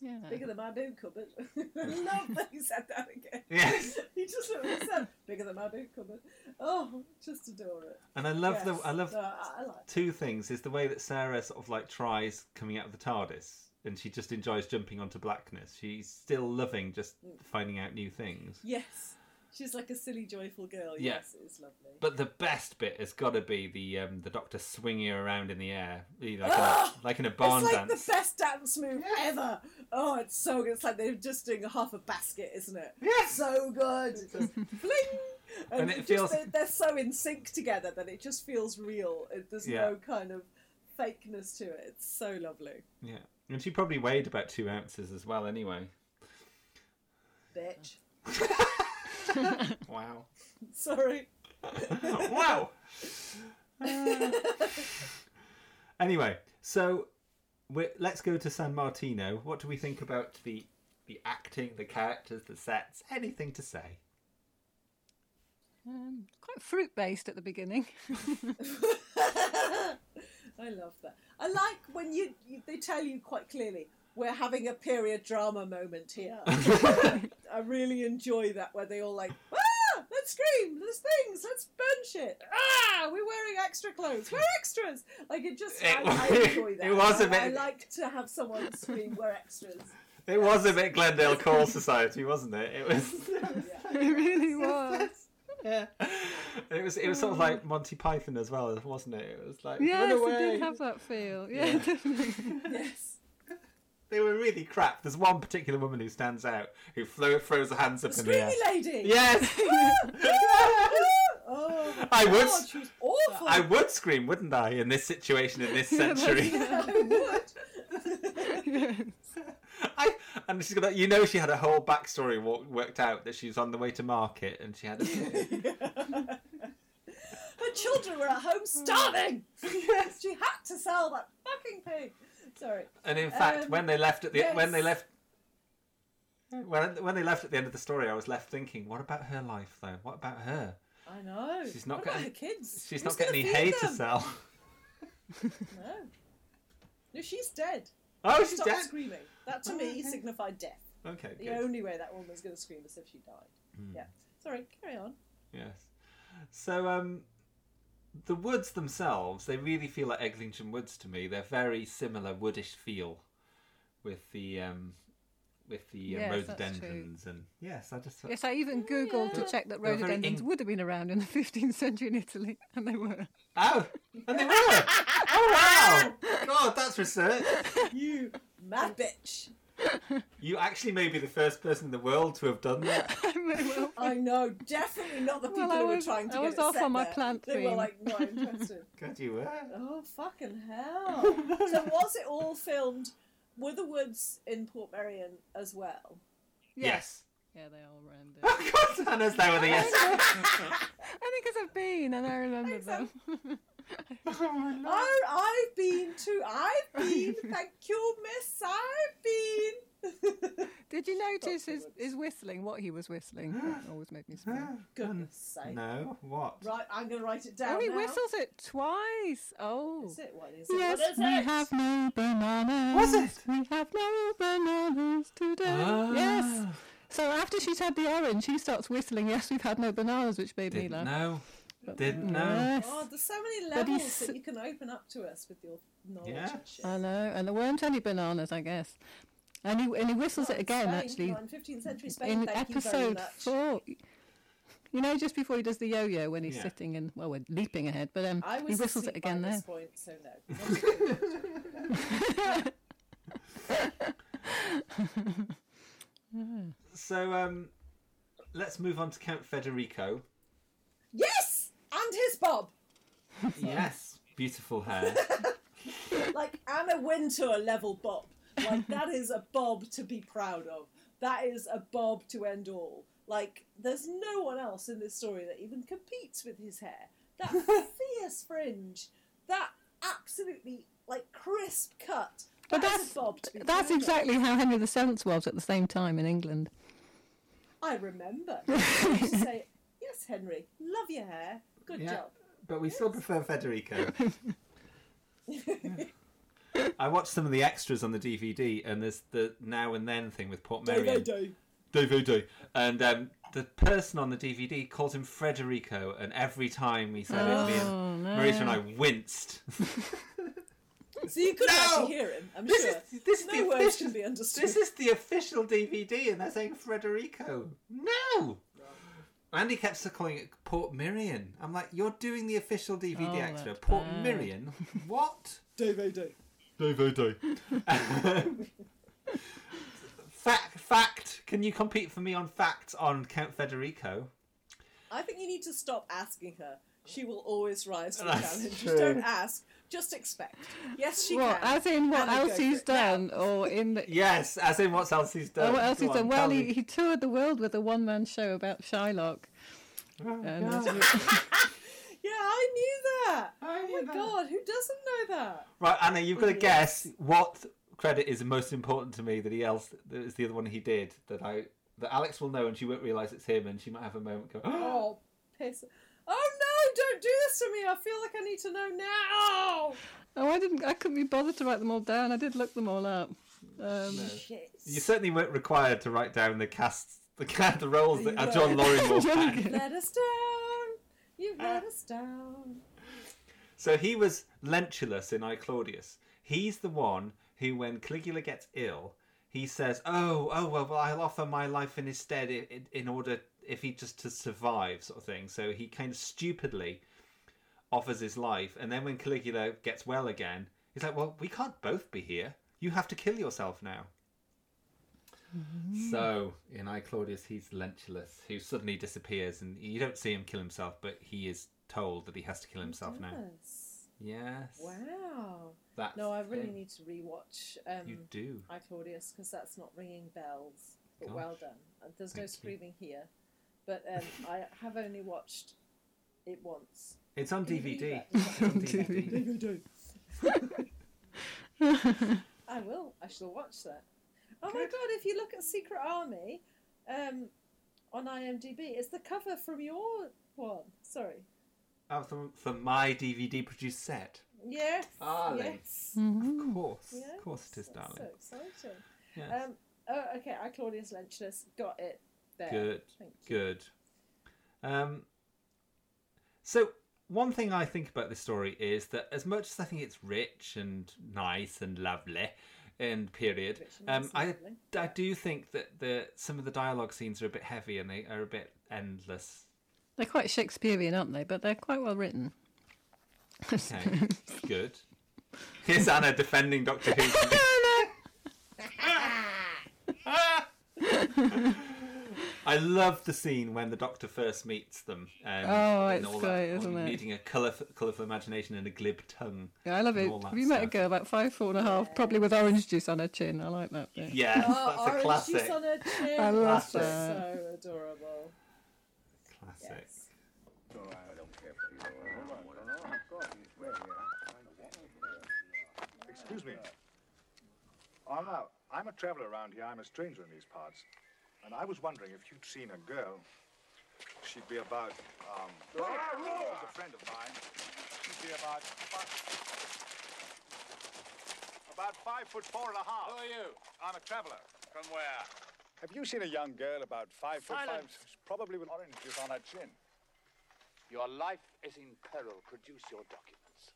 Speaker 5: Yeah.
Speaker 3: Bigger than my boot cupboard. I love that you said that again.
Speaker 2: Yes.
Speaker 3: He just looked at himself, bigger than my boot cupboard. Oh, just adore it.
Speaker 2: And I love
Speaker 3: Yes.
Speaker 2: the I love
Speaker 3: No, I, I like.
Speaker 2: two things is the way that Sarah sort of like tries coming out of the TARDIS and she just enjoys jumping onto blackness. She's still loving just finding out new things.
Speaker 3: Yes, she's like a silly, joyful girl.
Speaker 2: Yeah.
Speaker 3: Yes, it's lovely.
Speaker 2: But the best bit has got to be the um, the doctor swinging her around in the air, you know, like, in a, like in a barn
Speaker 3: Ah! it's like
Speaker 2: dance.
Speaker 3: the best dance move ever. Oh, it's so good. It's like they're just doing half a basket, isn't it? Yeah. So good. It's just fling. and,
Speaker 2: it
Speaker 3: just
Speaker 2: feels-
Speaker 3: they- they're so in sync together that it just feels real. It, there's
Speaker 2: Yeah.
Speaker 3: no kind of fakeness to it. It's so lovely,
Speaker 2: Yeah. And she probably weighed about two ounces as well, anyway.
Speaker 3: bitch.
Speaker 2: Wow.
Speaker 3: Sorry.
Speaker 2: Oh, wow. Ah. anyway, so we let's go to San Martino. What do we think about the the acting, the characters, the sets? Anything to say?
Speaker 5: Um, quite fruit based at the beginning.
Speaker 3: I love that. I like when you, you they tell you quite clearly we're having a period drama moment here. I really enjoy that where they all like ah let's scream there's things let's burn shit ah we're wearing extra clothes we're extras like it just
Speaker 2: It
Speaker 3: I, I
Speaker 2: was-
Speaker 3: enjoy that.
Speaker 2: it was a
Speaker 3: I- I
Speaker 2: bit-
Speaker 3: like to have someone scream we're extras.
Speaker 2: It was a bit Glendale Call Society, wasn't it? It was.
Speaker 5: it really was.
Speaker 2: yeah. It was. It was sort of like Monty Python as well, wasn't it? It was like
Speaker 5: Mm.
Speaker 2: run
Speaker 5: Yes,
Speaker 2: away.
Speaker 5: it did have that feel. Yeah, definitely.
Speaker 3: Yes.
Speaker 2: They were really crap. There's one particular woman who stands out who flo- throws her hands up in the air.
Speaker 3: Screamy lady.
Speaker 2: Yes.
Speaker 3: Oh, my
Speaker 2: I would-
Speaker 3: God, she was awful.
Speaker 2: I would scream, wouldn't I, in this situation, in this century? I, and she's got, you know, she had a whole backstory wo- worked out that she was on the way to market and she had a.
Speaker 3: Her children were at home starving. yes, she had to sell that fucking pig. Sorry.
Speaker 2: and in fact,
Speaker 3: Um,
Speaker 2: when they left at the when they
Speaker 3: yes.
Speaker 2: left. When, when they left at the end of the story, I was left thinking, what about her life though? What about her?
Speaker 3: I know.
Speaker 2: She's not
Speaker 3: what
Speaker 2: getting-
Speaker 3: about her kids.
Speaker 2: She's
Speaker 3: Who's
Speaker 2: not getting
Speaker 3: gonna
Speaker 2: any hay
Speaker 3: feed
Speaker 2: to
Speaker 3: them?
Speaker 2: sell.
Speaker 3: No. No, she's dead.
Speaker 2: Oh, she's
Speaker 3: Stop
Speaker 2: dead. Oh,
Speaker 3: screaming. That to me signified death.
Speaker 2: Okay, Hmm.
Speaker 3: The
Speaker 2: good.
Speaker 3: only way that woman was going to scream is if she died. Yeah. Sorry. Carry on.
Speaker 2: Yes. So um the woods themselves, they really feel like Eglinton Woods to me. They're very similar woodish feel with the um with the uh,
Speaker 5: Yes, that's true.
Speaker 2: rhododendrons and yes, I just thought
Speaker 5: yes, I even Googled to check that
Speaker 2: They were very
Speaker 5: rhododendrons
Speaker 2: in-
Speaker 5: would have been around in the 15th century in Italy, and they were.
Speaker 2: Oh and they were Oh wow God that's research.
Speaker 3: You mad bitch.
Speaker 2: You actually may be the first person in the world to have done that.
Speaker 5: Well,
Speaker 3: I know. Definitely not the people
Speaker 5: Well, I
Speaker 3: who
Speaker 5: was-
Speaker 3: were trying to
Speaker 5: I
Speaker 3: get
Speaker 5: was
Speaker 3: it
Speaker 5: off
Speaker 3: set
Speaker 5: on my
Speaker 3: there.
Speaker 5: plant
Speaker 3: They were
Speaker 5: theme.
Speaker 3: like not interested.
Speaker 2: God you were.
Speaker 3: Oh fucking hell! so was it all filmed? Were the woods in Port Merion as well?
Speaker 2: Yes.
Speaker 5: Yeah, they all around it.
Speaker 2: Oh God Anna's there with a yes.
Speaker 5: I think 'cause I've been and I remember them.
Speaker 3: Oh, I've been to. I've been. Thank you, Miss. I've been.
Speaker 5: Did you notice his,
Speaker 3: Woods.
Speaker 5: his whistling? What he was whistling That always made me smile.
Speaker 3: Goodness sake!
Speaker 2: No, what?
Speaker 3: Right, I'm gonna write it down.
Speaker 5: Oh, he
Speaker 3: now.
Speaker 5: whistles it twice. Oh.
Speaker 3: Is it? What is it?
Speaker 5: Yes,
Speaker 3: What is
Speaker 5: we
Speaker 3: it?
Speaker 5: have no bananas.
Speaker 2: Was it?
Speaker 5: We have no bananas today. Yes.
Speaker 2: Ah,
Speaker 5: So after she's had the orange, she starts whistling. Yes, we've had no bananas, which made me
Speaker 2: Didn't
Speaker 5: laugh.
Speaker 2: know. Didn't know.
Speaker 5: Yes.
Speaker 3: Oh, there's so many
Speaker 5: But
Speaker 3: levels
Speaker 5: he's-
Speaker 3: that you can open up to us with your knowledge.
Speaker 2: Yeah.
Speaker 3: and shit.
Speaker 5: I know, and there weren't any bananas, I guess. And he and he whistles
Speaker 3: Oh,
Speaker 5: it again,
Speaker 3: Spain,
Speaker 5: actually,
Speaker 3: come on, 15th century Spain.
Speaker 5: in
Speaker 3: thank you very
Speaker 5: episode
Speaker 3: much.
Speaker 5: four. You know, just before he does the yo-yo when he's
Speaker 2: Yeah.
Speaker 5: sitting and well, we're leaping ahead, but um,
Speaker 3: I
Speaker 5: he
Speaker 3: was
Speaker 5: whistles
Speaker 3: asleep
Speaker 5: it again
Speaker 3: by
Speaker 5: there.
Speaker 3: This point, so no.
Speaker 2: So um, let's move on to Count Federico.
Speaker 3: yes, and his bob.
Speaker 2: Yes, beautiful hair.
Speaker 3: like Anna Wintour level bob. Like that is a bob to be proud of. That is a bob to end all. Like there's no one else in this story that even competes with his hair. That fierce fringe, that absolutely like crisp cut.
Speaker 5: But
Speaker 3: That is
Speaker 5: that's-
Speaker 3: a bob to be
Speaker 5: That's
Speaker 3: proud of.
Speaker 5: exactly how Henry VII was at the same time in England.
Speaker 3: I remember. I used to say, yes, Henry, love your hair. Good
Speaker 2: Yeah.
Speaker 3: job.
Speaker 2: but we still prefer Federico. I watched some of the extras on the DVD, and there's the now and then thing with Port
Speaker 3: Day, day,
Speaker 2: Marion.
Speaker 3: day.
Speaker 2: DVD. And um, the person on the DVD calls him Federico, and every time he said it, me and
Speaker 5: no.
Speaker 2: Marisa and I winced.
Speaker 3: So you could
Speaker 2: No!
Speaker 3: actually hear him, I'm
Speaker 2: This
Speaker 3: sure.
Speaker 2: is- this is
Speaker 3: no
Speaker 2: the
Speaker 3: words
Speaker 2: official-
Speaker 3: can be understood.
Speaker 2: This is the official DVD, and they're saying Frederico. No! Andy kept calling it Port Mirian. I'm like, you're doing the official DVD
Speaker 5: Oh,
Speaker 2: extra.
Speaker 5: that's
Speaker 2: Port
Speaker 5: bad.
Speaker 2: Mirian? What?
Speaker 3: Day, day, day.
Speaker 2: DVD. fact, fact. Can you compete for me on facts on Count Federico?
Speaker 3: I think you need to stop asking her. She will always rise to the
Speaker 2: That's
Speaker 3: challenge.
Speaker 2: true.
Speaker 3: Just don't ask. Just expect. Yes, she
Speaker 5: What,
Speaker 3: can.
Speaker 5: as in what
Speaker 3: Anna, go
Speaker 5: else
Speaker 3: for
Speaker 5: he's
Speaker 3: it. Now,
Speaker 5: done, or in the,
Speaker 2: Yes, as in what else he's done.
Speaker 5: Oh, what else
Speaker 2: Go
Speaker 5: he's
Speaker 2: on,
Speaker 5: done? Well,
Speaker 2: tell me.
Speaker 5: he, he toured the world with a one man show about Shylock.
Speaker 2: Oh,
Speaker 5: And it's-
Speaker 3: Yeah, I knew that.
Speaker 2: I
Speaker 3: oh
Speaker 2: knew that.
Speaker 3: my god, who doesn't know that?
Speaker 2: Right, Anna, you've got to
Speaker 3: Yes.
Speaker 2: guess what credit is most important to me that he else that is the other one he did that I that Alex will know and she won't realise it's him and she might have a moment go. Oh,
Speaker 3: Oh, piss. Oh no, don't do this to me. I feel like I need to know now.
Speaker 5: oh, I didn't. I couldn't be bothered to write them all down. I did look them all up. Um,
Speaker 3: Shit.
Speaker 2: you certainly weren't required to write down the casts, the ca- the roles that uh, John
Speaker 3: No.
Speaker 2: Loringmore had.
Speaker 3: Let us down. You've
Speaker 2: Uh,
Speaker 3: let us down.
Speaker 2: So he was Lentulus in I Claudius. He's the one who, when Caligula gets ill, he says, "Oh, oh well, well I'll offer my life in his stead i- i- in order if he just to survive, sort of thing." So he kind of stupidly offers his life, and then when Caligula gets well again, he's like, "Well, we can't both be here. You have to kill yourself now." So in I Claudius, he's Lentulus, who suddenly disappears, and you don't see him kill himself, but he is told that he has to kill himself now.
Speaker 3: Yes.
Speaker 2: Yes.
Speaker 3: Wow.
Speaker 2: That's
Speaker 3: No, I really
Speaker 2: him.
Speaker 3: need to rewatch um,
Speaker 2: You do.
Speaker 3: I Claudius because that's not ringing bells. But well done. And There's no
Speaker 2: Thank you.
Speaker 3: screaming here, but um, I have only watched it once.
Speaker 2: It's on
Speaker 3: Can you do
Speaker 2: DVD.
Speaker 3: that?
Speaker 2: It's on DVD.
Speaker 3: I will. I shall watch that. Oh my god! If you look at Secret Army um, on IMDb, it's the cover from your one. Sorry.
Speaker 2: Oh, from, from my DVD produced set.
Speaker 3: Yes.
Speaker 2: Ah, they-
Speaker 3: yes.
Speaker 2: Of course.
Speaker 3: Mm. yes.
Speaker 2: Of course it is,
Speaker 3: That's
Speaker 2: darling.
Speaker 3: So exciting.
Speaker 2: Yes.
Speaker 3: Um, oh, okay. I Claudius Lentulus got it. There.
Speaker 2: Good.
Speaker 3: Thank you.
Speaker 2: Good. Um, so, one thing I think about this story is that as much as I think it's rich and nice and lovely, and period,
Speaker 3: Rich and
Speaker 2: um,
Speaker 3: nice and
Speaker 2: I,
Speaker 3: lovely.
Speaker 2: I do think that the some of the dialogue scenes are a bit heavy and they are a bit endless.
Speaker 5: they're quite Shakespearean, aren't they? But they're quite well written.
Speaker 2: Okay, good. Here's Anna defending Doctor Who. from me. I love the scene when the Doctor first meets them. Um,
Speaker 5: Oh,
Speaker 2: and
Speaker 5: it's
Speaker 2: all
Speaker 5: great,
Speaker 2: all
Speaker 5: isn't it?
Speaker 2: Meeting a colourful, colourful imagination and a glib tongue.
Speaker 5: Yeah, I love
Speaker 2: and
Speaker 5: it.
Speaker 2: all that
Speaker 5: Have you met a
Speaker 2: stuff.
Speaker 5: girl about five, four and a half, probably with orange juice on her chin? I like that bit.
Speaker 2: Yes,
Speaker 3: Oh,
Speaker 2: that's a
Speaker 3: orange
Speaker 2: classic.
Speaker 3: juice on her chin.
Speaker 5: I love
Speaker 3: That's
Speaker 5: that.
Speaker 3: So adorable.
Speaker 2: Classic.
Speaker 3: Yes.
Speaker 7: Excuse me. Oh, now, I'm a traveler around here. I'm a stranger in these parts. And I was wondering if you'd seen a girl. She'd be about, um... She's a friend of mine. She'd be about... fi- About five foot four and a half. Who are you? I'm a traveler. From where? Have you seen a young girl about five foot five?
Speaker 10: Silence.
Speaker 7: Probably with orange juice on her chin.
Speaker 10: Your life is in peril. Produce your documents.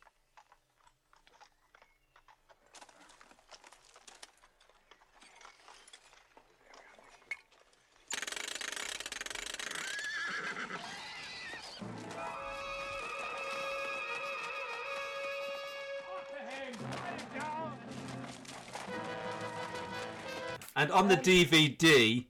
Speaker 2: And on the DVD,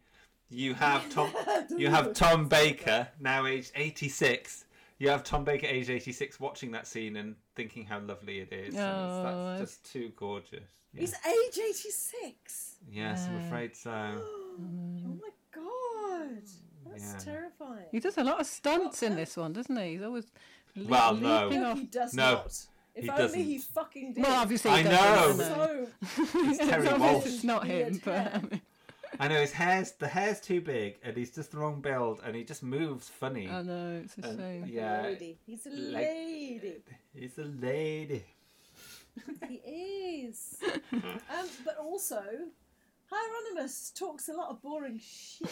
Speaker 2: you have Tom. you have Tom Baker now aged eighty six. You have Tom Baker aged eighty six watching that scene and thinking how lovely it is. and it's-
Speaker 5: Oh,
Speaker 2: that's just too gorgeous. Yeah.
Speaker 3: He's age 86.
Speaker 2: Yes, I'm afraid so.
Speaker 3: Oh my god. That's
Speaker 2: Mm. Yeah.
Speaker 3: terrifying.
Speaker 5: He does a lot of stunts in this one, doesn't he? He's always le-
Speaker 2: Well, Oh, no.
Speaker 5: leaping
Speaker 3: No,
Speaker 5: off.
Speaker 3: he does
Speaker 2: No,
Speaker 3: not. If
Speaker 2: he
Speaker 3: only
Speaker 2: doesn't.
Speaker 3: he fucking did.
Speaker 5: Well, obviously,
Speaker 2: I
Speaker 5: he doesn't,
Speaker 2: know.
Speaker 5: I know.
Speaker 3: So
Speaker 2: It's Terry
Speaker 5: obvious
Speaker 2: Walsh.
Speaker 5: it's not
Speaker 3: Weird
Speaker 5: him, but I
Speaker 3: hair.
Speaker 5: mean,
Speaker 2: I know his hair's the hair's too big, and he's just the wrong build, and he just moves funny.
Speaker 5: I know it's a
Speaker 2: And-
Speaker 5: shame.
Speaker 2: Uh, yeah,
Speaker 3: lady. He's a lady.
Speaker 2: he's a lady.
Speaker 3: he is. Um, but also, Hieronymus talks a lot of boring shit.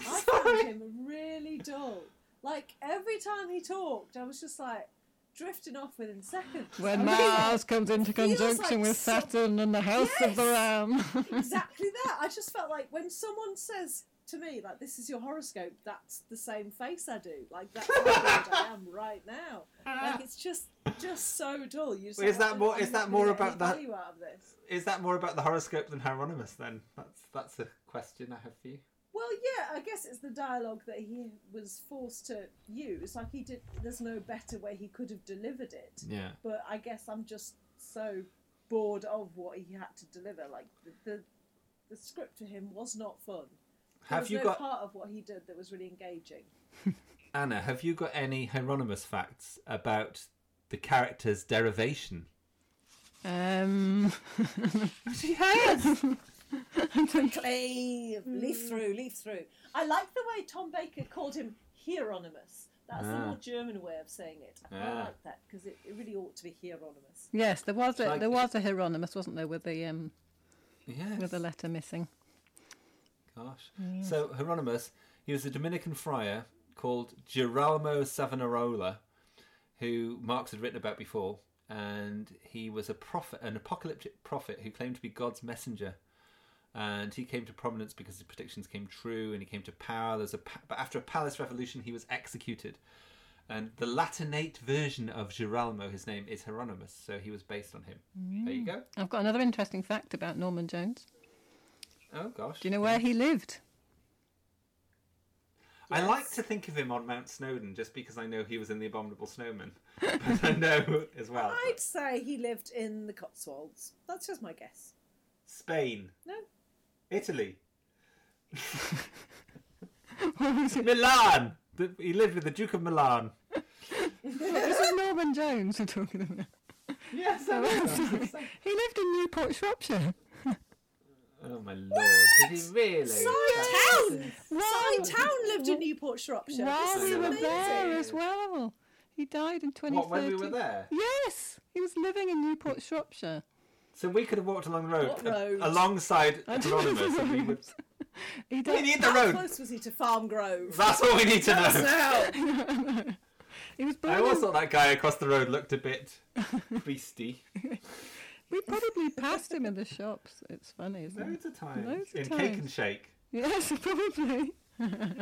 Speaker 3: I found him really dull. Like every time he talked, I was just like drifting off within seconds.
Speaker 5: When
Speaker 3: I was like,
Speaker 5: Mars comes into
Speaker 3: feels
Speaker 5: conjunction
Speaker 3: like
Speaker 5: with
Speaker 3: some-
Speaker 5: Saturn and the house of the Ram.
Speaker 3: exactly that. I just felt like when someone says to me, like, this is your horoscope, that's the same face I do. Like, that's how bored I am right now. Like, it's just just so dull. You just
Speaker 2: Well, Ah. is
Speaker 3: like,
Speaker 2: that
Speaker 3: I'm
Speaker 2: more-
Speaker 3: not-
Speaker 2: is
Speaker 3: I'm
Speaker 2: that
Speaker 3: not gonna
Speaker 2: more
Speaker 3: get
Speaker 2: about
Speaker 3: any
Speaker 2: that-
Speaker 3: value out of this.
Speaker 2: Is that more about the horoscope than Hieronymus? Then that's that's a question I have for you.
Speaker 3: Well, yeah, I guess it's the dialogue that he was forced to use. Like he did, there's no better way he could have delivered it.
Speaker 2: Yeah.
Speaker 3: But I guess I'm just so bored of what he had to deliver. Like the the, the script to him was not fun. There
Speaker 2: Have
Speaker 3: was
Speaker 2: you
Speaker 3: no
Speaker 2: got-
Speaker 3: part of what he did that was really engaging?
Speaker 2: Anna, have you got any Hieronymus facts about the character's derivation?
Speaker 5: Um,
Speaker 2: She has.
Speaker 3: Clave, leaf through, leaf through. Mm. I like the way Tom Baker called him Hieronymus. That's the
Speaker 2: Ah.
Speaker 3: more German way of saying it. I quite
Speaker 2: Ah.
Speaker 3: like that because it, it really ought to be Hieronymus.
Speaker 5: yes, there was a
Speaker 2: Like-
Speaker 5: there was a Hieronymus, wasn't there, with the um
Speaker 2: yes.
Speaker 5: with the letter missing?
Speaker 2: Gosh. So Hieronymus, he was a Dominican friar called Girolamo Savonarola, who Marx had written about before, and he was a prophet, an apocalyptic prophet who claimed to be God's messenger. And he came to prominence because his predictions came true, and he came to power. There's a, pa- but after a palace revolution, he was executed. And the Latinate version of Girolamo, his name is Hieronymus, so he was based on him. There
Speaker 5: Mm.
Speaker 2: you go.
Speaker 5: I've got another interesting fact about Norman Jones.
Speaker 2: Oh gosh.
Speaker 5: Do you know where he lived?
Speaker 2: I like to think of him on Mount Snowdon just because I know he was in the Abominable Snowman, but I know as well.
Speaker 3: I'd say he lived in the Cotswolds. That's just my guess.
Speaker 2: Spain,
Speaker 3: No,
Speaker 2: Italy,
Speaker 5: Where was it?
Speaker 2: Milan. The- he lived with the Duke of Milan.
Speaker 5: this is Norman Jones we're talking about.
Speaker 2: Yes, I
Speaker 5: He lived in Newport, Shropshire.
Speaker 2: Oh my lord! Did he really?
Speaker 3: Side Town.
Speaker 5: Wow.
Speaker 3: Side Town lived in Newport, Shropshire.
Speaker 5: While
Speaker 3: This is
Speaker 5: we were
Speaker 3: amazing.
Speaker 5: there as well. He died in 2013.
Speaker 2: What when we were there?
Speaker 5: Yes, he was living in Newport, Shropshire.
Speaker 2: So we could have walked along the road,
Speaker 3: What
Speaker 2: a-
Speaker 3: road?
Speaker 2: alongside Anonymous, and we would.
Speaker 5: He
Speaker 2: We
Speaker 5: died.
Speaker 2: need the
Speaker 3: How
Speaker 2: road.
Speaker 3: close was he to Farm Grove?
Speaker 2: That's all we need to know.
Speaker 3: No.
Speaker 5: He was born.
Speaker 2: I always
Speaker 5: In,
Speaker 2: thought that guy across the road looked a bit beastie.
Speaker 5: we probably passed him in the shops. It's funny, isn't it?
Speaker 2: Loads of times
Speaker 5: Loads of
Speaker 2: in Cake
Speaker 5: times.
Speaker 2: and Shake.
Speaker 5: Yes, probably.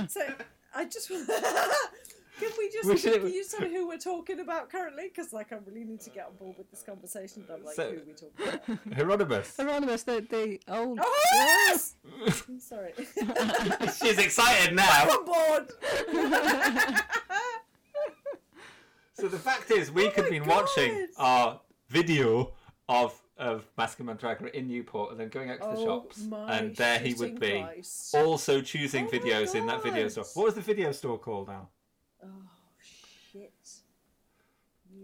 Speaker 3: So I just can we just
Speaker 2: We should-
Speaker 3: can you tell me who we're talking about currently? Because like I really need to get on board with this conversation. But I'm like,
Speaker 2: So-
Speaker 3: who are we talking about?
Speaker 2: Hieronymus.
Speaker 5: Hieronymus, the, the old.
Speaker 3: Oh yes. I'm sorry.
Speaker 2: She's excited now.
Speaker 3: I'm bored.
Speaker 2: So the fact is, we could have
Speaker 3: Oh my
Speaker 2: been watching
Speaker 3: God.
Speaker 2: our video of of Mask and Mandragora in Newport, and then going out to the
Speaker 3: Oh
Speaker 2: shops,
Speaker 3: my
Speaker 2: and there he
Speaker 3: shooting
Speaker 2: would be,
Speaker 3: Christ.
Speaker 2: also choosing
Speaker 3: Oh my
Speaker 2: videos in that video
Speaker 3: God.
Speaker 2: store. What was the video store called now?
Speaker 3: Shit.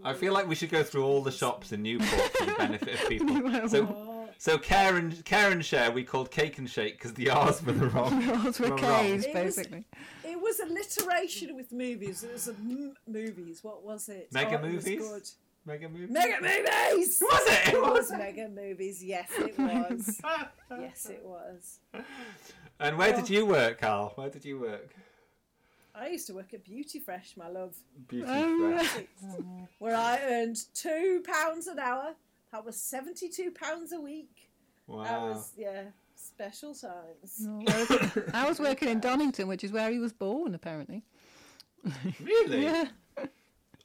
Speaker 2: I feel like we should go through all the shops in Newport for the benefit of people. So, so care and care and share we called cake and shake because the R's were the wrong.
Speaker 5: Rolls were
Speaker 2: Wrong.
Speaker 5: caves,
Speaker 3: It was-
Speaker 5: basically.
Speaker 3: It was alliteration with movies. It was a m- movies. What was it?
Speaker 2: Mega
Speaker 3: Oh, it was
Speaker 2: movies?
Speaker 3: good.
Speaker 2: Mega movie.
Speaker 3: Mega movies.
Speaker 2: Was it?
Speaker 3: It was mega movies. Yes, it was. yes, it was.
Speaker 2: And where did you work, Carl? Where did you work?
Speaker 3: I used to work at Beauty Fresh, my love.
Speaker 2: Beauty
Speaker 3: Um,
Speaker 5: Oh,
Speaker 2: Fresh.
Speaker 3: where I earned two pounds an hour. That was seventy-two pounds a week. That
Speaker 2: Wow.
Speaker 3: was yeah, special times.
Speaker 5: No, I was- I was working in Donington, which is where he was born, apparently.
Speaker 2: Really?
Speaker 5: Yeah.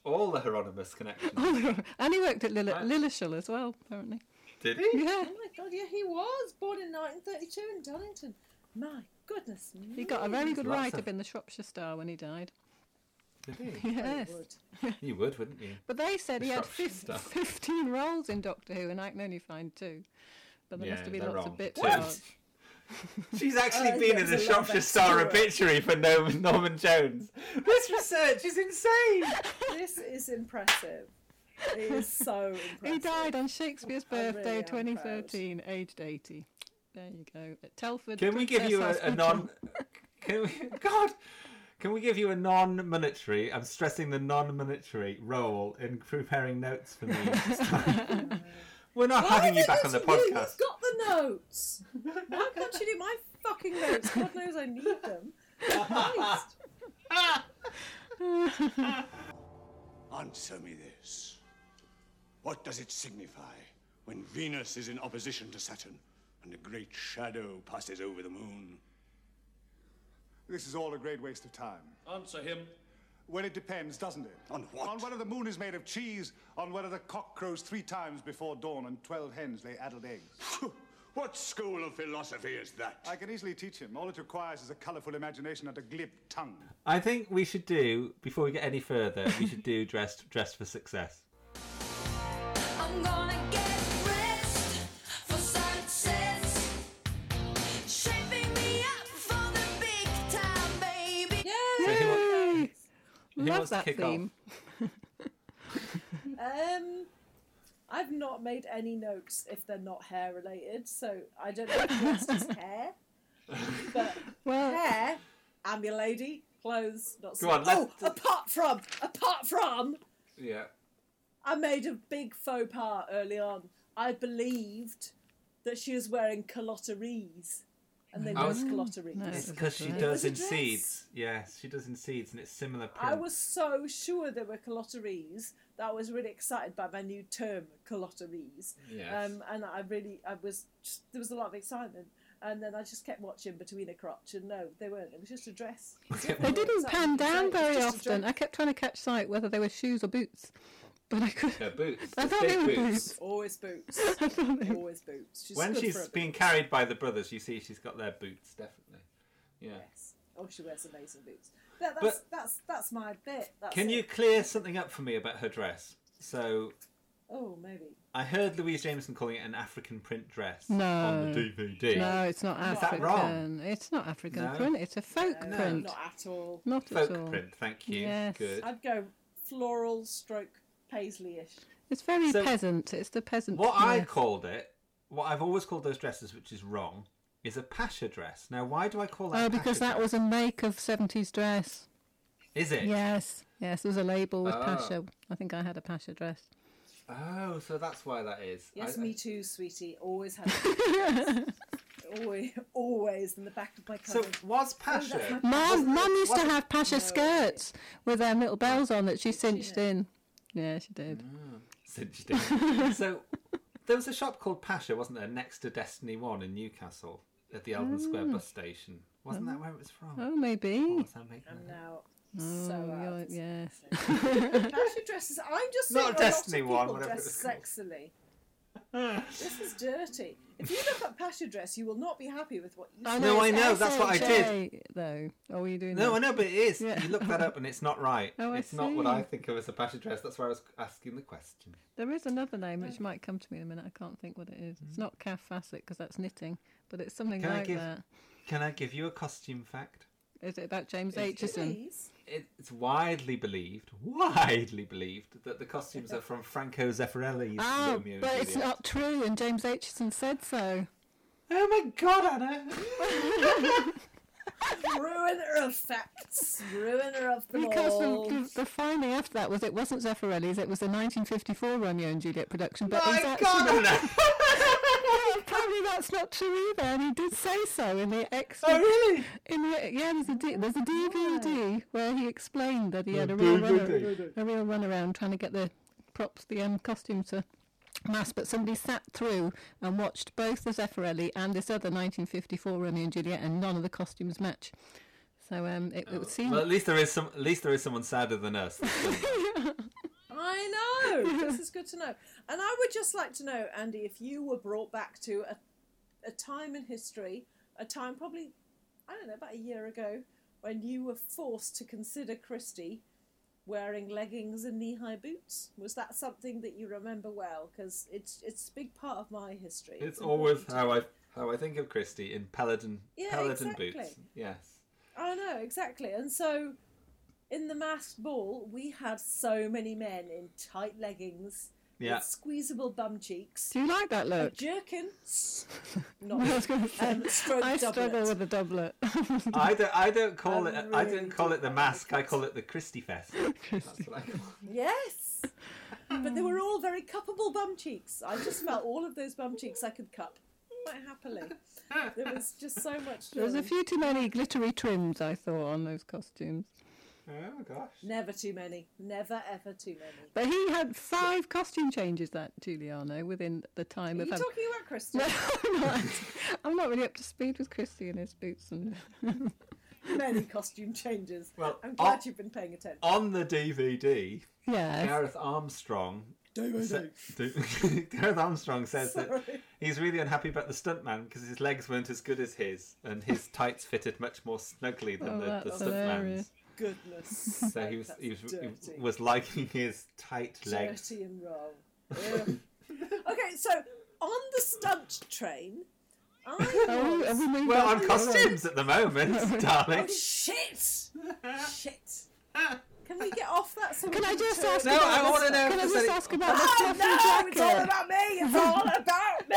Speaker 2: All the Hieronymus connections.
Speaker 5: and he worked at Lille-
Speaker 2: Right.
Speaker 5: Lillishall as well, apparently.
Speaker 2: Did he?
Speaker 5: Yeah.
Speaker 3: Oh my god, yeah, he was born in 1932 in Donington. My goodness, Mm.
Speaker 5: He got a very good
Speaker 2: Lots
Speaker 5: write
Speaker 2: of-
Speaker 5: up in the Shropshire Star when he died.
Speaker 2: Did he?
Speaker 5: Yes.
Speaker 2: You would, wouldn't you?
Speaker 5: But they said he had
Speaker 2: Shropshire
Speaker 5: fif-
Speaker 2: Star.
Speaker 5: 15 roles in Doctor Who, and I can only find two. But there must have been
Speaker 2: they're
Speaker 5: lots
Speaker 2: wrong.
Speaker 5: of bit
Speaker 2: What?
Speaker 5: parts.
Speaker 2: She's actually
Speaker 3: Uh,
Speaker 2: been
Speaker 3: yeah,
Speaker 2: in the
Speaker 3: there's a lot of
Speaker 2: Shropshire
Speaker 3: extra
Speaker 2: Star
Speaker 3: work.
Speaker 2: obituary for no- Norman Jones. This research is insane.
Speaker 3: this is impressive. It is so impressive.
Speaker 5: He died on Shakespeare's
Speaker 3: I really
Speaker 5: birthday,
Speaker 3: am proud.
Speaker 5: 2013, aged 80. There you go. At Telford.
Speaker 2: Can we give
Speaker 5: Princess
Speaker 2: you a, a
Speaker 5: Hospital.
Speaker 2: non? Can we? God. Can we give you a non-monetary? I'm stressing the non-monetary role in preparing notes for me. next time? We're not
Speaker 3: Why
Speaker 2: having you
Speaker 3: is it
Speaker 2: back on the
Speaker 3: just you? You've
Speaker 2: podcast.
Speaker 3: got the notes. Why can't you do my fucking notes? God knows I need them. Christ.
Speaker 11: Answer me this. What does it signify when Venus is in opposition to Saturn and a great shadow passes over the moon?
Speaker 7: This is all a great waste of time.
Speaker 10: Answer him.
Speaker 7: Well, it depends, doesn't it?
Speaker 11: On what?
Speaker 7: On whether the moon is made of cheese, on whether the cock crows three times before dawn and twelve hens lay addled eggs.
Speaker 12: What school of philosophy is that?
Speaker 7: I can easily teach him. All it requires is a colorful imagination and a glib tongue.
Speaker 2: I think we should do before we get any further. we should do dressed dressed for success.
Speaker 13: I'm gonna get dressed for success. Shaping me up for the big time, baby.
Speaker 2: So who wa- who
Speaker 5: Love
Speaker 2: wants to
Speaker 5: that
Speaker 2: kick
Speaker 5: theme.
Speaker 3: Um, I've not made any notes if they're not hair related, so I don't know if it's just hair. But hair, I'm your lady. Clothes, not
Speaker 2: Go on,
Speaker 3: so- Oh,
Speaker 2: let's-
Speaker 3: apart from, apart from,
Speaker 2: Yeah.
Speaker 3: I made a big faux pas early on. I believed that she was wearing calotteries, and they
Speaker 2: I
Speaker 3: were
Speaker 2: was-
Speaker 3: calotteries.
Speaker 2: It's because she
Speaker 3: It
Speaker 2: does
Speaker 3: was a
Speaker 2: in
Speaker 3: dress.
Speaker 2: seeds. Yes, she does in seeds, and it's similar.
Speaker 3: I
Speaker 2: Print.
Speaker 3: was so sure there were calotteries that I was really excited by my new term, calotteries.
Speaker 2: Yes.
Speaker 3: Um, and I really, I was, just, there was a lot of excitement. And then I just kept watching between a crotch, and no, they weren't. It was just a dress.
Speaker 5: They didn't pan down very
Speaker 3: just a
Speaker 5: often.
Speaker 3: dress.
Speaker 5: I kept trying to catch sight whether they were shoes or boots, but I could.
Speaker 2: Her boots.
Speaker 5: I
Speaker 2: the
Speaker 5: thought
Speaker 2: big
Speaker 5: they were
Speaker 2: boots.
Speaker 5: boots.
Speaker 3: Always boots.
Speaker 5: I thought they
Speaker 3: Always boots. She's
Speaker 2: when
Speaker 3: good
Speaker 2: she's
Speaker 3: for a
Speaker 2: being
Speaker 3: boot.
Speaker 2: carried by the brothers, you see she's got their boots definitely. Yeah.
Speaker 3: Yes. Oh, she wears amazing boots. But that's
Speaker 2: But-
Speaker 3: that's that's my bit. That's
Speaker 2: Can
Speaker 3: it.
Speaker 2: you clear something up for me about her dress? So
Speaker 3: Oh, maybe.
Speaker 2: I heard Louise Jameson calling it an African print dress
Speaker 5: No.
Speaker 2: on the DVD.
Speaker 5: No, it's not
Speaker 2: Is that
Speaker 5: African.
Speaker 2: wrong?
Speaker 5: It's not African
Speaker 2: No.
Speaker 5: print. It's a folk
Speaker 3: No,
Speaker 5: print.
Speaker 3: not at all.
Speaker 5: Not
Speaker 2: Folk
Speaker 5: at all.
Speaker 2: print, thank you.
Speaker 5: Yes.
Speaker 2: Good.
Speaker 3: I'd go floral stroke paisley-ish.
Speaker 5: It's very
Speaker 2: So-
Speaker 5: peasant. It's the peasant.
Speaker 2: What I
Speaker 5: myth.
Speaker 2: called it, what I've always called those dresses, which is wrong, is a pasha dress. Now, why do I call that?
Speaker 5: Oh,
Speaker 2: a pasha
Speaker 5: because that
Speaker 2: dress?
Speaker 5: was a make of 70s dress.
Speaker 2: Is it?
Speaker 5: Yes, yes, there was a label with
Speaker 2: Ah.
Speaker 5: Pasha. I think I had a Pasha dress.
Speaker 2: Oh, so that's why that is.
Speaker 3: Yes,
Speaker 2: I-
Speaker 3: me too, sweetie. Always had always, always in the back of my
Speaker 2: So
Speaker 5: Oh,
Speaker 3: cupboard.
Speaker 2: was pasha?
Speaker 5: Mum, Mum used to have Pasha
Speaker 3: no.
Speaker 5: skirts with um, little bells on that she cinched in. Yeah, she did.
Speaker 2: Mm. Cinched it. so there was a shop called Pasha, wasn't there, next to Destiny One in Newcastle at the Eldon Square bus station? Wasn't that where it was from?
Speaker 5: Mm. Oh, maybe.
Speaker 2: Or was I making that
Speaker 3: I'm
Speaker 2: up?
Speaker 3: now
Speaker 5: Oh,
Speaker 3: so
Speaker 5: you're-
Speaker 3: out.
Speaker 5: yes.
Speaker 3: Passion dresses. I'm just
Speaker 2: Not
Speaker 3: saying
Speaker 2: a Destiny
Speaker 3: a
Speaker 2: one,
Speaker 3: lot of people
Speaker 2: whatever
Speaker 3: dress
Speaker 2: it
Speaker 3: sexily. this is dirty. If you look at Pasha dress, you will not be happy with what you.
Speaker 5: I
Speaker 2: No, I
Speaker 5: it's
Speaker 2: know, that's what I did.
Speaker 5: SHA Though, oh, were you doing?
Speaker 2: No,
Speaker 5: that?
Speaker 2: I know, but it is.
Speaker 5: Yeah.
Speaker 2: You look that up and it's not right.
Speaker 5: Oh, I
Speaker 2: it's not what I
Speaker 5: see.
Speaker 2: think of as a pasha dress. That's why I was asking the question.
Speaker 5: There is another name which might come to me in a minute. I can't think what it is. It's not calf facet because that's knitting, but it's something
Speaker 2: Mm-hmm. Can I
Speaker 5: like
Speaker 2: give-
Speaker 5: that.
Speaker 2: Can I give you a costume fact?
Speaker 5: Is it about James
Speaker 2: It's-
Speaker 5: Aitchison?
Speaker 3: Please.
Speaker 2: It's widely believed, widely believed, that the costumes are from Franco Zeffirelli's
Speaker 5: Oh,
Speaker 2: Romeo and
Speaker 5: but it's
Speaker 2: Juliet.
Speaker 5: not true, and James Aitchison said so.
Speaker 2: Oh my god, Anna!
Speaker 3: Ruiner of facts. Ruiner of them
Speaker 5: Because
Speaker 3: all.
Speaker 5: the, the, the finding after that was it wasn't Zeffirelli's, it was the 1954 Romeo and Juliet production. But he's
Speaker 2: my
Speaker 5: actually,
Speaker 2: god, Anna!
Speaker 5: apparently that's not true either, and he did say so in the extra.
Speaker 2: oh really?
Speaker 5: In the, yeah, there's a, D, there's a DVD where he explained that he had a real, run, a real run around trying to get the props, the um, costume to mass, but somebody sat through and watched both the Zeffirelli and this other 1954 Romeo and Juliet, and none of the costumes match. So um, it, it would seem
Speaker 2: Well, at least there is some. At least there is someone sadder than us.
Speaker 3: I know. this is good to know. And I would just like to know, Andy, if you were brought back to a, a time in history, a time probably, I don't know, about a year ago, when you were forced to consider Christie wearing leggings and knee-high boots. Was that something that you remember well? Because it's it's a big part of my history.
Speaker 2: It's always how I how I think of Christie in paladin
Speaker 3: Yeah,
Speaker 2: paladin boots.
Speaker 3: exactly.
Speaker 2: Yes.
Speaker 3: I know exactly, and so in the masked ball, we had so many men in tight leggings.
Speaker 2: Yeah.
Speaker 3: With squeezable bum cheeks.
Speaker 5: Do you like that
Speaker 3: A
Speaker 5: look?
Speaker 3: jerkin. s- Not
Speaker 5: I was going to say,
Speaker 3: um, stroke
Speaker 5: I struggle
Speaker 3: doublet.
Speaker 5: with a doublet.
Speaker 2: I don't. I don't call
Speaker 3: I
Speaker 2: it. I
Speaker 3: really
Speaker 2: don't call it the
Speaker 3: don't like
Speaker 2: mask. I
Speaker 3: it.
Speaker 2: call it the Christie fest. That's what I call it.
Speaker 3: Yes. but they were all very cuppable bum cheeks. I just felt all of those bum cheeks I could cup quite happily. There was just so much.
Speaker 5: There was a
Speaker 3: joy.
Speaker 5: few too many glittery trims I thought on those costumes.
Speaker 2: Oh gosh.
Speaker 3: Never too many. Never ever too many.
Speaker 5: But he had five costume changes that Giuliano within the time
Speaker 3: Are
Speaker 5: of.
Speaker 3: you
Speaker 5: um,
Speaker 3: talking about Christian?
Speaker 5: No, I'm not. I'm not really up to speed with Christie and his boots and.
Speaker 3: Many costume changes.
Speaker 2: Well,
Speaker 3: I'm glad
Speaker 2: I'll-
Speaker 3: you've been paying attention.
Speaker 2: On the DVD,
Speaker 5: yeah.
Speaker 2: Gareth Armstrong
Speaker 3: David.
Speaker 2: sa- Gareth Armstrong says that he's really unhappy about the stuntman because his legs weren't as good as his, and his tights fitted much more snugly than
Speaker 3: Oh,
Speaker 2: the, the
Speaker 3: that's hilarious.
Speaker 2: stuntman's.
Speaker 3: Goodness.
Speaker 2: So he was
Speaker 3: That's
Speaker 2: he was,
Speaker 3: dirty.
Speaker 2: he was liking his tight legs.
Speaker 3: Dirty and raw. Ugh. okay, so on the stunt train, I
Speaker 5: Oh,
Speaker 3: was...
Speaker 2: Well, on costumes at the moment, darling.
Speaker 3: Oh shit! shit! Can we get off that? So we
Speaker 5: Can I just ask
Speaker 2: No, about I wanna this- know
Speaker 5: Can I
Speaker 2: if
Speaker 5: just
Speaker 2: any-
Speaker 5: ask about
Speaker 3: Oh
Speaker 5: the
Speaker 3: no!
Speaker 5: fluffy
Speaker 3: It's all
Speaker 5: jacket?
Speaker 3: about me. It's all about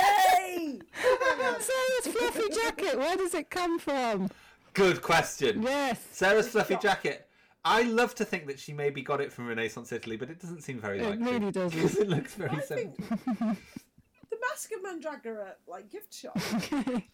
Speaker 3: me.
Speaker 5: Oh, Sarah's fluffy jacket. Where does it come from?
Speaker 2: Good question.
Speaker 5: Yes.
Speaker 2: Sarah's fluffy jacket. I love to think that she maybe got it from Renaissance Italy, but it doesn't seem very
Speaker 5: It
Speaker 2: likely.
Speaker 5: really doesn't.
Speaker 2: Because it looks very
Speaker 3: I
Speaker 2: similar.
Speaker 3: think the Mask of Mandragora like gift shop.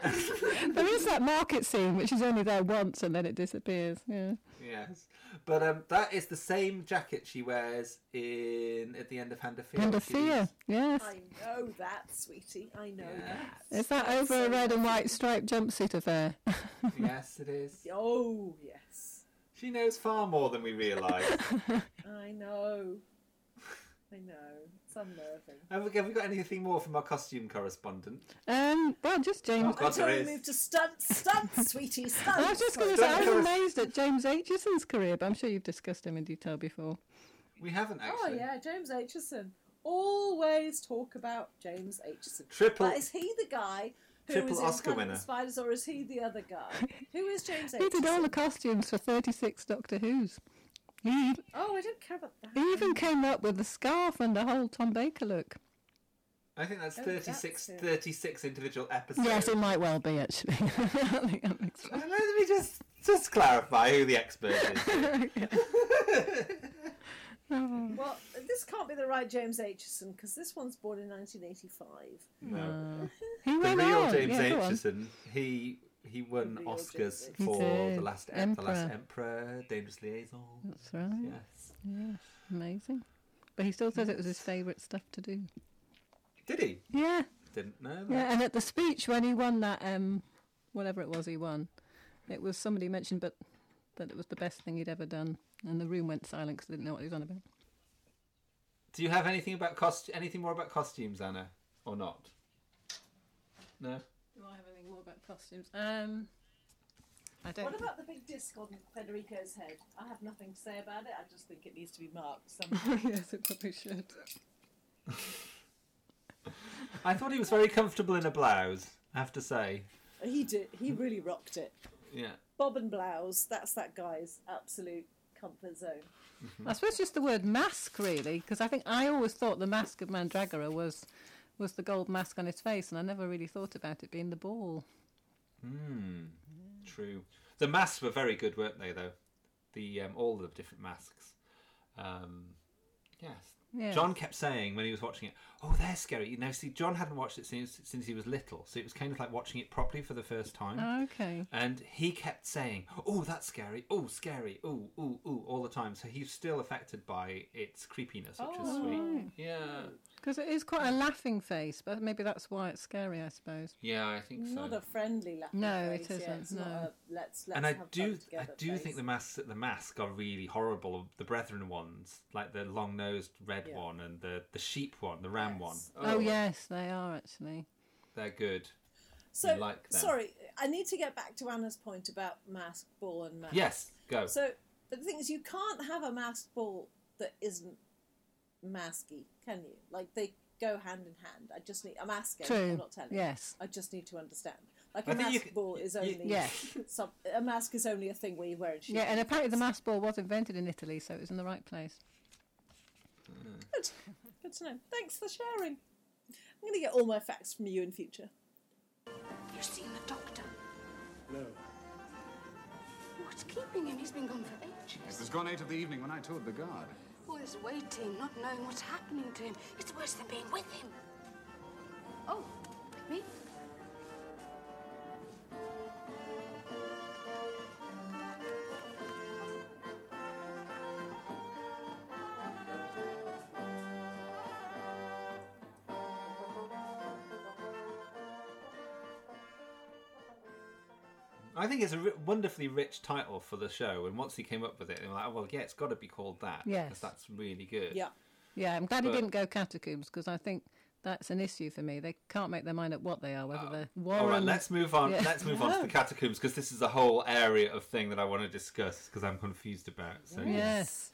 Speaker 5: there is that market scene, which is only there once and then it disappears. Yeah.
Speaker 2: Yes, but um, that is the same jacket she wears in at the end of Hand of Fear.
Speaker 5: Hand of
Speaker 2: which is-
Speaker 5: fear. Yes.
Speaker 3: I know that, sweetie. I know that.
Speaker 5: Is that over a red and white striped jumpsuit affair?
Speaker 2: Yes, it is.
Speaker 3: Oh yes,
Speaker 2: She knows far more than we realise.
Speaker 3: I know. I know. It's unnerving.
Speaker 2: have, we, have we got anything more from our costume correspondent?
Speaker 5: Um, well, just James.
Speaker 2: Oh, God,
Speaker 3: Until
Speaker 2: there
Speaker 3: we
Speaker 2: is.
Speaker 3: move to stunts, stunts, sweetie, stunts.
Speaker 5: I was just going to say,
Speaker 2: Don't
Speaker 5: I was
Speaker 2: tell us-
Speaker 5: amazed at James Aitchison's career, but I'm sure you've discussed him in detail before.
Speaker 2: We haven't
Speaker 3: Oh
Speaker 2: actually.
Speaker 3: yeah, James Aitchison. Always talk about James Aitchison.
Speaker 2: Triple-
Speaker 3: But is he the guy who
Speaker 2: Triple
Speaker 3: was in
Speaker 2: Oscar
Speaker 3: Planet of the
Speaker 2: winner.
Speaker 3: Spiders, or is he the other guy? Who is James
Speaker 5: He did all
Speaker 3: Aitchison?
Speaker 5: the costumes for 36 Doctor Who's. He
Speaker 3: Oh, I don't care about that.
Speaker 5: even came up with the scarf and the whole Tom Baker look.
Speaker 2: I think that's
Speaker 3: Oh,
Speaker 2: 36,
Speaker 3: that's it.
Speaker 2: 36 individual episodes.
Speaker 5: Yes, it might well be, actually. I think that makes
Speaker 2: Uh, Let me just just clarify who the expert is.
Speaker 3: Well, this can't be the right James Aitchison because this one's born in 1985.
Speaker 2: no.
Speaker 5: He
Speaker 2: The
Speaker 5: went
Speaker 2: real
Speaker 5: on.
Speaker 2: James
Speaker 5: yeah, go on.
Speaker 2: Aitchison. He he won
Speaker 3: real James
Speaker 2: Oscars
Speaker 3: Aitchison.
Speaker 5: He
Speaker 2: for the
Speaker 5: did.
Speaker 2: last em- the last
Speaker 5: Emperor. Mm-hmm.
Speaker 2: Emperor, Dangerous Liaison.
Speaker 5: That's right.
Speaker 2: Yes.
Speaker 5: Yes, amazing. But he still says it was his favourite stuff to do.
Speaker 2: Did he?
Speaker 5: Yeah,
Speaker 2: Didn't know that.
Speaker 5: yeah. And at the speech when he won that, um, whatever it was he won, it was somebody mentioned, but that it was the best thing he'd ever done, and the room went silent because they didn't know what he was on about.
Speaker 2: Do you have anything about cost? Anything more about costumes, Anna, or not? No.
Speaker 5: Do I have anything more about costumes? Um, I don't.
Speaker 3: What about the big disc on Federico's head? I have nothing to say about it. I just think it needs to be marked. somehow.
Speaker 5: yes, it probably should.
Speaker 2: I thought he was very comfortable in a blouse. I have to say.
Speaker 3: he did. He really rocked it.
Speaker 2: Yeah.
Speaker 3: Bob and blouse. That's that guy's absolute comfort zone.
Speaker 5: I suppose just the word mask, really, because I think I always thought the mask of Mandragora was was the gold mask on his face, and I never really thought about it being the ball.
Speaker 2: True. The masks were very good, weren't they? Though. The um, all the different masks. Um, yes.
Speaker 5: Yes.
Speaker 2: John kept saying when he was watching it, "Oh, they're scary." You know, see, John hadn't watched it since since he was little, so it was kind of like watching it properly for the first time.
Speaker 5: Oh. Okay.
Speaker 2: And he kept saying, "Oh, that's scary! Oh, scary! Oh, oh, oh!" all the time. So he's still affected by its creepiness, which is sweet. Yeah,
Speaker 5: Because it is quite a laughing face, but maybe that's why it's scary, I suppose.
Speaker 2: yeah, I think so.
Speaker 3: Not a friendly laugh.
Speaker 5: No,
Speaker 3: face,
Speaker 5: it
Speaker 3: Yeah,
Speaker 5: isn't,
Speaker 3: it's not
Speaker 5: no.
Speaker 3: a let's let's
Speaker 2: and I
Speaker 3: have
Speaker 2: do,
Speaker 3: fun
Speaker 2: I
Speaker 3: together
Speaker 2: do think the
Speaker 3: face.
Speaker 2: masks at the mask are really horrible. The Brethren ones, like the long-nosed red
Speaker 3: Yeah.
Speaker 2: one and the the sheep one, the ram one.
Speaker 3: Yes.
Speaker 5: Oh, yes, they are actually.
Speaker 2: they're good.
Speaker 3: So
Speaker 2: you like them.
Speaker 3: sorry, I need to get back to Anna's point about mask ball and mask.
Speaker 2: Yes, go.
Speaker 3: So, but the thing is, you can't have a masked ball that isn't masky, can you? Like they go hand in hand. I just need. I'm asking.
Speaker 5: True.
Speaker 3: I'm not telling.
Speaker 5: Yes.
Speaker 3: I just need to understand. Like
Speaker 2: I
Speaker 3: a
Speaker 2: think you
Speaker 3: mask
Speaker 2: c-
Speaker 3: ball is
Speaker 2: you-
Speaker 3: only.
Speaker 5: Yes.
Speaker 3: Some, a mask is only a thing where you wear it.
Speaker 5: Yeah, and apparently the mask ball was invented in Italy, so it was in the right place.
Speaker 3: Good. Good to know. Thanks for sharing. I'm going to get all my facts from you in future.
Speaker 9: You seen the doctor?
Speaker 7: No.
Speaker 9: What's keeping him? He's been gone for ages.
Speaker 7: It was gone eight of the evening when I told the guard.
Speaker 9: All this waiting, not knowing what's happening to him. It's worse than being with him. Oh, me?
Speaker 2: I think it's a ri- wonderfully rich title for the show. And once he came up with it, they were like, "Oh, "Well, yeah, it's got to be called that."
Speaker 5: Yes.
Speaker 2: because that's really good.
Speaker 3: Yeah.
Speaker 5: Yeah, I'm glad
Speaker 2: But-
Speaker 5: he didn't go catacombs because I think that's an issue for me. They can't make their mind up what they are, whether they're Warren.
Speaker 2: Oh. All right, let's move on.
Speaker 5: Yeah.
Speaker 2: Let's move on to the catacombs because this is a whole area of thing that I want to discuss because I'm confused about. So
Speaker 5: Yes.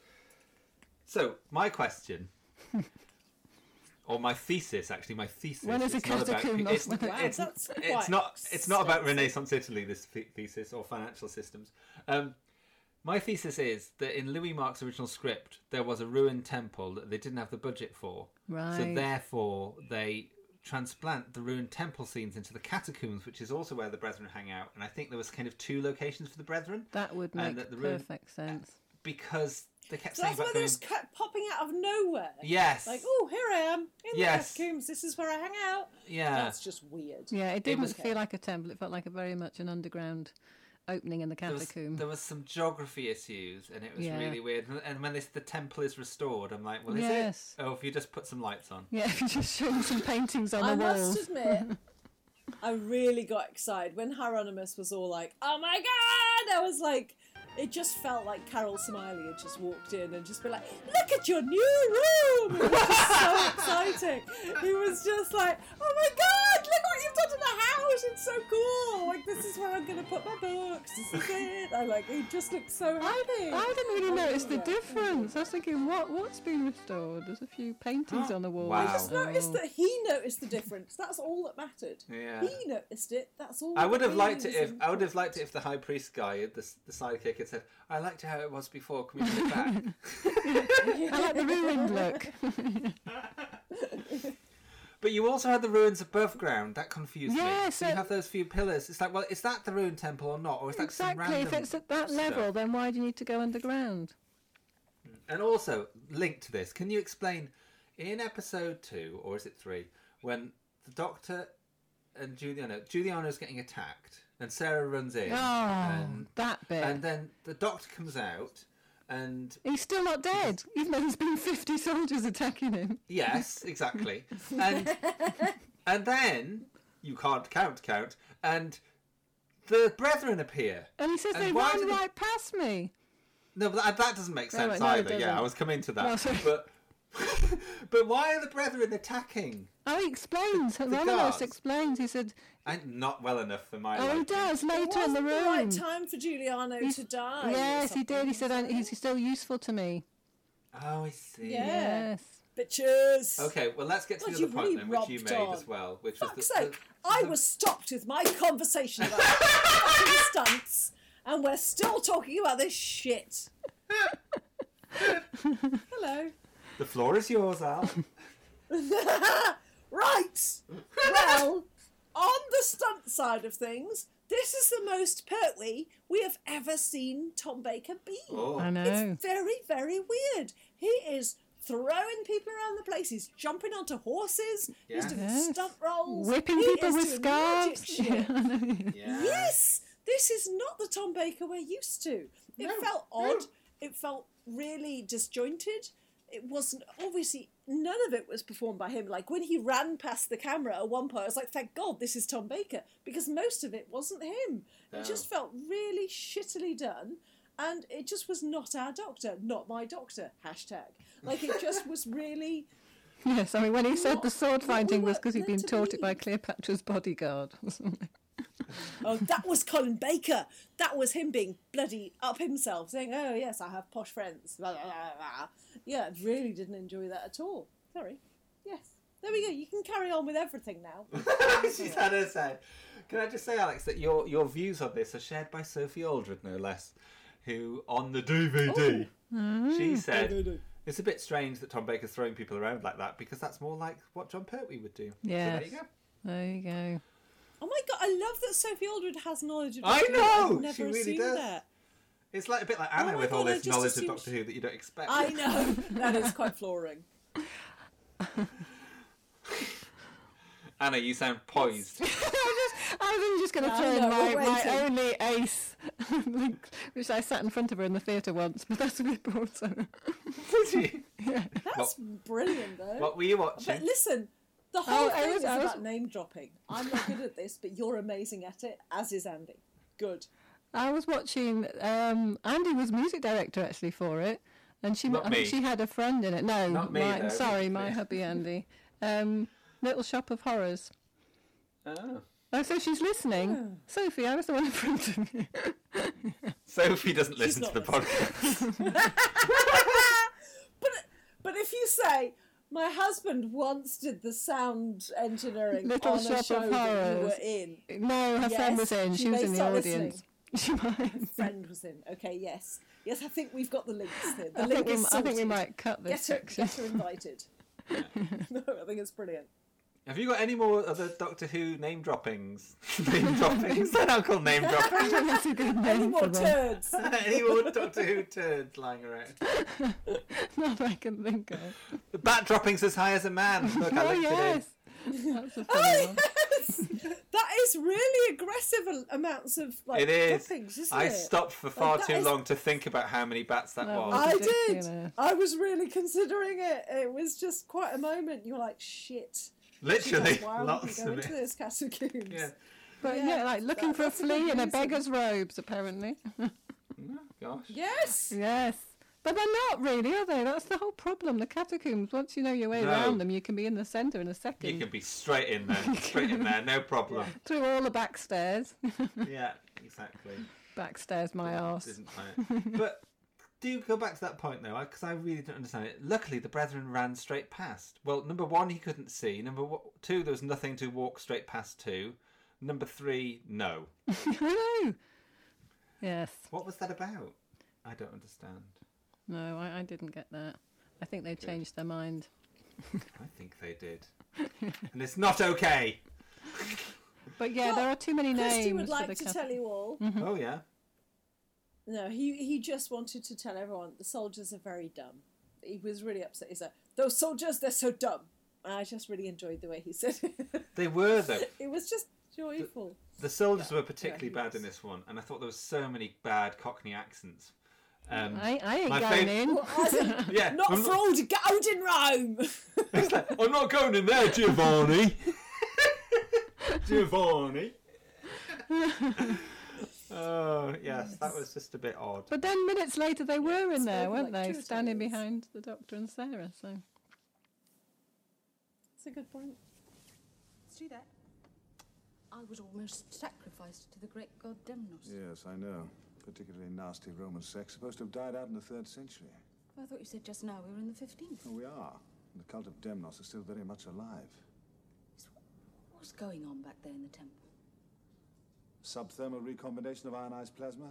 Speaker 2: So my question, or my thesis, actually, my thesis.
Speaker 5: When is a
Speaker 2: it's not about-
Speaker 5: catacomb not-
Speaker 2: it's-
Speaker 5: Wow,
Speaker 2: it's-
Speaker 5: that's
Speaker 2: it's
Speaker 5: quite
Speaker 2: not. It's not about Renaissance Italy. This the- thesis or financial systems. Um, my thesis is that in Louis Mark's original script, there was a ruined temple that they didn't have the budget for. So
Speaker 5: Right.
Speaker 2: therefore, they transplant the ruined temple scenes into the catacombs, which is also where the Brethren hang out. And I think there was kind of two locations for the Brethren.
Speaker 5: That would
Speaker 2: And
Speaker 5: make
Speaker 2: that the room-
Speaker 5: perfect sense.
Speaker 2: because they kept
Speaker 3: So
Speaker 2: saying
Speaker 3: that's why
Speaker 2: about
Speaker 3: they're
Speaker 2: going.
Speaker 3: just kept popping out of nowhere.
Speaker 2: Yes.
Speaker 3: Like, oh, here I am in
Speaker 2: Yes.
Speaker 3: the catacombs. This is where I hang out.
Speaker 2: Yeah.
Speaker 3: That's just weird.
Speaker 5: Yeah, it didn't
Speaker 3: was-
Speaker 5: feel like a temple. It felt like a very much an underground opening in the
Speaker 2: There was,
Speaker 5: catacomb.
Speaker 2: there was some geography issues, and it was
Speaker 5: Yeah.
Speaker 2: really weird. And- And when this, the temple is restored, I'm like, well, is
Speaker 5: Yes.
Speaker 2: it? Oh, if you just put some lights on.
Speaker 5: Yeah, if you just showing some paintings on
Speaker 3: I
Speaker 5: the walls.
Speaker 3: must admit, I really got excited when Hieronymus was all like, "Oh my god!" I was like, it just felt like Carol Smiley had just walked in and just been like, "Look at your new room!" It was just so exciting. He was just like, "Oh my god! Look what you've done to the house! It's so cool! Like this is where I'm gonna put my books. This is it!" I like, he just looked so happy.
Speaker 5: I didn't really notice the
Speaker 3: Oh, Yeah.
Speaker 5: difference. I was thinking, what what's been restored? There's a few paintings on the wall.
Speaker 2: Wow.
Speaker 3: I just
Speaker 5: Oh.
Speaker 3: noticed that he noticed the difference. That's all that mattered.
Speaker 2: Yeah.
Speaker 3: He noticed it. That's all.
Speaker 2: I
Speaker 3: that
Speaker 2: would have liked it
Speaker 3: really
Speaker 2: if
Speaker 3: was
Speaker 2: I would have liked it if the high priest guy, the, the sidekick, had said, "I liked how it was before. Can we put it back?"
Speaker 5: I like the ruined look.
Speaker 2: But you also had the ruins above ground. That confused me.
Speaker 5: Yes,
Speaker 2: So you
Speaker 5: and-
Speaker 2: have those few pillars. It's like, well, is that the ruined temple or not, or is that Some
Speaker 5: Exactly.
Speaker 2: random
Speaker 5: If it's at that level,
Speaker 2: stuff?
Speaker 5: then why do you need to go underground?
Speaker 2: And also, linked to this, can you explain in episode two, or is it three, when the doctor and Juliana, Juliana's getting attacked, and Sarah runs in.
Speaker 5: Oh,
Speaker 2: and,
Speaker 5: that bit.
Speaker 2: and then the doctor comes out, and
Speaker 5: He's still not dead, even though there's been 50 soldiers attacking him.
Speaker 2: yes, exactly. And and then you can't count, count, and the brethren appear.
Speaker 5: And he says
Speaker 2: And
Speaker 5: they
Speaker 2: why
Speaker 5: ran
Speaker 2: did he-
Speaker 5: right past me.
Speaker 2: No, but that, that doesn't make
Speaker 5: No,
Speaker 2: sense
Speaker 5: wait, no, it
Speaker 2: either. yeah,
Speaker 5: doesn't.
Speaker 2: I was coming to that.
Speaker 5: No, sorry.
Speaker 2: but but why are the brethren attacking?
Speaker 5: Oh, he
Speaker 2: guards.
Speaker 5: explains. Hieronymus explains. He said,
Speaker 2: And not well enough for my.
Speaker 5: oh, he
Speaker 2: liking.
Speaker 5: does
Speaker 3: It
Speaker 5: later in the
Speaker 3: wasn't
Speaker 5: room.
Speaker 3: the right time for Giuliano
Speaker 5: He's-
Speaker 3: to die. or
Speaker 5: Yes, he did. He
Speaker 3: something.
Speaker 5: said, "And he's still useful to me.
Speaker 2: Oh, I see.
Speaker 3: Yeah.
Speaker 5: Yes.
Speaker 3: Bitches.
Speaker 2: Okay, well, let's get to
Speaker 3: God,
Speaker 2: the
Speaker 3: you
Speaker 2: other point
Speaker 3: really
Speaker 2: then, which you
Speaker 3: robbed
Speaker 2: made
Speaker 3: on.
Speaker 2: as well, which
Speaker 3: Fuck's
Speaker 2: was the,
Speaker 3: sake. I was stopped with my conversation about fucking stunts, and we're still talking about this shit. Hello.
Speaker 2: the floor is yours, Al.
Speaker 3: right. Well, on the stunt side of things, this is the most pertly we have ever seen Tom Baker be.
Speaker 5: I know.
Speaker 3: It's very, very weird. He is throwing people around the place. He's jumping onto horses. He's doing
Speaker 5: Yes.
Speaker 3: stunt rolls.
Speaker 5: Whipping
Speaker 3: He
Speaker 5: people
Speaker 3: is
Speaker 5: with
Speaker 3: doing magic
Speaker 5: scarves.
Speaker 3: shit.
Speaker 5: Yeah, I know.
Speaker 3: Yes, this is not the Tom Baker we're used to. It felt odd. It felt really disjointed. It wasn't obviously none of it was performed by him. Like when he ran past the camera at one point, I was like, "Thank God this is Tom Baker," because most of it wasn't him. It just felt really shittily done, and it just was not our doctor, not my doctor. Hashtag. Like it just was really.
Speaker 5: Yes, I mean, when he said the
Speaker 3: What-
Speaker 5: sword
Speaker 3: what
Speaker 5: fighting
Speaker 3: we
Speaker 5: was
Speaker 3: were
Speaker 5: because he'd been
Speaker 3: meant to
Speaker 5: taught it by
Speaker 3: believe.
Speaker 5: Cleopatra's bodyguard or something.
Speaker 3: Oh, that was Colin Baker. That was him being bloody up himself, saying, "Oh yes, I have posh friends." Blah, blah, blah, blah. Yeah, I really didn't enjoy that at all. Sorry. Yes. There we go. You can carry on with everything now.
Speaker 2: She's had her say. Can I just say, Alex, that your your views on this are shared by Sophie Aldred, no less, who on the DVD
Speaker 3: Oh. Hmm.
Speaker 2: she said. It's a bit strange that Tom Baker's throwing people around like that because that's more like what John Pertwee would do. So there
Speaker 5: Yes.
Speaker 2: you go.
Speaker 5: There you go.
Speaker 3: Oh my god, I love that Sophie Aldred has knowledge of.
Speaker 2: I
Speaker 3: Doctor Who.
Speaker 2: know!
Speaker 3: I've never
Speaker 2: She really
Speaker 3: assumed
Speaker 2: does.
Speaker 3: that.
Speaker 2: It's like a bit like Anna
Speaker 3: my
Speaker 2: with all
Speaker 3: God, I
Speaker 2: this
Speaker 3: just
Speaker 2: knowledge of
Speaker 3: assumed
Speaker 2: Doctor Who that you don't expect.
Speaker 3: I know. That is quite flooring.
Speaker 2: Anna, you sound poised.
Speaker 5: I was just going to
Speaker 3: No,
Speaker 5: throw in
Speaker 3: no,
Speaker 5: my,
Speaker 3: we're
Speaker 5: my
Speaker 3: waiting.
Speaker 5: only ace, which I sat in front of her in the theatre once, but that's a bit broad. So.
Speaker 3: That's brilliant, though.
Speaker 2: what were you
Speaker 3: But
Speaker 2: watching?
Speaker 3: listen,
Speaker 2: Oh,
Speaker 3: the whole
Speaker 5: I
Speaker 3: thing
Speaker 5: was-
Speaker 3: is
Speaker 5: I was-
Speaker 3: about name dropping. I'm not good at this, but you're amazing at it, as is Andy. Good.
Speaker 5: I was watching. Um, Andy was music director actually for it, And she,
Speaker 4: Not
Speaker 5: I think
Speaker 4: me.
Speaker 5: she had a friend in it. No,
Speaker 4: Not me,
Speaker 5: my-
Speaker 4: though.
Speaker 5: sorry, my hubby Andy. Um, Little Shop of Horrors.
Speaker 4: Oh.
Speaker 5: Oh, so she's listening.
Speaker 3: Ah.
Speaker 5: Sophie, I was the one in front of you.
Speaker 2: Sophie doesn't listen to
Speaker 3: not
Speaker 2: the podcast.
Speaker 3: but but if you say my husband once did the sound engineering
Speaker 5: Little
Speaker 3: on
Speaker 5: Shop
Speaker 3: a
Speaker 5: of
Speaker 3: show that you
Speaker 5: Horrors.
Speaker 3: were in.
Speaker 5: No, her friend was in. She, was
Speaker 3: may
Speaker 5: in the
Speaker 3: start
Speaker 5: audience. She might.
Speaker 3: Listening. Her friend was in. Okay, yes, yes. I think we've got the links here. The
Speaker 5: I
Speaker 3: link
Speaker 5: think we
Speaker 3: is
Speaker 5: m- I think we
Speaker 3: sorted.
Speaker 5: might cut this
Speaker 3: Get her,
Speaker 5: section.
Speaker 3: get her invited. no, I think it's brilliant.
Speaker 2: Have you got any more other Doctor Who name droppings? name droppings? They're not called name droppings.
Speaker 5: That's a good name
Speaker 3: Any more
Speaker 5: for them.
Speaker 3: turds?
Speaker 2: any more Doctor Who turds lying around?
Speaker 5: Not I can think of.
Speaker 2: The bat droppings as high as a man. Look, I
Speaker 5: oh
Speaker 2: linked it in.
Speaker 5: yes, that's
Speaker 3: Oh,
Speaker 5: a funny one.
Speaker 3: That is really aggressive a- amounts of like
Speaker 2: It is.
Speaker 3: droppings, isn't
Speaker 2: I
Speaker 3: it?
Speaker 2: stopped for far
Speaker 3: that
Speaker 2: too
Speaker 3: is-
Speaker 2: long to think about how many bats that
Speaker 5: That
Speaker 2: was.
Speaker 5: was-
Speaker 3: I
Speaker 5: Ridiculous.
Speaker 3: did. I was really considering it. It was just quite a moment. You were like, shit. She's like,
Speaker 2: Literally,
Speaker 3: why would we
Speaker 2: lots
Speaker 3: go
Speaker 2: of
Speaker 3: into
Speaker 2: it.
Speaker 3: this catacombs?
Speaker 2: Yeah.
Speaker 5: But
Speaker 3: Yeah,
Speaker 5: yeah, like looking
Speaker 3: that-
Speaker 5: for a
Speaker 3: that's a good
Speaker 5: flea in a
Speaker 3: reason.
Speaker 5: beggar's robes, apparently.
Speaker 2: Gosh.
Speaker 3: Yes.
Speaker 5: yes. But they're not really, are they? That's the whole problem. The catacombs, once you know your way
Speaker 2: No.
Speaker 5: around them, you can be in the centre in a
Speaker 2: You
Speaker 5: second.
Speaker 2: can be straight in there, straight in there, no problem.
Speaker 5: Through all the back stairs.
Speaker 2: Yeah, exactly.
Speaker 5: back stairs, my arse.
Speaker 2: Didn't play it. But do go back to that point though, because I really don't understand it. Luckily, the brethren ran straight past. Well, number one, he couldn't see. Number wo- two, there was nothing to walk straight past to. Number three, no.
Speaker 5: I know. Yes.
Speaker 2: What was that about? I don't understand.
Speaker 5: No, I, I didn't get that. I think they changed their mind.
Speaker 2: I think they did, and it's not okay.
Speaker 5: But yeah, there are too many
Speaker 3: Christy
Speaker 5: names.
Speaker 3: would
Speaker 5: for
Speaker 3: like
Speaker 5: the
Speaker 3: to
Speaker 5: cat-
Speaker 3: tell you all.
Speaker 2: Oh yeah.
Speaker 3: No, he, he just wanted to tell everyone the soldiers are very dumb. He was really upset. He's like, those soldiers, they're so dumb. And I just really enjoyed the way he said it.
Speaker 2: They were though.
Speaker 3: it was just joyful.
Speaker 2: The soldiers were
Speaker 3: he
Speaker 2: particularly bad in
Speaker 3: was.
Speaker 2: this one, and I thought there was so many bad Cockney accents. Um,
Speaker 5: I, I ain't
Speaker 2: My
Speaker 5: going
Speaker 2: fav-
Speaker 5: in.
Speaker 3: I said,
Speaker 2: yeah,
Speaker 3: uh, Not
Speaker 2: I'm,
Speaker 3: for all to gold in Rome.
Speaker 2: I'm not going in there, Giovanni. Giovanni. oh yes, that was just a bit odd.
Speaker 5: But then minutes later, they were in
Speaker 3: it's
Speaker 5: there,
Speaker 3: over
Speaker 5: weren't
Speaker 3: like
Speaker 5: they?
Speaker 3: two
Speaker 5: Standing
Speaker 3: days.
Speaker 5: behind the doctor and Sarah. So
Speaker 3: That's a good point.
Speaker 9: See that? I was almost sacrificed to the great god Demnos.
Speaker 7: Yes, I know. Particularly nasty Roman sex, supposed to have died out in the third century.
Speaker 9: I thought you said just now we were in the 15th.
Speaker 7: Oh, we are. And the cult of Demnos is still very much alive.
Speaker 9: What was going on back there in the temple?
Speaker 7: Subthermal recombination of ionized plasma.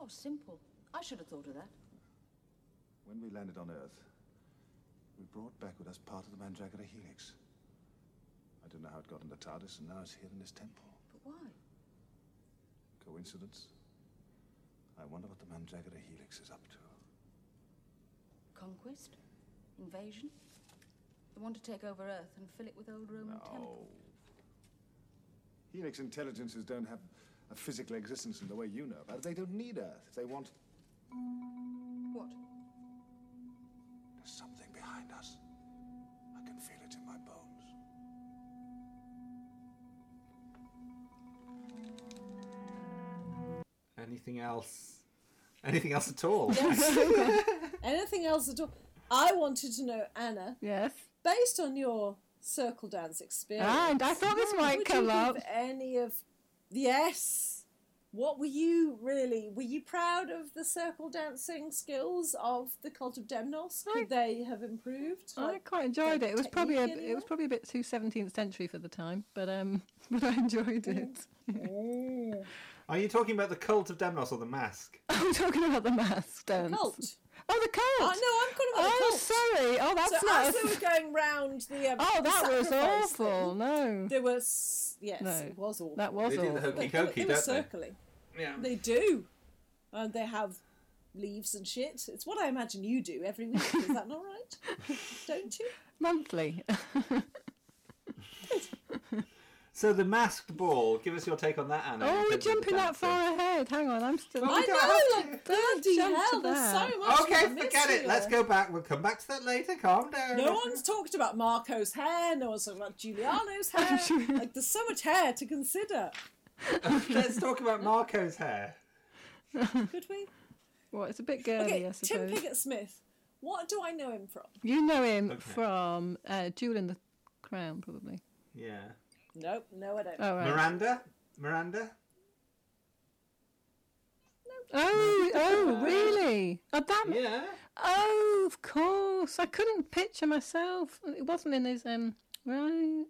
Speaker 9: Oh, simple. I should have thought of that.
Speaker 7: When we landed on Earth, we brought back with us part of the Mandragora Helix. I don't know how it got into TARDIS, and now it's here in this temple.
Speaker 9: But why?
Speaker 7: Coincidence? I wonder what the Mandragora Helix is up to.
Speaker 9: Conquest? Invasion? They want to take over Earth and fill it with old Roman temples.
Speaker 7: Helix intelligences don't have a physical existence in the way you know about it. They don't need Earth. If they want.
Speaker 9: What?
Speaker 7: There's something behind us. I can feel it in my bones.
Speaker 2: Anything else? Anything else at all?
Speaker 3: Anything else at all? I wanted to know, Anna,
Speaker 5: yes,
Speaker 3: based on your circle dance experience.
Speaker 5: and I thought this might
Speaker 3: would
Speaker 5: come
Speaker 3: you
Speaker 5: up.
Speaker 3: give any of yes what were you really were you proud of the circle dancing skills of the cult of demnos could they have improved
Speaker 5: I
Speaker 3: Like,
Speaker 5: quite enjoyed
Speaker 3: the
Speaker 5: it. It was probably a,
Speaker 3: technique
Speaker 5: it was probably a bit too 17th century for the time, but um, but I enjoyed it.
Speaker 3: anyway?
Speaker 2: Are you talking about the cult of Demnos or the mask?
Speaker 5: I'm talking about the mask
Speaker 3: Mm.
Speaker 5: dance.
Speaker 3: cult
Speaker 5: Oh, the cult.
Speaker 3: oh no i'm talking about
Speaker 5: oh,
Speaker 3: the cult
Speaker 5: sorry. Oh, that's
Speaker 3: so
Speaker 5: not.
Speaker 3: as they were going round the um,
Speaker 5: Oh,
Speaker 3: the
Speaker 5: that was
Speaker 3: sacrifice
Speaker 5: awful.
Speaker 3: thing,
Speaker 5: No,
Speaker 3: there was yes
Speaker 5: No.
Speaker 3: it was awful
Speaker 5: that was
Speaker 2: They do
Speaker 5: awful.
Speaker 2: the
Speaker 3: they,
Speaker 2: hokey
Speaker 3: do it-
Speaker 2: cokey,
Speaker 3: they were
Speaker 2: don't they?
Speaker 3: circling
Speaker 2: Yeah.
Speaker 3: they do and they have leaves and shit it's what i imagine you do every week is that not right don't you
Speaker 5: Monthly.
Speaker 2: So the masked ball. Give us your take on that, Anna. in
Speaker 5: oh, we're
Speaker 2: terms of the
Speaker 5: jumping that
Speaker 2: dancing.
Speaker 5: far ahead. Hang on, I'm still.
Speaker 2: Oh,
Speaker 3: I
Speaker 2: we don't
Speaker 3: know,
Speaker 2: have to.
Speaker 3: like, bloody
Speaker 5: jump to
Speaker 3: hell, there's
Speaker 5: that.
Speaker 3: so much.
Speaker 2: Okay,
Speaker 3: we've
Speaker 2: forget
Speaker 3: missed
Speaker 2: it. Let's
Speaker 3: here.
Speaker 2: go back. We'll come back to that later. Calm down.
Speaker 3: No one's talked about Marco's hair, no one's talked about Giuliano's hair. like, there's so much hair to consider.
Speaker 2: Let's talk about Marco's hair.
Speaker 3: Could we?
Speaker 5: Well, it's a bit girly,
Speaker 3: Okay,
Speaker 5: I
Speaker 3: Tim
Speaker 5: suppose.
Speaker 3: Piggott Smith What do I know him from?
Speaker 5: You know him from uh, Jewel in the Crown, probably.
Speaker 2: Yeah.
Speaker 3: Nope, no, I don't.
Speaker 5: Oh, right.
Speaker 2: Miranda? Miranda?
Speaker 5: Oh, oh, really? Oh, that.
Speaker 2: Yeah.
Speaker 5: Oh, of course. I couldn't picture myself. It wasn't in his um. Right.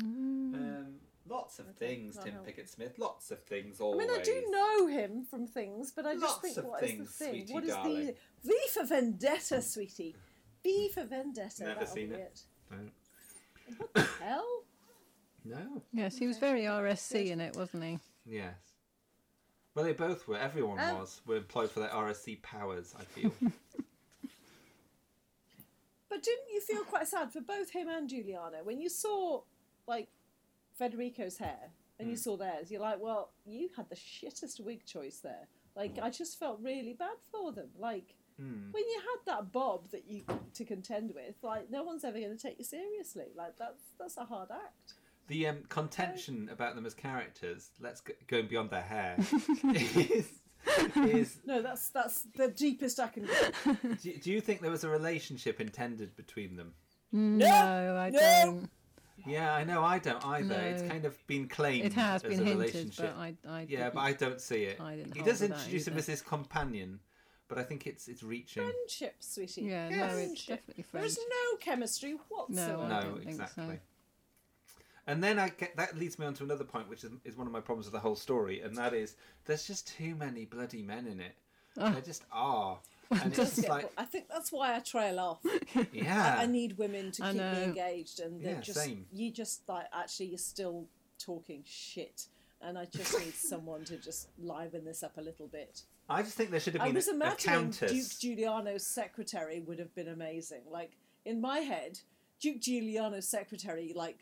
Speaker 5: Hmm.
Speaker 2: Um, lots of things, Tim Pickett Smith. Lots of things
Speaker 3: I
Speaker 2: always.
Speaker 3: mean, I do know him from things, but I just
Speaker 2: Lots
Speaker 3: think,
Speaker 2: of
Speaker 3: what is
Speaker 2: things,
Speaker 3: the thing?
Speaker 2: sweetie
Speaker 3: What is the
Speaker 2: darling.
Speaker 3: V for Vendetta, sweetie? V for Vendetta.
Speaker 2: Never
Speaker 3: that'll
Speaker 2: seen
Speaker 3: be
Speaker 2: it. No.
Speaker 3: it. Hell,
Speaker 2: No.
Speaker 5: Yes, he was very RSC in it, wasn't he?
Speaker 2: Yes. Well, they both were. Everyone
Speaker 3: Um,
Speaker 2: was. Were employed for their RSC powers, I feel.
Speaker 3: but didn't you feel quite sad for both him and Juliana when you saw like Federico's hair and
Speaker 2: Hmm.
Speaker 3: you saw theirs? You're like, well, you had the shittest wig choice there. Like, I just felt really bad for them. Like.
Speaker 2: Hmm.
Speaker 3: When you had that bob that you to contend with, like no one's ever going to take you seriously. Like that's that's a hard act.
Speaker 2: The um, contention about them as characters, let's go going beyond their hair, is, is
Speaker 3: No, that's that's the deepest I can go.
Speaker 2: do, do you think there was a relationship intended between them?
Speaker 5: No, I
Speaker 3: no.
Speaker 5: don't.
Speaker 2: Yeah, I know I don't either. It's
Speaker 5: No.
Speaker 2: kind of been claimed
Speaker 5: It has
Speaker 2: as
Speaker 5: been
Speaker 2: a
Speaker 5: hinted,
Speaker 2: relationship.
Speaker 5: but I, I
Speaker 2: yeah, but I
Speaker 5: didn't.
Speaker 2: don't see it.
Speaker 5: I didn't
Speaker 2: he
Speaker 5: hold
Speaker 2: does
Speaker 5: with that
Speaker 2: introduce him
Speaker 5: either.
Speaker 2: as his companion, but I think it's it's reaching.
Speaker 3: friendship, sweetie.
Speaker 5: Yeah, no, it's
Speaker 3: Friendship.
Speaker 5: definitely
Speaker 3: There is
Speaker 5: friendship.
Speaker 3: no chemistry whatsoever.
Speaker 5: I
Speaker 2: no,
Speaker 5: don't think so.
Speaker 2: exactly. And then I get, that leads me on to another point, which is, is one of my problems with the whole story, and that is there's just too many bloody men in it. There just are, and it's
Speaker 3: Just
Speaker 2: just
Speaker 3: get-
Speaker 2: like
Speaker 3: I think that's why I trail off.
Speaker 2: yeah,
Speaker 3: I need women to
Speaker 5: I
Speaker 3: keep me
Speaker 5: know.
Speaker 3: engaged, and they're
Speaker 2: Yeah,
Speaker 3: just
Speaker 2: same.
Speaker 3: you just like actually you're still talking shit, and I just need someone to just liven this up a little bit.
Speaker 2: I just think there should have
Speaker 3: I
Speaker 2: been
Speaker 3: was
Speaker 2: a, a
Speaker 3: imagining
Speaker 2: countess.
Speaker 3: Duke Giuliano's secretary would have been amazing. Like in my head, Duke Giuliano's secretary like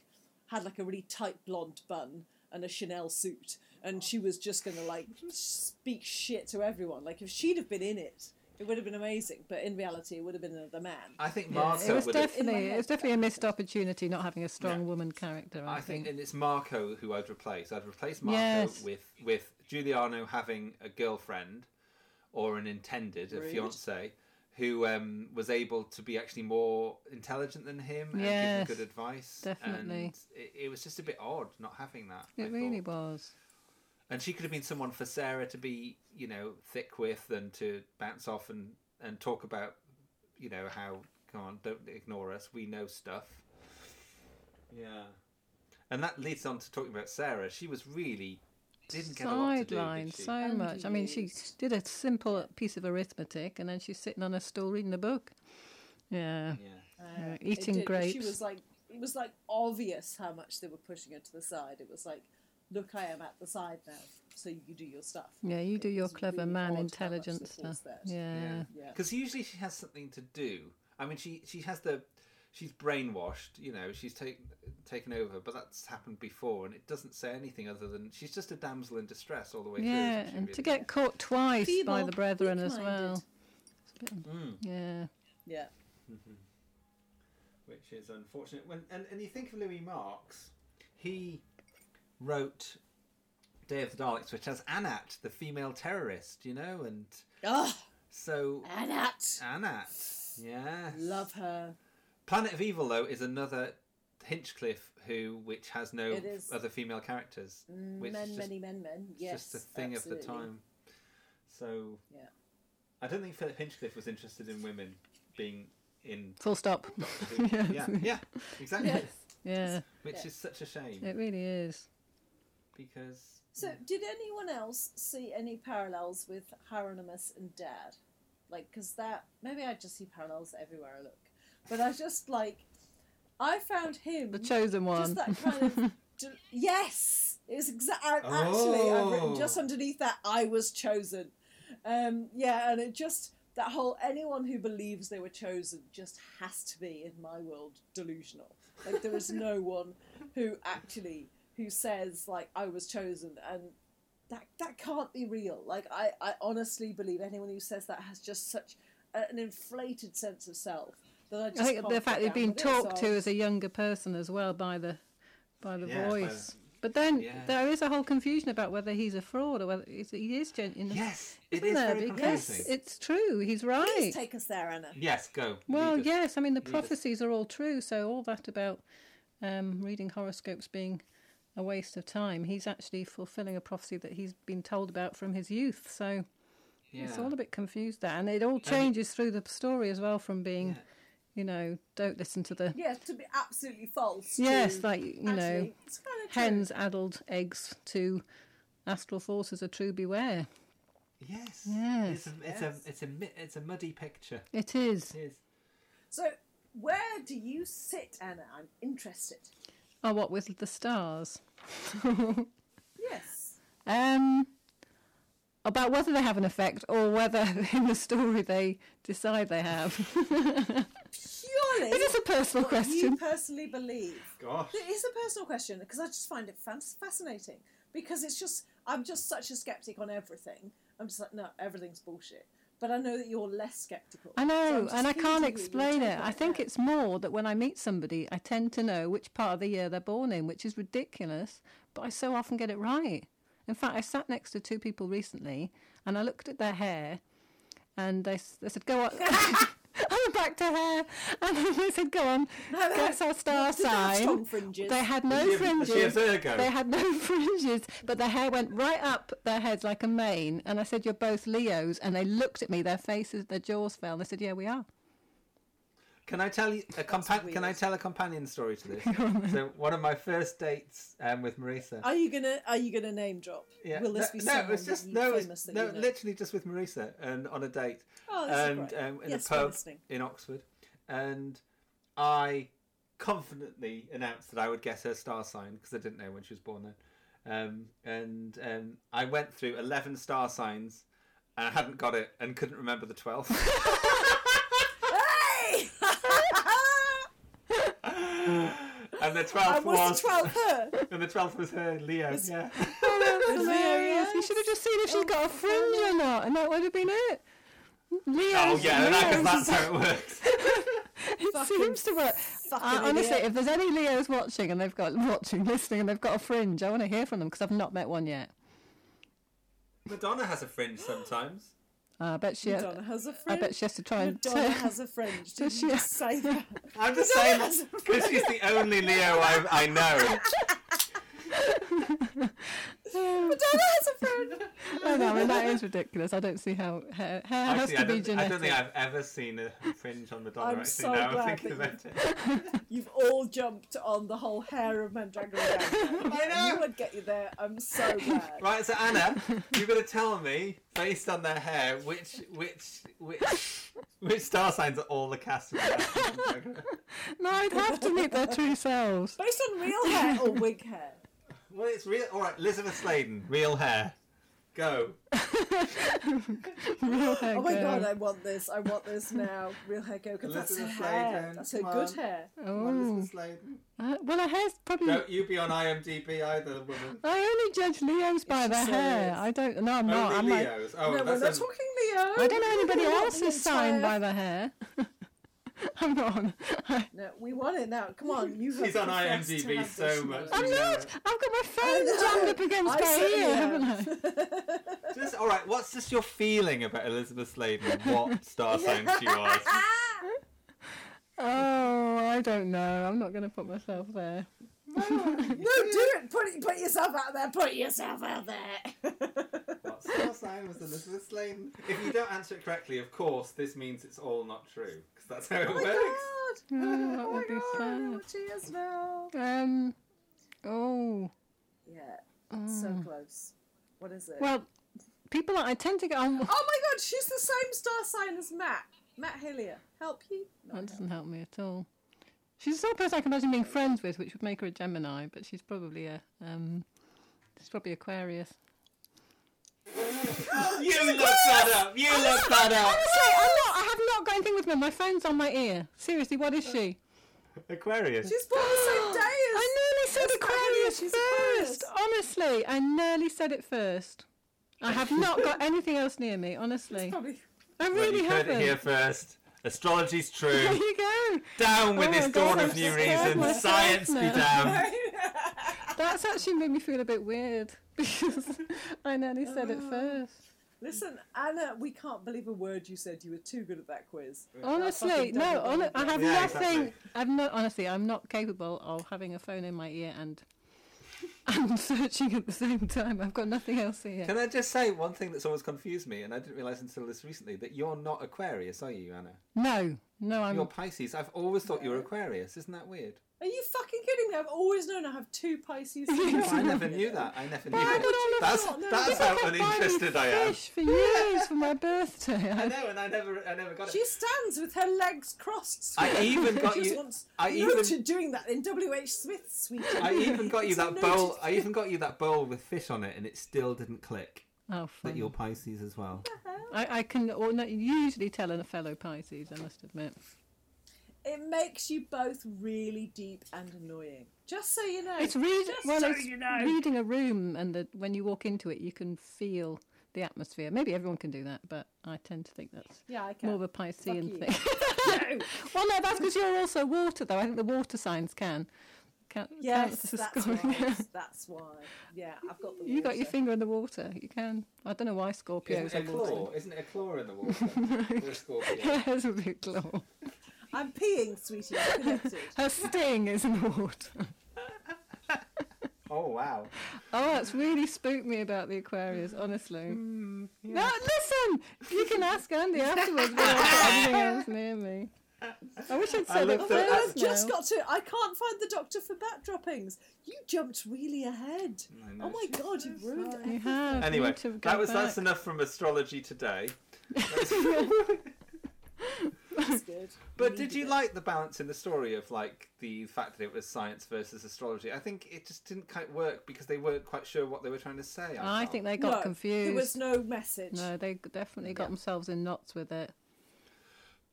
Speaker 3: had like a really tight blonde bun and a Chanel suit, and she was just going to like speak shit to everyone. Like if she'd have been in it, it would have been amazing. But in reality, it would have been another man.
Speaker 2: I think
Speaker 5: It
Speaker 2: Marco
Speaker 5: was
Speaker 2: would have
Speaker 5: definitely
Speaker 3: head,
Speaker 5: it was definitely a missed opportunity not having a strong woman character. I,
Speaker 2: I think, and it's Marco who I'd replace. I'd replace Marco
Speaker 5: Yes.
Speaker 2: with with Giuliano having a girlfriend or an intended, a
Speaker 3: Rude.
Speaker 2: fiance, who um, was able to be actually more intelligent than him and
Speaker 5: Yes,
Speaker 2: give him good advice.
Speaker 5: definitely.
Speaker 2: And it, it was just a bit odd not having that. I
Speaker 5: it really
Speaker 2: thought.
Speaker 5: was.
Speaker 2: And she could have been someone for Sarah to be, you know, thick with and to bounce off and and talk about, you know, how come on, don't ignore us, we know stuff. Yeah. And that leads on to talking about Sarah. She was really didn't get a lot to do.
Speaker 5: Sidelined
Speaker 2: did she?
Speaker 5: so much. I mean, she did a simple piece of arithmetic, and then she's sitting on her stool reading a book. Yeah,
Speaker 2: Yeah.
Speaker 5: Yeah,
Speaker 3: It
Speaker 5: eating
Speaker 3: did, but
Speaker 5: grapes.
Speaker 3: She was like, it was like obvious how much they were pushing her to the side. It was like, look, I am at the side now, so you do your stuff.
Speaker 5: yeah, you do
Speaker 3: It
Speaker 5: your
Speaker 3: was
Speaker 5: clever
Speaker 3: really odd
Speaker 5: man
Speaker 3: how much
Speaker 5: intelligence
Speaker 3: they forced
Speaker 5: stuff.
Speaker 3: that.
Speaker 5: Yeah.
Speaker 3: Yeah.
Speaker 2: Because usually she has something to do. I mean, she she has the she's brainwashed. You know, she's taken taken over, but that's happened before, and it doesn't say anything other than she's just a damsel in distress all the way through.
Speaker 5: yeah,
Speaker 2: isn't she,
Speaker 5: and to
Speaker 2: really?
Speaker 5: get caught twice by
Speaker 3: Feeble,
Speaker 5: the brethren as
Speaker 3: weak-minded.
Speaker 5: well. It's a bit- Yeah,
Speaker 3: Yeah.
Speaker 2: which is unfortunate. When and, and you think of Louis Marx, he wrote Day of the Daleks, which has Anat, the female terrorist, you know, and
Speaker 3: Ah,
Speaker 2: so
Speaker 3: Anat.
Speaker 2: Anat, yeah,
Speaker 3: Love her.
Speaker 2: Planet of Evil though is another Hinchcliffe who, which has no
Speaker 3: It is.
Speaker 2: other female characters, which
Speaker 3: men,
Speaker 2: is just,
Speaker 3: many men, men.
Speaker 2: it's
Speaker 3: Yes.
Speaker 2: just a thing
Speaker 3: absolutely.
Speaker 2: of the time. So
Speaker 3: Yeah.
Speaker 2: I don't think Philip Hinchcliffe was interested in women being in.
Speaker 5: full stop.
Speaker 2: yeah, yeah, exactly.
Speaker 5: Yeah,
Speaker 2: Which is such a shame.
Speaker 5: it really is.
Speaker 2: because
Speaker 3: So,
Speaker 5: Mm.
Speaker 3: did anyone else see any parallels with Hieronymus and Dad? Like, because that maybe I just see parallels everywhere I look, but I just like I found him
Speaker 5: The chosen
Speaker 3: just
Speaker 5: one.
Speaker 3: that kind of d- yes. It's exactly actually I've written
Speaker 2: Oh.
Speaker 3: just underneath that I was chosen. Um, yeah, and it just that whole anyone who believes they were chosen just has to be in my world delusional. Like there is no one who actually who says like I was chosen and that that can't be real. Like I, I honestly believe anyone who says that has just such a- an inflated sense of self that I just
Speaker 5: I think
Speaker 3: can't
Speaker 5: the fact
Speaker 3: get
Speaker 5: they've
Speaker 3: down
Speaker 5: been
Speaker 3: with it,
Speaker 5: talked
Speaker 3: so
Speaker 5: to as a younger person as well by the by the
Speaker 2: Yeah, by
Speaker 5: voice,
Speaker 2: the-
Speaker 5: But then
Speaker 2: Yeah.
Speaker 5: there is a whole confusion about whether he's a fraud or whether he's, he is genuine.
Speaker 2: Yes, it
Speaker 5: isn't
Speaker 2: is
Speaker 5: there?
Speaker 2: very
Speaker 5: because
Speaker 2: confusing.
Speaker 5: it's true. He's right.
Speaker 3: Please take us there, Anna.
Speaker 2: Yes, go.
Speaker 5: Well,
Speaker 2: Lead us.
Speaker 5: yes. I mean, the
Speaker 2: Lead us.
Speaker 5: prophecies are all true. So all that about um, reading horoscopes being a waste of time, he's actually fulfilling a prophecy that he's been told about from his youth. So it's
Speaker 2: Yeah.
Speaker 5: all a bit confused there, and it all changes through the story as well, from being, you know, don't listen to the
Speaker 3: Yeah, to be absolutely false.
Speaker 5: yes,
Speaker 3: to-
Speaker 5: like you know,
Speaker 3: actually, it's kind of true.
Speaker 5: hens addled eggs to astral forces are true. Beware.
Speaker 2: Yes. It's
Speaker 5: Yes.
Speaker 2: a, it's a it's a mi- it's a muddy picture.
Speaker 5: It is.
Speaker 2: It is.
Speaker 3: So, where do you sit, Anna? I'm interested.
Speaker 5: Oh, what with the stars?
Speaker 3: Yes.
Speaker 5: Um, about whether they have an effect or whether in the story they decide they have.
Speaker 3: Purely.
Speaker 5: It is a personal
Speaker 3: what You
Speaker 5: question.
Speaker 3: personally believe.
Speaker 2: Gosh.
Speaker 3: It is a personal question because I just find it fan- fascinating because it's just I'm just such a skeptic on everything. I'm just like no, everything's bullshit. But I know that you're less skeptical. So
Speaker 5: I
Speaker 3: I'm
Speaker 5: know,
Speaker 3: just
Speaker 5: and I
Speaker 3: keen
Speaker 5: can't
Speaker 3: to hear your
Speaker 5: explain
Speaker 3: take
Speaker 5: it.
Speaker 3: on
Speaker 5: I think it's more that when I meet somebody, I tend to know which part of the year they're born in, which is ridiculous, but I so often get it right. In fact, I sat next to two people recently and I looked at their hair and they, s- they said, Go on. I'm back to hair. And they said, Go on, guess our star
Speaker 3: Did they have strong
Speaker 5: sign.
Speaker 3: fringes?
Speaker 5: They had no
Speaker 2: Was she a- was
Speaker 5: fringes.
Speaker 2: she a Virgo?
Speaker 5: They had no fringes, but their hair went right up their heads like a mane. And I said, "You're both Leos," and they looked at me. Their faces, their jaws fell. They said, "Yeah, we are."
Speaker 2: Can I tell you a compa- Can I tell a companion story to this? so one of my first dates um, with Marisa.
Speaker 3: Are you gonna Are you gonna name drop? Will this
Speaker 2: no, no,
Speaker 3: be someone
Speaker 2: it's just
Speaker 3: that you
Speaker 2: no, it's-
Speaker 3: famous that
Speaker 2: no,
Speaker 3: you know?
Speaker 2: literally just with Marisa and on a date,
Speaker 3: Oh, this is
Speaker 2: and
Speaker 3: great.
Speaker 2: um, in
Speaker 3: Yes,
Speaker 2: a
Speaker 3: we're
Speaker 2: pub
Speaker 3: listening.
Speaker 2: in Oxford, and I confidently announced that I would guess her star sign because I didn't know when she was born then, um, and um, I went through eleven star signs. And I hadn't got it and couldn't remember the 12th.
Speaker 3: Hey!
Speaker 2: and the 12th
Speaker 3: I was
Speaker 2: was.
Speaker 3: twelve. Her.
Speaker 2: And the 12th was her, Leo. yeah.
Speaker 5: That's hilarious. You should have just seen if she's
Speaker 2: Oh,
Speaker 5: got a fringe or not, and that would have been it. Leos.
Speaker 2: Oh, yeah, because
Speaker 5: Leos.
Speaker 2: that's how it works.
Speaker 5: it seems to work. I- honestly,
Speaker 3: idiot.
Speaker 5: if there's any Leos watching and they've got watching, listening, and they've got a fringe, I want to hear from them because I've not met one yet.
Speaker 2: Madonna has a fringe sometimes.
Speaker 5: Uh, I bet she.
Speaker 3: Madonna has a
Speaker 5: I
Speaker 3: fringe.
Speaker 5: bet she has to try and.
Speaker 3: Madonna has a fringe. Did
Speaker 5: Does
Speaker 3: you
Speaker 5: she-
Speaker 3: just say that?
Speaker 2: I'm just saying
Speaker 3: Madonna has a
Speaker 2: because she's the only Leo I, I know.
Speaker 3: Madonna has a fringe.
Speaker 5: I know, I mean, that is ridiculous. I don't see how hair, hair has
Speaker 2: Actually,
Speaker 5: to
Speaker 2: I
Speaker 5: be
Speaker 2: don't, I
Speaker 5: genetic.
Speaker 2: don't think I've ever seen a fringe on Madonna.
Speaker 3: I'm
Speaker 2: actually,
Speaker 3: so
Speaker 2: now I'm
Speaker 3: glad
Speaker 2: thinking about
Speaker 3: that
Speaker 2: it.
Speaker 3: You've all jumped on the whole hair of Mandragora. I
Speaker 2: know.
Speaker 3: You would get you there. I'm so glad.
Speaker 2: Right, so Anna, you're going to tell me based on their hair which which which which star signs are all the cast members.
Speaker 5: No, I'd have to meet their true selves.
Speaker 3: Based on real hair or wig hair?
Speaker 2: well, it's real. All right, Elizabeth Sladen, real hair. Go.
Speaker 5: Real hair
Speaker 3: Oh my
Speaker 5: girl.
Speaker 3: god, I want this. I want this now. Real hair go. 'cause That's her
Speaker 2: Elizabeth
Speaker 3: hair.
Speaker 2: Sladen,
Speaker 3: That's her
Speaker 2: come
Speaker 3: good
Speaker 2: on.
Speaker 3: hair.
Speaker 2: Come on,
Speaker 5: Oh.
Speaker 2: Elizabeth Sladen.
Speaker 5: Uh, well, her hair's probably.
Speaker 2: Don't you be on IMDb either, woman.
Speaker 5: I only judge Leos by their
Speaker 3: so
Speaker 5: hair.
Speaker 3: is.
Speaker 5: I don't. No, I'm not. I'm
Speaker 2: Only
Speaker 5: like,
Speaker 2: Leos. Oh,
Speaker 3: no, we're
Speaker 2: that's a-
Speaker 3: not talking Leo.
Speaker 5: I don't know anybody
Speaker 3: We want the
Speaker 5: else's sign by
Speaker 3: entire-
Speaker 5: their hair. I'm not on. I,
Speaker 3: No, we want it now. Come on, you.
Speaker 2: She's on
Speaker 3: have confessed to
Speaker 2: IMDb
Speaker 3: have
Speaker 2: so
Speaker 3: this
Speaker 2: much.
Speaker 3: now.
Speaker 5: I'm
Speaker 2: You know
Speaker 5: not.
Speaker 2: it.
Speaker 5: I've got my
Speaker 3: I
Speaker 5: phone
Speaker 3: know.
Speaker 5: jammed up against
Speaker 3: I
Speaker 5: my
Speaker 3: certainly
Speaker 5: ear,
Speaker 3: am.
Speaker 5: haven't I?
Speaker 2: Just all right. What's just your feeling about Elizabeth Sladen? What star sign she was?
Speaker 5: Oh, I don't know. I'm not going to put myself there.
Speaker 3: No, do it. Put it. Put yourself out there. Put yourself out there.
Speaker 2: What star sign was Elizabeth Sladen? If you don't answer it correctly, of course, this means it's all not true because that's how it
Speaker 3: Oh
Speaker 2: works.
Speaker 3: my god!
Speaker 5: Oh, that
Speaker 3: Oh my
Speaker 5: would be
Speaker 3: god! I know
Speaker 5: sad.
Speaker 3: what she is now.
Speaker 5: Um. Oh.
Speaker 3: Yeah, it's so close. What is it?
Speaker 5: Well, people. Are, I tend to get on.
Speaker 3: oh my god, she's the same star sign as Matt. Matt Hillier. Help you? No,
Speaker 5: That doesn't help me at all. She's the sort of person I can imagine being friends with, which would make her a Gemini, but she's probably a um, she's probably Aquarius.
Speaker 2: You looked that up. You looked that up.
Speaker 5: Honestly, I'm not. I have not got anything with me. My phone's on my ear. Seriously, what is she?
Speaker 2: Aquarius.
Speaker 3: She's born the same day as.
Speaker 5: I nearly said
Speaker 3: that's Aquarius,
Speaker 5: Aquarius
Speaker 3: she's
Speaker 5: first. Honestly, I nearly said it first. I have not got anything else near me. Honestly,
Speaker 3: Probably.
Speaker 5: I
Speaker 2: Well,
Speaker 5: really
Speaker 2: you heard
Speaker 5: haven't.
Speaker 2: it here first. Astrology's
Speaker 5: There
Speaker 2: true.
Speaker 5: you go.
Speaker 2: Down with
Speaker 5: Oh
Speaker 2: this
Speaker 5: my
Speaker 2: dawn
Speaker 5: God,
Speaker 2: of
Speaker 5: I'm
Speaker 2: new
Speaker 5: scared
Speaker 2: reasons.
Speaker 5: myself
Speaker 2: Science be
Speaker 5: now.
Speaker 2: damned.
Speaker 5: That's actually made me feel a bit weird because I nearly said it
Speaker 3: Oh.
Speaker 5: first.
Speaker 3: Listen, Anna, we can't believe a word you said. You were too good at that quiz.
Speaker 5: Honestly,
Speaker 3: That fucking
Speaker 5: no,
Speaker 3: double
Speaker 5: hon- I
Speaker 3: bubble.
Speaker 5: have
Speaker 3: Yeah,
Speaker 5: nothing.
Speaker 3: exactly.
Speaker 5: I've not honestly. I'm not capable of having a phone in my ear and and searching at the same time. I've got nothing else here.
Speaker 2: Can I just say one thing that's always confused me, and I didn't realize until this recently that you're not Aquarius, are you, Anna?
Speaker 5: No, no, I'm.
Speaker 2: You're Pisces. I've always thought you were Aquarius. Isn't that weird?
Speaker 3: Are you fucking kidding me? I've always known I have two Pisces.
Speaker 2: No, I never knew that. I never knew
Speaker 3: Why would
Speaker 2: that.
Speaker 3: you
Speaker 2: That's,
Speaker 3: not know?
Speaker 2: that's
Speaker 3: People
Speaker 2: how
Speaker 3: kept buying me
Speaker 2: uninterested I am.
Speaker 5: Fish for years for my birthday.
Speaker 2: I know, and I never, I never got
Speaker 3: She
Speaker 2: it.
Speaker 3: stands with her legs crossed.
Speaker 2: I even got
Speaker 3: just
Speaker 2: you-
Speaker 3: Wants
Speaker 2: I
Speaker 3: noted
Speaker 2: even-
Speaker 3: doing that in W. H. Smith suite.
Speaker 2: I even got you
Speaker 3: It's
Speaker 2: that
Speaker 3: noted.
Speaker 2: bowl. I even got you that bowl with fish on it, and it still didn't click.
Speaker 5: Oh,
Speaker 2: that
Speaker 5: fun.
Speaker 2: you're Pisces as well.
Speaker 5: I, I can or no, usually tell in a fellow Pisces. I must admit.
Speaker 3: It makes you both really deep and annoying. Just so you know.
Speaker 5: It's read,
Speaker 3: Just
Speaker 5: well,
Speaker 3: so
Speaker 5: it's
Speaker 3: you know.
Speaker 5: reading a room, and the, when you walk into it, you can feel the atmosphere. Maybe everyone can do that, but I tend to think that's
Speaker 3: Yeah, I can.
Speaker 5: more of a Piscean
Speaker 3: you.
Speaker 5: thing. well, no, that's because you're also water, though. I think the water signs can. Count,
Speaker 3: Yes,
Speaker 5: counts as
Speaker 3: that's
Speaker 5: scoring.
Speaker 3: why. That's why. Yeah, I've got the.
Speaker 5: you got your
Speaker 3: water.
Speaker 5: finger in the water. You can. I don't know why Scorpios
Speaker 2: Isn't it a
Speaker 5: are water.
Speaker 2: claw? Isn't it a claw in the water? Or a scorpion?
Speaker 5: Yeah, it's a big claw.
Speaker 3: I'm peeing, sweetie. I'm connected.
Speaker 5: Her sting is in the water.
Speaker 2: Oh wow!
Speaker 5: Oh, that's really spooked me about the Aquarius, honestly.
Speaker 3: Hmm,
Speaker 5: No, listen! You can ask Andy afterwards when I've got everything else near me. I wish I'd
Speaker 2: I
Speaker 5: said it
Speaker 2: looked
Speaker 5: first.
Speaker 2: at-
Speaker 3: Well, I've just
Speaker 5: now.
Speaker 3: got to. I can't find the doctor for bat droppings. You jumped really ahead. Oh my god, you've ruined
Speaker 5: You
Speaker 3: everything.
Speaker 5: have. you
Speaker 2: Anyway,
Speaker 5: need to go
Speaker 2: that was that's
Speaker 5: back.
Speaker 2: enough from astrology today.
Speaker 3: That's good.
Speaker 2: But did you like the balance in the story of like the fact that it was science versus astrology? I think it just didn't quite work because they weren't quite sure what they were trying to say.
Speaker 5: I
Speaker 2: felt.
Speaker 5: think they got
Speaker 3: No,
Speaker 5: confused.
Speaker 3: There was no message.
Speaker 5: No, they g- definitely got themselves in knots with it.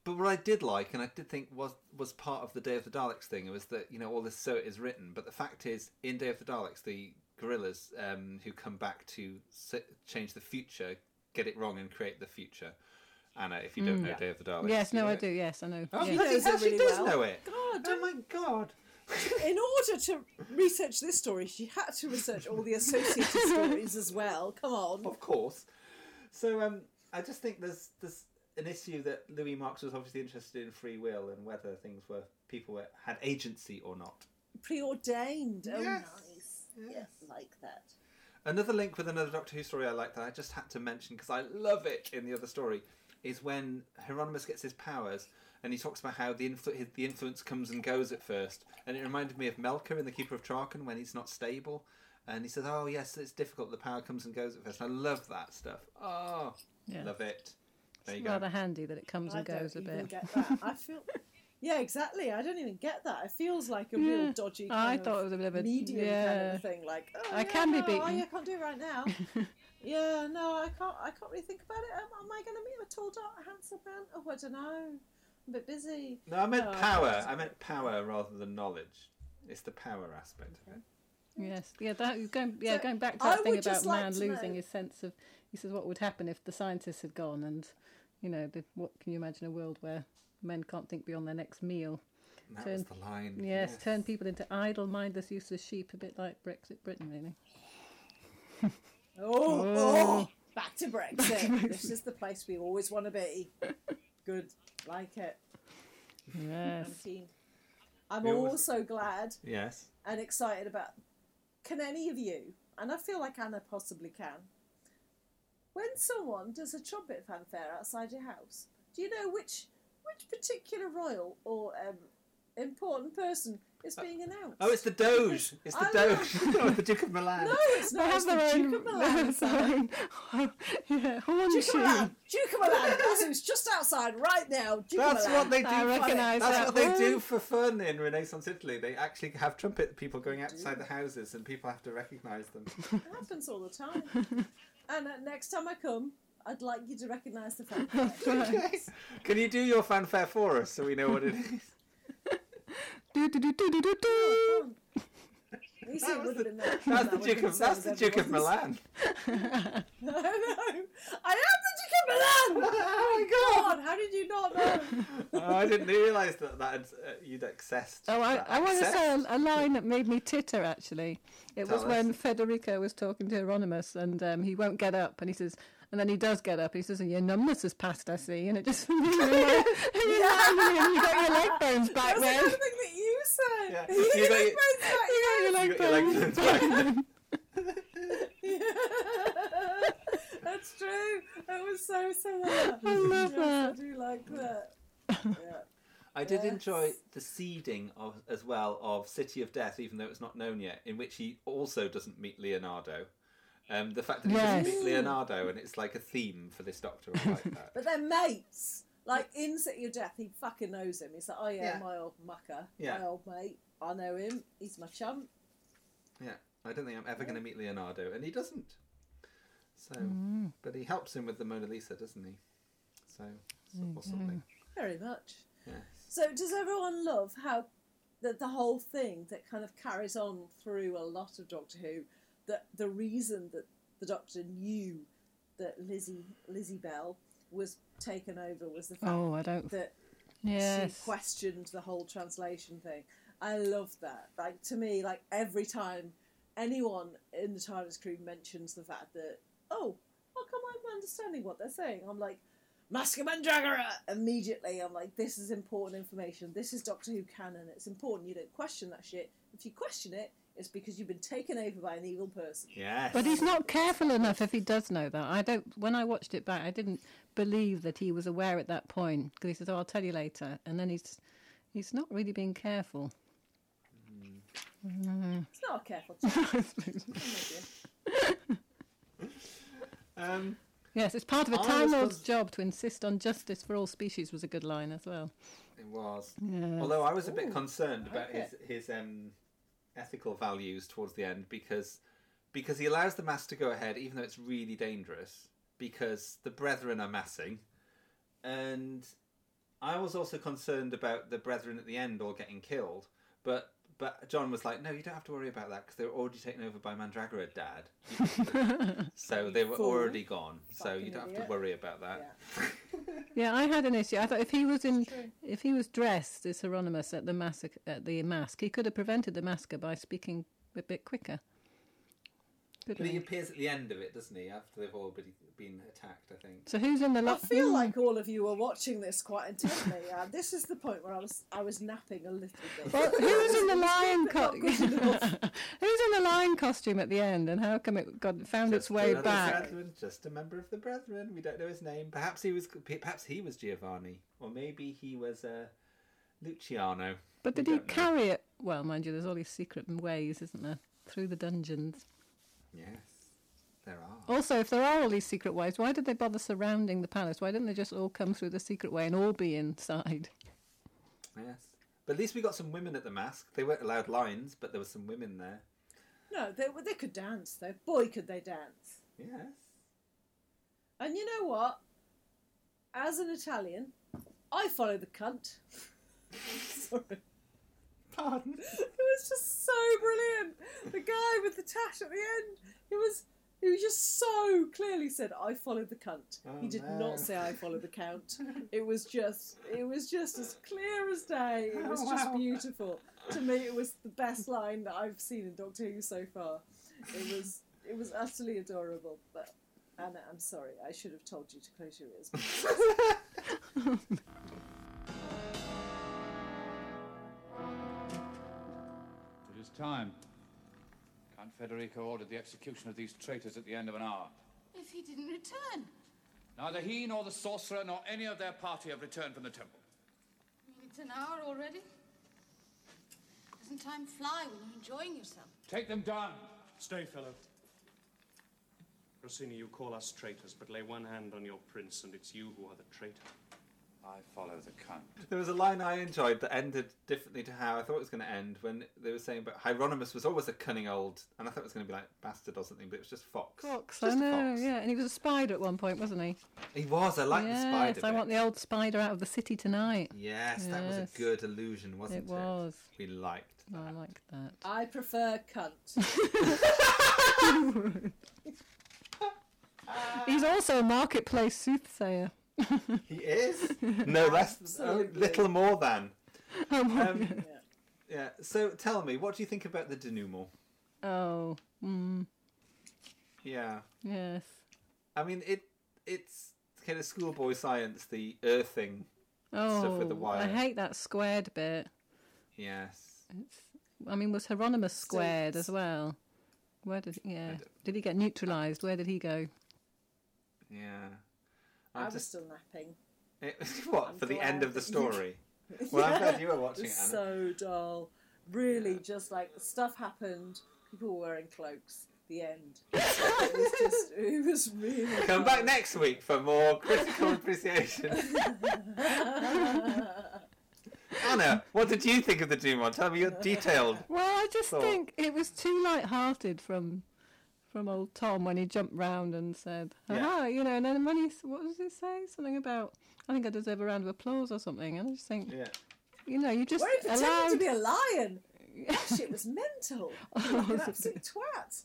Speaker 2: But what I did like, and I did think was was part of the Day of the Daleks thing, was that you know all this so it is written. But the fact is, in Day of the Daleks, the gorillas um, who come back to s- change the future get it wrong and create the future. Anna, if you don't know Day of the Daleks,
Speaker 5: yes,
Speaker 2: you
Speaker 5: no,
Speaker 2: know
Speaker 5: I
Speaker 2: it.
Speaker 5: do. Yes, I know.
Speaker 2: Oh,
Speaker 5: yes.
Speaker 2: bloody
Speaker 3: knows
Speaker 2: hell,
Speaker 3: it
Speaker 2: she
Speaker 3: really
Speaker 2: does
Speaker 3: well.
Speaker 2: know it.
Speaker 3: God,
Speaker 2: Oh my god!
Speaker 3: in order to research this story, she had to research all the associated stories as well. Come on.
Speaker 2: Of course. So um, I just think there's there's an issue that Louis Marx was obviously interested in free will and whether things were people were, had agency or not.
Speaker 3: Preordained. Oh,
Speaker 2: Yes.
Speaker 3: nice. Yes, like that.
Speaker 2: Another link with another Doctor Who story I like that I just had to mention because I love it in the other story is when Hieronymus gets his powers and he talks about how the, influ- his- the influence comes and goes at first. And it reminded me of Melka in The Keeper of Traken when he's not stable. And he says, Oh, yes, it's difficult. The power comes and goes at first. I love that stuff. Oh,
Speaker 5: Yeah.
Speaker 2: love it. There you
Speaker 5: It's
Speaker 2: go.
Speaker 5: rather handy that it comes
Speaker 3: I
Speaker 5: and
Speaker 3: don't
Speaker 5: goes a
Speaker 3: even
Speaker 5: bit.
Speaker 3: get that. I feel. Yeah, exactly. I don't even get that. It feels like a real
Speaker 5: Yeah.
Speaker 3: dodgy. Kind
Speaker 5: Hmm. I
Speaker 3: of
Speaker 5: thought it was a bit of a
Speaker 3: medium kind
Speaker 5: yeah.
Speaker 3: of thing. Like oh,
Speaker 5: I
Speaker 3: yeah,
Speaker 5: can be
Speaker 3: no, Oh,
Speaker 5: beaten.
Speaker 3: yeah, I can't do it right now. yeah, no, I can't. I can't really think about it. Am, am I going to meet a tall, dark, handsome man? Oh, I don't know. I'm a bit busy.
Speaker 2: No, I meant
Speaker 5: Oh.
Speaker 3: No, I
Speaker 2: power.
Speaker 3: can't.
Speaker 2: I meant power rather than knowledge. It's the power aspect of it.
Speaker 5: Yes, yeah, that going yeah
Speaker 3: So,
Speaker 5: going back to
Speaker 3: I
Speaker 5: that thing
Speaker 3: would just
Speaker 5: about
Speaker 3: like
Speaker 5: man
Speaker 3: to
Speaker 5: losing
Speaker 3: know-
Speaker 5: his sense of he says what would happen if the scientists had gone and you know the, what can you imagine a world where men can't think beyond their next meal?
Speaker 2: And that
Speaker 5: Turn-
Speaker 2: was the line.
Speaker 5: Yes, turn people into idle, mindless, useless sheep, a bit like Brexit Britain, really.
Speaker 3: Oh, oh, back to Brexit. This is the place we always want to be. Good, like it. I'm
Speaker 5: Yes,
Speaker 3: keen. I'm
Speaker 2: We always-
Speaker 3: also glad
Speaker 2: Yes.
Speaker 3: and excited about. Can any of you, and I feel like Anna possibly can, when someone does a trumpet fanfare outside your house, do you know which which particular royal or um, important person is being announced?
Speaker 2: Oh, it's the Doge. It's the
Speaker 3: I
Speaker 2: Doge. oh, the Duke of Milan.
Speaker 3: no, it's
Speaker 5: they
Speaker 3: not.
Speaker 5: have
Speaker 3: It's the
Speaker 5: their
Speaker 3: Duke
Speaker 5: own,
Speaker 3: of
Speaker 5: they
Speaker 3: Milan.
Speaker 5: have their own yeah, horn
Speaker 3: Duke of Milan.
Speaker 5: shoe.
Speaker 3: Duke of Milan. That's who's just outside right now. Duke
Speaker 2: That's
Speaker 3: of Milan.
Speaker 2: what they do.
Speaker 5: I recognise
Speaker 2: That's
Speaker 5: that
Speaker 2: what they
Speaker 5: horn.
Speaker 2: do for fun in Renaissance Italy. They actually have trumpet people going outside the houses, and people have to recognise them.
Speaker 3: It happens all the time. and uh, next time I come, I'd like you to recognise the fanfare.
Speaker 2: Can you do your fanfare for us so we know what it is?
Speaker 5: Do, do, do, do, do, do, do.
Speaker 3: At least it would have been there.
Speaker 2: That's
Speaker 3: That
Speaker 2: the
Speaker 3: would have
Speaker 2: Duke
Speaker 3: been
Speaker 2: of
Speaker 3: the same
Speaker 2: That's the
Speaker 3: as
Speaker 2: Duke of
Speaker 3: everyone's.
Speaker 2: Milan.
Speaker 3: No, no. I am the Duke Superman! oh
Speaker 2: my
Speaker 3: god! How did you not know?
Speaker 2: Oh, I didn't realise that that had, uh, you'd accessed.
Speaker 5: Oh, I,
Speaker 2: that
Speaker 5: I want to
Speaker 2: access.
Speaker 5: say a, a line that made me titter actually. It
Speaker 2: Tell
Speaker 5: was when Federico was talking to Hieronymus and um, he won't get up and he says, and then he does get up and he says, and your numbness has passed, I see. And it just, you know, you got your leg bones back
Speaker 3: That was the
Speaker 5: there.
Speaker 3: kind of thing that you said.
Speaker 2: Yeah.
Speaker 3: You
Speaker 2: You got
Speaker 3: got
Speaker 2: your-
Speaker 3: both back
Speaker 5: Yeah, your
Speaker 3: then.
Speaker 5: leg
Speaker 2: got your leg
Speaker 5: bones
Speaker 2: bones back
Speaker 5: back.
Speaker 3: That's true. That was so similar.
Speaker 5: I love
Speaker 3: yes, I
Speaker 5: that.
Speaker 3: do like that.
Speaker 2: I did
Speaker 3: Yes.
Speaker 2: enjoy the seeding of as well of City of Death, even though it's not known yet, in which he also doesn't meet Leonardo. Um, the fact that he doesn't
Speaker 5: Yes.
Speaker 2: meet Leonardo and it's like a theme for this Doctor, I like that.
Speaker 3: But they're mates. Like in City of Death, he fucking knows him. He's like, oh yeah,
Speaker 2: Yeah.
Speaker 3: my old mucker, my
Speaker 2: Yeah.
Speaker 3: old mate. I know him. He's my chum.
Speaker 2: Yeah, I don't think I'm ever going to meet Leonardo, and he doesn't. So, but he helps him with the Mona Lisa, doesn't he? So, so or something.
Speaker 3: Very much.
Speaker 2: Yes.
Speaker 3: So does everyone love how the, the whole thing that kind of carries on through a lot of Doctor Who, that the reason that the Doctor knew that Lizzie Lizzie Bell was taken over was the fact
Speaker 5: Oh, I don't.
Speaker 3: that she
Speaker 5: Yes.
Speaker 3: questioned the whole translation thing. I love that. Like to me, like every time anyone in the TARDIS crew mentions the fact that, oh, how come I'm understanding what they're saying? I'm like, Masker Mandragora! Immediately, I'm like, this is important information. This is Doctor Who canon. It's important. You don't question that shit. If you question it, it's because you've been taken over by an evil person.
Speaker 2: Yes.
Speaker 5: But he's not careful enough if he does know that. I don't. When I watched it back, I didn't believe that he was aware at that point because he says, "Oh, I'll tell you later," and then he's he's not really being careful.
Speaker 3: It's not a careful choice.
Speaker 2: Um,
Speaker 5: yes, it's part of a
Speaker 2: I
Speaker 5: Time
Speaker 2: was
Speaker 5: Lord's
Speaker 2: cons-
Speaker 5: job to insist on justice for all species was a good line as well.
Speaker 2: it was.
Speaker 5: Yeah.
Speaker 2: Although I was a
Speaker 3: Ooh,
Speaker 2: bit concerned
Speaker 3: I
Speaker 2: about
Speaker 3: like
Speaker 2: his his um, ethical values towards the end because because he allows the mass to go ahead even though it's really dangerous because the brethren are massing and I was also concerned about the brethren at the end all getting killed but but John was like no you don't have to worry about that because they were already taken over by Mandragora dad so they were
Speaker 3: Fool.
Speaker 2: already gone so
Speaker 3: Fucking
Speaker 2: you don't have
Speaker 3: idiot.
Speaker 2: to worry about that
Speaker 5: Yeah, I had an issue. I thought if he was in, if he was dressed as Hieronymus at the massacre, at the mask, he could have prevented the massacre by speaking a bit quicker.
Speaker 2: but
Speaker 5: Couldn't
Speaker 2: he
Speaker 5: he?
Speaker 2: appears at the end of it doesn't he after they've all been- been attacked I think
Speaker 5: So who's in the
Speaker 3: I
Speaker 5: lot?
Speaker 3: feel like all of you were watching this quite intently. Uh, this is the point where I was I was napping a little bit.
Speaker 5: Well, who's in the lion
Speaker 3: not
Speaker 5: costume?
Speaker 3: good
Speaker 5: who's in the lion costume at the end, and how come it got found its
Speaker 2: Just
Speaker 5: way
Speaker 2: another
Speaker 5: back?
Speaker 2: Brethren, just a member of the brethren. We don't know his name. Perhaps he was. Perhaps he was Giovanni, or maybe he was uh, Luciano.
Speaker 5: But
Speaker 2: We
Speaker 5: did he
Speaker 2: don't know.
Speaker 5: carry it? Well, mind you, there's all these secret ways, isn't there? Through the dungeons.
Speaker 2: Yes, there are.
Speaker 5: Also, if there are all these secret ways, why did they bother surrounding the palace? Why didn't they just all come through the secret way and all be inside?
Speaker 2: Yes, but at least we got some women at the mask. They weren't allowed lines, but there were some women there.
Speaker 3: No, they were- they could dance though. Boy, could they dance!
Speaker 2: Yes.
Speaker 3: And you know what? As an Italian, I follow the cunt. Sorry.
Speaker 2: Pardon.
Speaker 3: It was just so brilliant. The guy with the tash at the end. He was. He was just so clearly said, "I follow the cunt." he
Speaker 2: Oh,
Speaker 3: did
Speaker 2: no.
Speaker 3: not say, "I follow the count." it was just. It was just as clear as day. It
Speaker 2: Oh,
Speaker 3: was just beautiful. To me, it was the best line that I've seen in Doctor Who so far. It was. It was utterly adorable. But Anna, I'm sorry. I should have told you to close your ears.
Speaker 10: It is time. Count Federico ordered the execution of these traitors at the end of an hour.
Speaker 9: If he didn't return,
Speaker 10: Neither he nor the sorcerer nor any of their party have returned from the temple.
Speaker 9: I mean, it's an hour already. Doesn't time fly when you're enjoying yourself?
Speaker 10: Take them down.
Speaker 14: Stay, fellow. Rossini, you call us traitors, but lay one hand on your prince, and it's you who are the traitor.
Speaker 10: I follow the count.
Speaker 2: There was a line I enjoyed that ended differently to how I thought it was going to end when they were saying about Hieronymus was always a cunning old, and I thought it was going to be like bastard or something, but it was just fox.
Speaker 5: Fox, I
Speaker 2: Just a
Speaker 5: know,
Speaker 2: fox.
Speaker 5: yeah. And he was a spider at one point, wasn't he?
Speaker 2: He was. I like the
Speaker 5: yes,
Speaker 2: spider.
Speaker 5: I
Speaker 2: bit.
Speaker 5: want the old spider out of the city tonight.
Speaker 2: Yes, that was a
Speaker 5: Yes.
Speaker 2: good illusion, wasn't it?
Speaker 5: It was.
Speaker 2: We liked that.
Speaker 5: I like that.
Speaker 3: I
Speaker 2: Uh,
Speaker 3: prefer cunt.
Speaker 5: He's also a marketplace soothsayer.
Speaker 2: He is? no less, oh,
Speaker 5: Absolutely.
Speaker 2: little more than.
Speaker 5: Oh, my
Speaker 2: Um, yeah. So tell me, what do you think about the denouement?
Speaker 5: Oh, mm,
Speaker 2: Yeah.
Speaker 5: yes.
Speaker 2: I mean, it it's kind of schoolboy science, the earthing stuff with the
Speaker 5: Oh, I
Speaker 2: wire.
Speaker 5: hate that squared bit.
Speaker 2: Yes.
Speaker 5: It's, I mean, was Hieronymus squared as well? Where did yeah? Did he get neutralised? Where did he go?
Speaker 2: Yeah.
Speaker 3: I
Speaker 2: I'm
Speaker 3: was
Speaker 2: just
Speaker 3: still napping.
Speaker 2: it, what
Speaker 3: I'm
Speaker 2: for the
Speaker 3: glad
Speaker 2: end of the
Speaker 3: that you-
Speaker 2: story. Well, I'm glad you were watching it,
Speaker 3: was
Speaker 2: Anna.
Speaker 3: So dull. Really, just like stuff happened. People were wearing cloaks. The end. it was just. It was really.
Speaker 2: Come back next week for more critical appreciation. Anna, what did you think of the Dumont? Tell me your detailed.
Speaker 5: Well, I just
Speaker 2: thought.
Speaker 5: think it was too light-hearted from from old Tom when he jumped round and said,
Speaker 2: Yeah.
Speaker 5: "Ah, you know." And then when he, s- what does he say? Something about, "I think I deserve a round of applause" or something. And I just think,
Speaker 2: yeah.
Speaker 5: you know, you just
Speaker 3: We're pretending
Speaker 5: allowed Oh,
Speaker 3: to be a lion. That shit was mental. He was an absolute twat.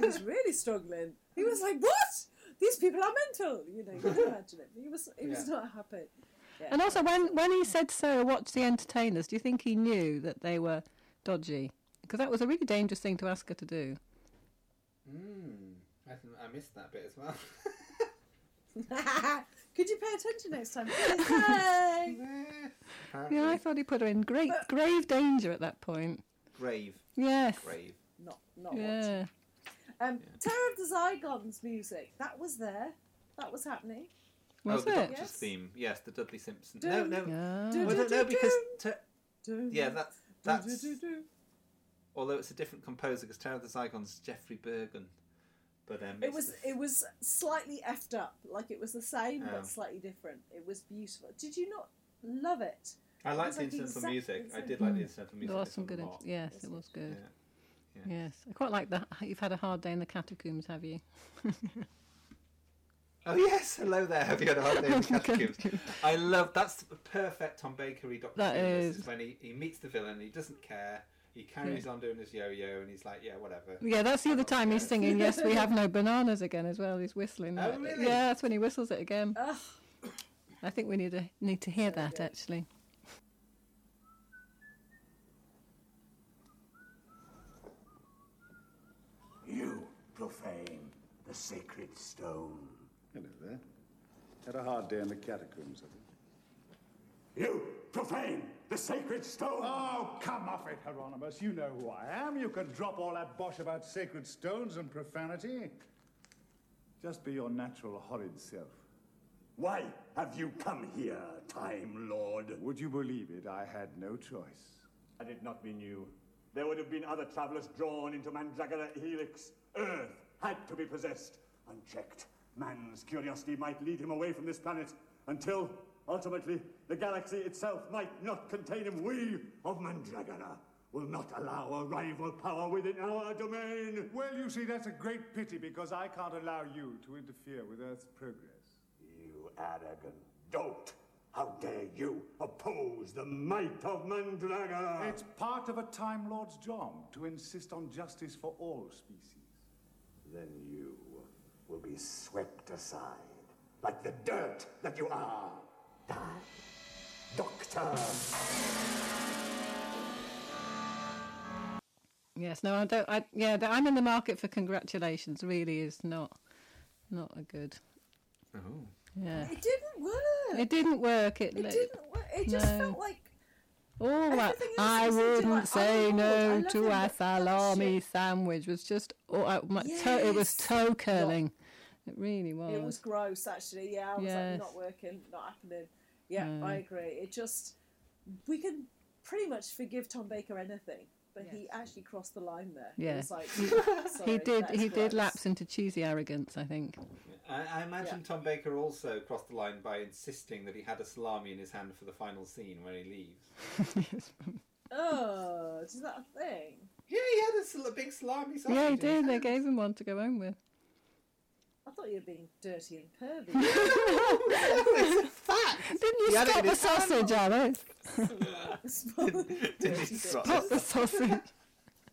Speaker 3: He was really struggling. He was like, "What? These people are mental." You know, you can imagine it. He was. He was
Speaker 5: Yeah.
Speaker 3: not happy. Yeah.
Speaker 5: And also, when, when he said, Sarah, watch the entertainers, do you think he knew that they were dodgy? Because that was a really dangerous thing to ask her to do.
Speaker 2: Mm, I, think I missed that bit as well.
Speaker 3: Could you pay attention next time? please? Hey!
Speaker 5: Yeah, I thought he put her in great, grave danger at that point.
Speaker 2: Grave.
Speaker 5: Yes.
Speaker 2: Grave.
Speaker 3: Not, not
Speaker 5: Yeah.
Speaker 3: what. Um, Terror of the Zygons music. That was there. That was happening.
Speaker 2: oh, the Doctor's
Speaker 3: Yes.
Speaker 2: theme. Yes, the Dudley Simpson. No, no.
Speaker 3: Dun,
Speaker 2: Well, no,
Speaker 3: dun,
Speaker 2: no,
Speaker 3: dun,
Speaker 2: because. Ter-
Speaker 3: dun,
Speaker 2: yeah, that, that's.
Speaker 3: dun, dun, dun.
Speaker 2: Although it's a different composer, because Terror of the Zygons, Jeffrey Bergen. But um,
Speaker 3: It
Speaker 2: it's
Speaker 3: was
Speaker 2: the-
Speaker 3: it was slightly effed up. Like it was the same
Speaker 2: Oh.
Speaker 3: but slightly different. It was beautiful. Did you not love it?
Speaker 2: I
Speaker 3: It
Speaker 2: liked
Speaker 3: was
Speaker 2: the incidental
Speaker 3: exactly
Speaker 2: music.
Speaker 3: the
Speaker 2: I
Speaker 3: same.
Speaker 2: did like the
Speaker 5: Mm.
Speaker 2: incidental music.
Speaker 5: There was
Speaker 2: this
Speaker 5: some
Speaker 2: one a
Speaker 5: good.
Speaker 2: lot.
Speaker 5: yes, it was good.
Speaker 2: Yeah.
Speaker 5: Yes. I quite like that. You've had a hard day in the catacombs, have you?
Speaker 2: Oh yes, hello there. Have you had a hard day in the catacombs? I love that's the perfect Tom Bakery Doctor.
Speaker 5: That
Speaker 2: Who list,
Speaker 5: is.
Speaker 2: when he, he meets the villain. He doesn't care. He carries on doing his yo-yo, and he's like, yeah, whatever.
Speaker 5: Yeah, that's the other time he's singing Yes, We Have No Bananas again as well. He's whistling
Speaker 2: Oh,
Speaker 5: that.
Speaker 2: really?
Speaker 5: Yeah, that's when he whistles it again. I think we need to, need to hear that, actually.
Speaker 15: You profane the sacred stone.
Speaker 7: Hello there. Had a hard day in the catacombs, I think.
Speaker 15: You profane the sacred stone.
Speaker 7: Oh, come off it, Hieronymus. You know who I am. You can drop all that bosh about sacred stones and profanity. Just be your natural horrid self.
Speaker 15: Why have you come here, Time Lord?
Speaker 7: Would you believe it? I had no choice.
Speaker 15: Had it not been you, there would have been other travelers drawn into Mandragora Helix. Earth had to be possessed. Unchecked, man's curiosity might lead him away from this planet until, ultimately, the galaxy itself might not contain him. We of Mandragora will not allow a rival power within our domain.
Speaker 7: Well, you see, that's a great pity because I can't allow you to interfere with Earth's progress.
Speaker 15: You arrogant dolt! How dare you oppose the might of Mandragora?
Speaker 7: It's part of a Time Lord's job to insist on justice for all species.
Speaker 15: Then you will be swept aside like the dirt that you are. Die, Doctor!
Speaker 5: Yes, no, I don't. I, yeah, but I'm in the market for congratulations. Really is not not a good.
Speaker 2: Oh.
Speaker 5: Yeah.
Speaker 3: It didn't work.
Speaker 5: It didn't work. It,
Speaker 3: It
Speaker 5: li-
Speaker 3: didn't work. It just
Speaker 5: No.
Speaker 3: felt like
Speaker 5: All that
Speaker 3: Everything else
Speaker 5: Oh, I
Speaker 3: is into, like,
Speaker 5: wouldn't say
Speaker 3: oh, I
Speaker 5: no
Speaker 3: love
Speaker 5: to
Speaker 3: him,
Speaker 5: a
Speaker 3: but that
Speaker 5: salami sandwich was just. Oh, I, my, toe, it was
Speaker 3: Yes.
Speaker 5: toe curling. It really
Speaker 3: It was
Speaker 5: was.
Speaker 3: gross, actually. Yeah, I was
Speaker 5: Oh. Yes.
Speaker 3: like, not working, not happening. Yeah,
Speaker 5: No.
Speaker 3: I agree. It just, we can pretty much forgive Tom Baker anything, but he actually crossed the line there. It
Speaker 5: Yeah.
Speaker 3: was like,
Speaker 5: He-
Speaker 3: sorry,
Speaker 5: he did.
Speaker 3: that's
Speaker 5: He
Speaker 3: gross.
Speaker 5: did lapse into cheesy arrogance. I think.
Speaker 2: I, I imagine Tom Baker also crossed the line by insisting that he had a salami in his hand for the final scene when he leaves.
Speaker 3: Oh, is that a thing?
Speaker 2: Yeah, he had a sal- big salami sausage.
Speaker 5: yeah, he
Speaker 2: in his
Speaker 5: did. They
Speaker 2: hand.
Speaker 5: gave him one to go home with.
Speaker 3: I thought you were being dirty and pervy. it's
Speaker 2: a fact.
Speaker 5: Didn't you stop the sausage, Alice?
Speaker 2: Did he
Speaker 5: Stop the sausage.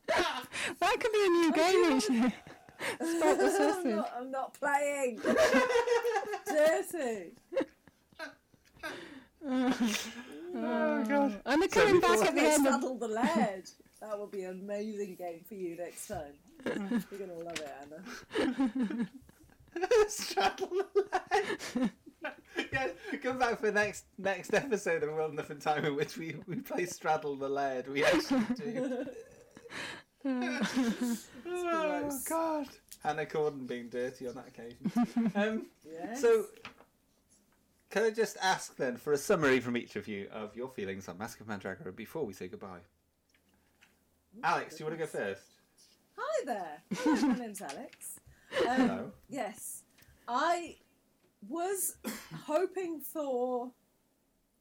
Speaker 5: that could be a new game each year. Stop the
Speaker 3: I'm,
Speaker 5: sausage.
Speaker 3: not, I'm not playing. Dirty.
Speaker 5: oh god! And they're
Speaker 3: So
Speaker 5: coming back
Speaker 3: before-
Speaker 5: at the
Speaker 3: They
Speaker 5: end.
Speaker 3: Saddle
Speaker 5: Of...
Speaker 3: the Laird. That will be an amazing game for you next time. You're going to love it, Anna.
Speaker 2: Straddle yeah, come back for next next episode of World Enough in Time in which we, we play Straddle the Laird. We actually do. oh
Speaker 3: gross.
Speaker 2: god. Hannah Corden being dirty on that occasion. Um,
Speaker 3: Yes.
Speaker 2: So can I just ask then for a summary from each of you of your feelings on Mask of Mandragora before we say goodbye? Alex, do you want to go first?
Speaker 3: Hi there. Hello, my name's Alex. Um,
Speaker 2: Hello.
Speaker 3: Yes, I was hoping for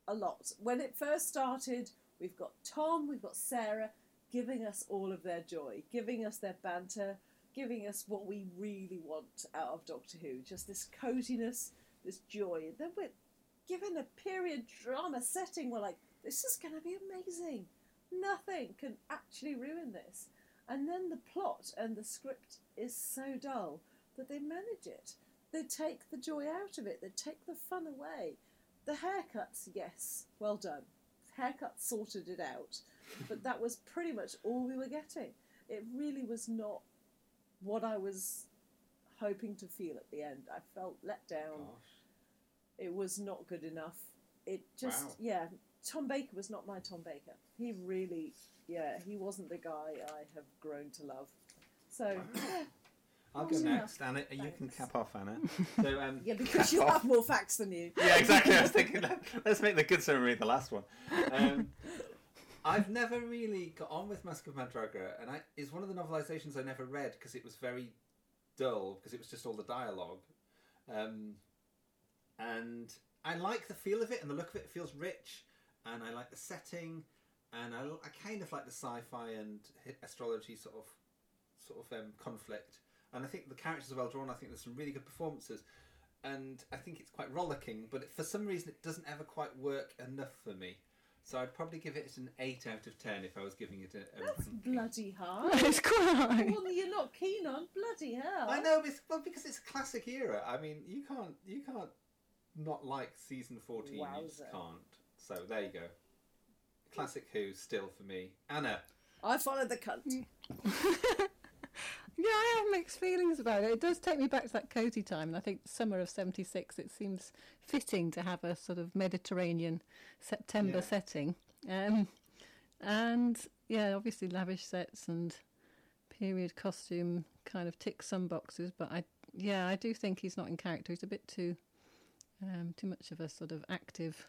Speaker 3: a lot when it first started. We've got Tom, we've got Sarah, giving us all of their joy, giving us their banter, giving us what we really want out of Doctor Who. Just this coziness, this joy. And then we're given a period drama setting. We're like, this is going to be amazing. Nothing can actually ruin this. And then the plot and the script is so dull that they manage it. They take the joy out of it, they take the fun away. The haircuts, yes, well done. Haircut sorted it out. But that was pretty much all we were getting. It really was not what I was hoping to feel at the end. I felt let down. It was not good enough. It just,
Speaker 13: Wow.
Speaker 3: yeah, Tom Baker was not my Tom Baker. He really, yeah, he wasn't the guy I have grown to love. So, yeah.
Speaker 2: I'll
Speaker 3: not
Speaker 2: go
Speaker 3: good enough.
Speaker 2: next, Anna. You can cap off, Anna. So, um,
Speaker 3: Yeah,
Speaker 2: cap
Speaker 3: because you
Speaker 2: off.
Speaker 3: have more facts than you.
Speaker 2: Yeah, exactly. I was thinking, that. let's make the good summary the last one. Um, I've never really got on with Mask of Mandragora, and I, it's one of the novelizations I never read because it was very dull, because it was just all the dialogue. Um, and I like the feel of it and the look of it. It feels rich, and I like the setting, and I, I kind of like the sci-fi and hi- astrology sort of sort of um, conflict. And I think the characters are well drawn. I think there's some really good performances, and I think it's quite rollicking. But for some reason, it doesn't ever quite work enough for me. So I'd probably give it an eight out of ten if I was giving it a. a
Speaker 3: That's bloody hard.
Speaker 2: That is quite high.
Speaker 3: One that you're not keen on, bloody hell.
Speaker 2: I know, but it's, well, because it's a classic era. I mean, you can't you can't not like season fourteen. You just
Speaker 3: Wowzer.
Speaker 2: can't. So there you go. Classic Who still for me. Anna.
Speaker 3: I followed the cunt.
Speaker 5: Yeah, I have mixed feelings about it. It does take me back to that cozy time, and I think summer of '76. It seems fitting to have a sort of Mediterranean September
Speaker 16: Yeah.
Speaker 5: setting, um, and yeah, obviously lavish sets and period costume kind of tick some boxes. But I, yeah, I do think he's not in character. He's a bit too, um, too much of a sort of active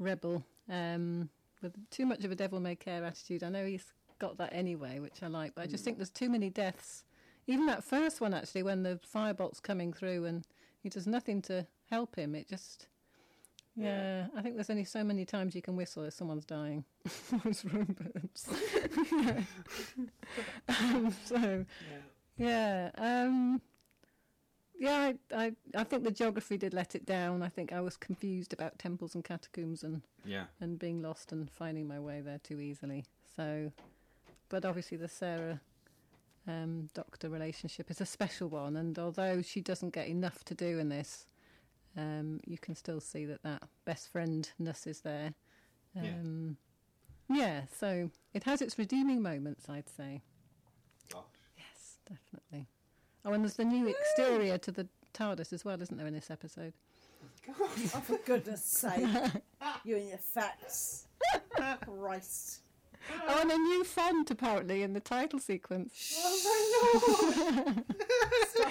Speaker 5: rebel um, with too much of a devil may care attitude. I know he's got that anyway, which I like, but I just
Speaker 16: Hmm.
Speaker 5: think there's too many deaths. Even that first one, actually, when the firebolt's coming through and he does nothing to help him, it just. Yeah, I think there's only so many times you can whistle if someone's dying. Always room burns. Yeah. um, so, yeah. Um, yeah, I, I, I think the geography did let it down. I think I was confused about temples and catacombs and
Speaker 2: Yeah.
Speaker 5: and being lost and finding my way there too easily. So, but obviously the Sarah um, doctor relationship is a special one, and although she doesn't get enough to do in this, um, you can still see that that best friendness is there.
Speaker 16: Yeah.
Speaker 5: Um, yeah, so it has its redeeming moments, I'd say.
Speaker 2: Gosh.
Speaker 5: Yes, definitely. Oh, and there's the new exterior to the TARDIS as well, isn't there, in this episode?
Speaker 3: Oh, for goodness sake. you and your facts. Christ.
Speaker 5: Oh, and a new font apparently in the title sequence.
Speaker 3: Stop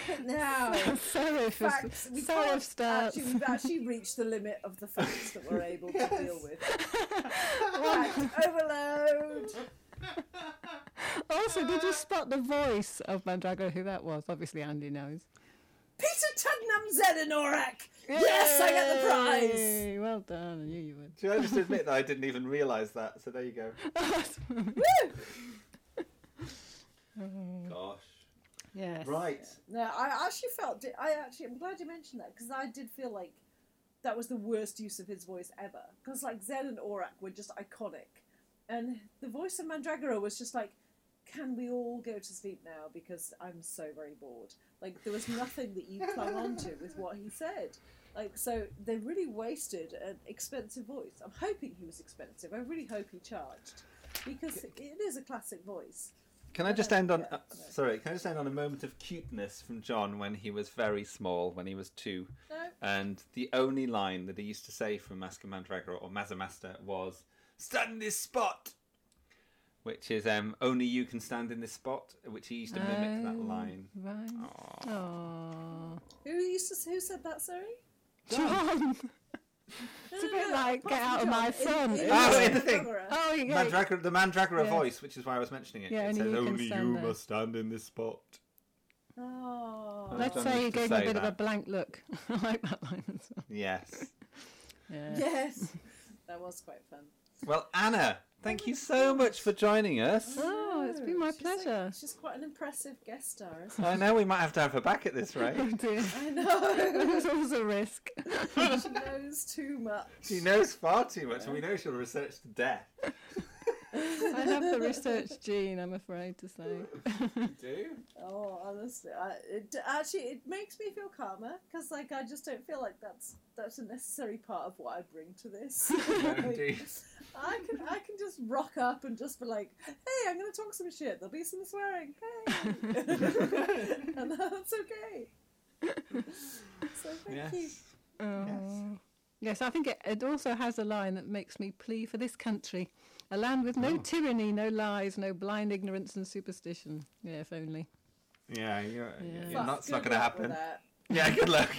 Speaker 3: it now.
Speaker 5: Serif is-
Speaker 3: Facts. We
Speaker 5: Serif
Speaker 3: can't
Speaker 5: starts.
Speaker 3: Actually, we've actually reached the limit of the facts that we're able to deal with. Fact overload.
Speaker 5: also, did you spot the voice of Mandragora? Who that was? Obviously, Andy knows.
Speaker 3: Peter Tudnam Zedanorak. Yes, I get the prize.
Speaker 5: Yay! Well done. I knew you would.
Speaker 2: Should I just admit that I didn't even realise that? So there you go. Gosh.
Speaker 5: Yes.
Speaker 2: Right.
Speaker 3: No, I actually felt. I actually, I'm glad you mentioned that because I did feel like that was the worst use of his voice ever. Because like Zed and Aurak were just iconic, and the voice of Mandragora was just like, can we all go to sleep now because I'm so very bored? Like there was nothing that you clung onto with what he said. Like so, they really wasted an expensive voice. I'm hoping he was expensive. I really hope he charged because it is a classic voice.
Speaker 2: Can I just end on? uh, sorry, can I just end on a moment of cuteness from John when he was very small, when he was two,
Speaker 3: No.
Speaker 2: and the only line that he used to say from Mask of Mandragora or Mazamaster was "Stand in this spot," which is um, "Only you can stand in this spot," which he used to mimic that
Speaker 5: Oh,
Speaker 2: line.
Speaker 5: Right. Oh.
Speaker 3: Who used to, who said that? Sorry.
Speaker 5: John. It's a bit like get out of Oh, my
Speaker 3: John,
Speaker 5: son.
Speaker 3: in- in
Speaker 2: Oh,
Speaker 3: Mask
Speaker 2: in
Speaker 3: of
Speaker 2: the thing.
Speaker 3: Mandragora.
Speaker 5: Oh, yeah.
Speaker 2: Mandragora, the Mandragora
Speaker 5: Yeah.
Speaker 2: voice, which is why I was mentioning it.
Speaker 5: Yeah,
Speaker 2: it
Speaker 5: only
Speaker 2: says,
Speaker 5: you can
Speaker 2: "Only
Speaker 5: stand
Speaker 2: you
Speaker 5: there."
Speaker 2: must stand in this spot."
Speaker 3: Oh.
Speaker 5: Let's
Speaker 2: John
Speaker 5: say
Speaker 2: used
Speaker 5: you
Speaker 2: to
Speaker 5: gave me a
Speaker 2: say
Speaker 5: bit of a
Speaker 2: that.
Speaker 5: blank look. I like that line as well.
Speaker 2: Yes.
Speaker 5: Yeah.
Speaker 3: Yes. That was quite fun.
Speaker 2: Well, Anna, thank you so much for joining us.
Speaker 5: Oh, it's been my pleasure.
Speaker 3: She's quite an impressive guest star, isn't
Speaker 2: I know we might have to have her back at this
Speaker 5: Oh,
Speaker 2: rate.
Speaker 5: dear.
Speaker 3: I know.
Speaker 5: There's always a risk.
Speaker 3: she knows too much.
Speaker 2: She knows far too much, and we know she'll research to death.
Speaker 5: I have the research gene, I'm afraid to say.
Speaker 2: Do?
Speaker 3: Oh, honestly, I, it, actually, it makes me feel calmer because, like, I just don't feel like that's that's a necessary part of what I bring to this. Like,
Speaker 2: indeed.
Speaker 3: I can I can just rock up and just be like, "Hey, I'm going to talk some shit. There'll be some swearing, hey," and that's okay. So thank you.
Speaker 5: Oh. Yes, I think it, it also has a line that makes me plea for this country, a land with
Speaker 3: Oh.
Speaker 5: no tyranny, no lies, no blind ignorance and superstition. Yeah, if only.
Speaker 2: Yeah, you're,
Speaker 5: Yeah.
Speaker 2: you're
Speaker 5: Fuck,
Speaker 2: not, it's
Speaker 3: Good
Speaker 2: not going to
Speaker 3: luck
Speaker 2: happen.
Speaker 3: with that.
Speaker 2: Yeah, good luck.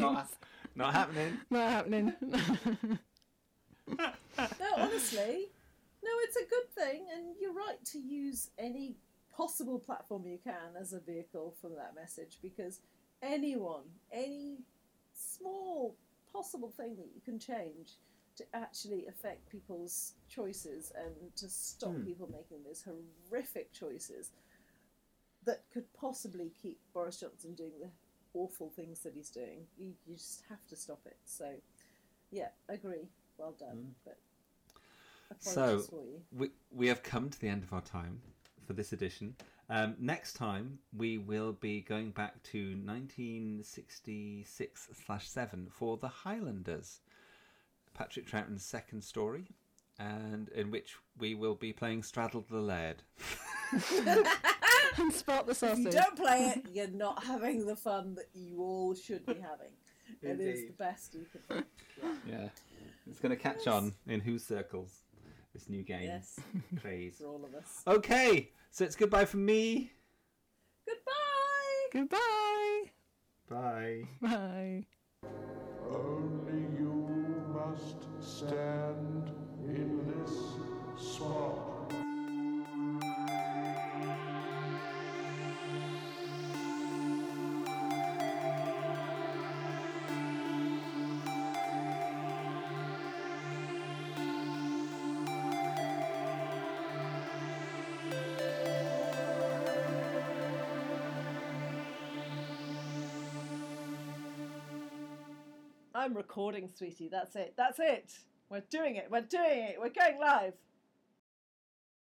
Speaker 5: Not,
Speaker 2: Not happening.
Speaker 5: not happening.
Speaker 3: No, honestly, no, it's a good thing, and you're right to use any possible platform you can as a vehicle for that message because anyone, any small possible thing that you can change to actually affect people's choices and to stop
Speaker 2: Hmm.
Speaker 3: people making those horrific choices that could possibly keep Boris Johnson doing the awful things that he's doing. You, you just have to stop it. So, yeah, agree. Well
Speaker 2: Hmm.
Speaker 3: done. But
Speaker 2: So
Speaker 3: apologies for you.
Speaker 2: we we have come to the end of our time for this edition. Um, next time we will be going back to 1966 slash seven for the Highlanders, Patrick Troughton's second story, and in which we will be playing Straddle the Laird.
Speaker 5: and spot the
Speaker 3: If you
Speaker 5: sausage.
Speaker 3: don't play it, you're not having the fun that you all should be having. It is the
Speaker 2: Indeed.
Speaker 3: best you can.
Speaker 2: Yeah, it's going to catch on in whose circles this new game
Speaker 3: Yes,
Speaker 2: craze.
Speaker 3: for all of us.
Speaker 2: Okay, so it's goodbye from me.
Speaker 3: Goodbye.
Speaker 5: Goodbye.
Speaker 2: Bye.
Speaker 5: Bye.
Speaker 16: Only you must stand in this spot.
Speaker 3: I'm recording, sweetie. That's it. That's it. We're doing it. We're doing it. We're going live.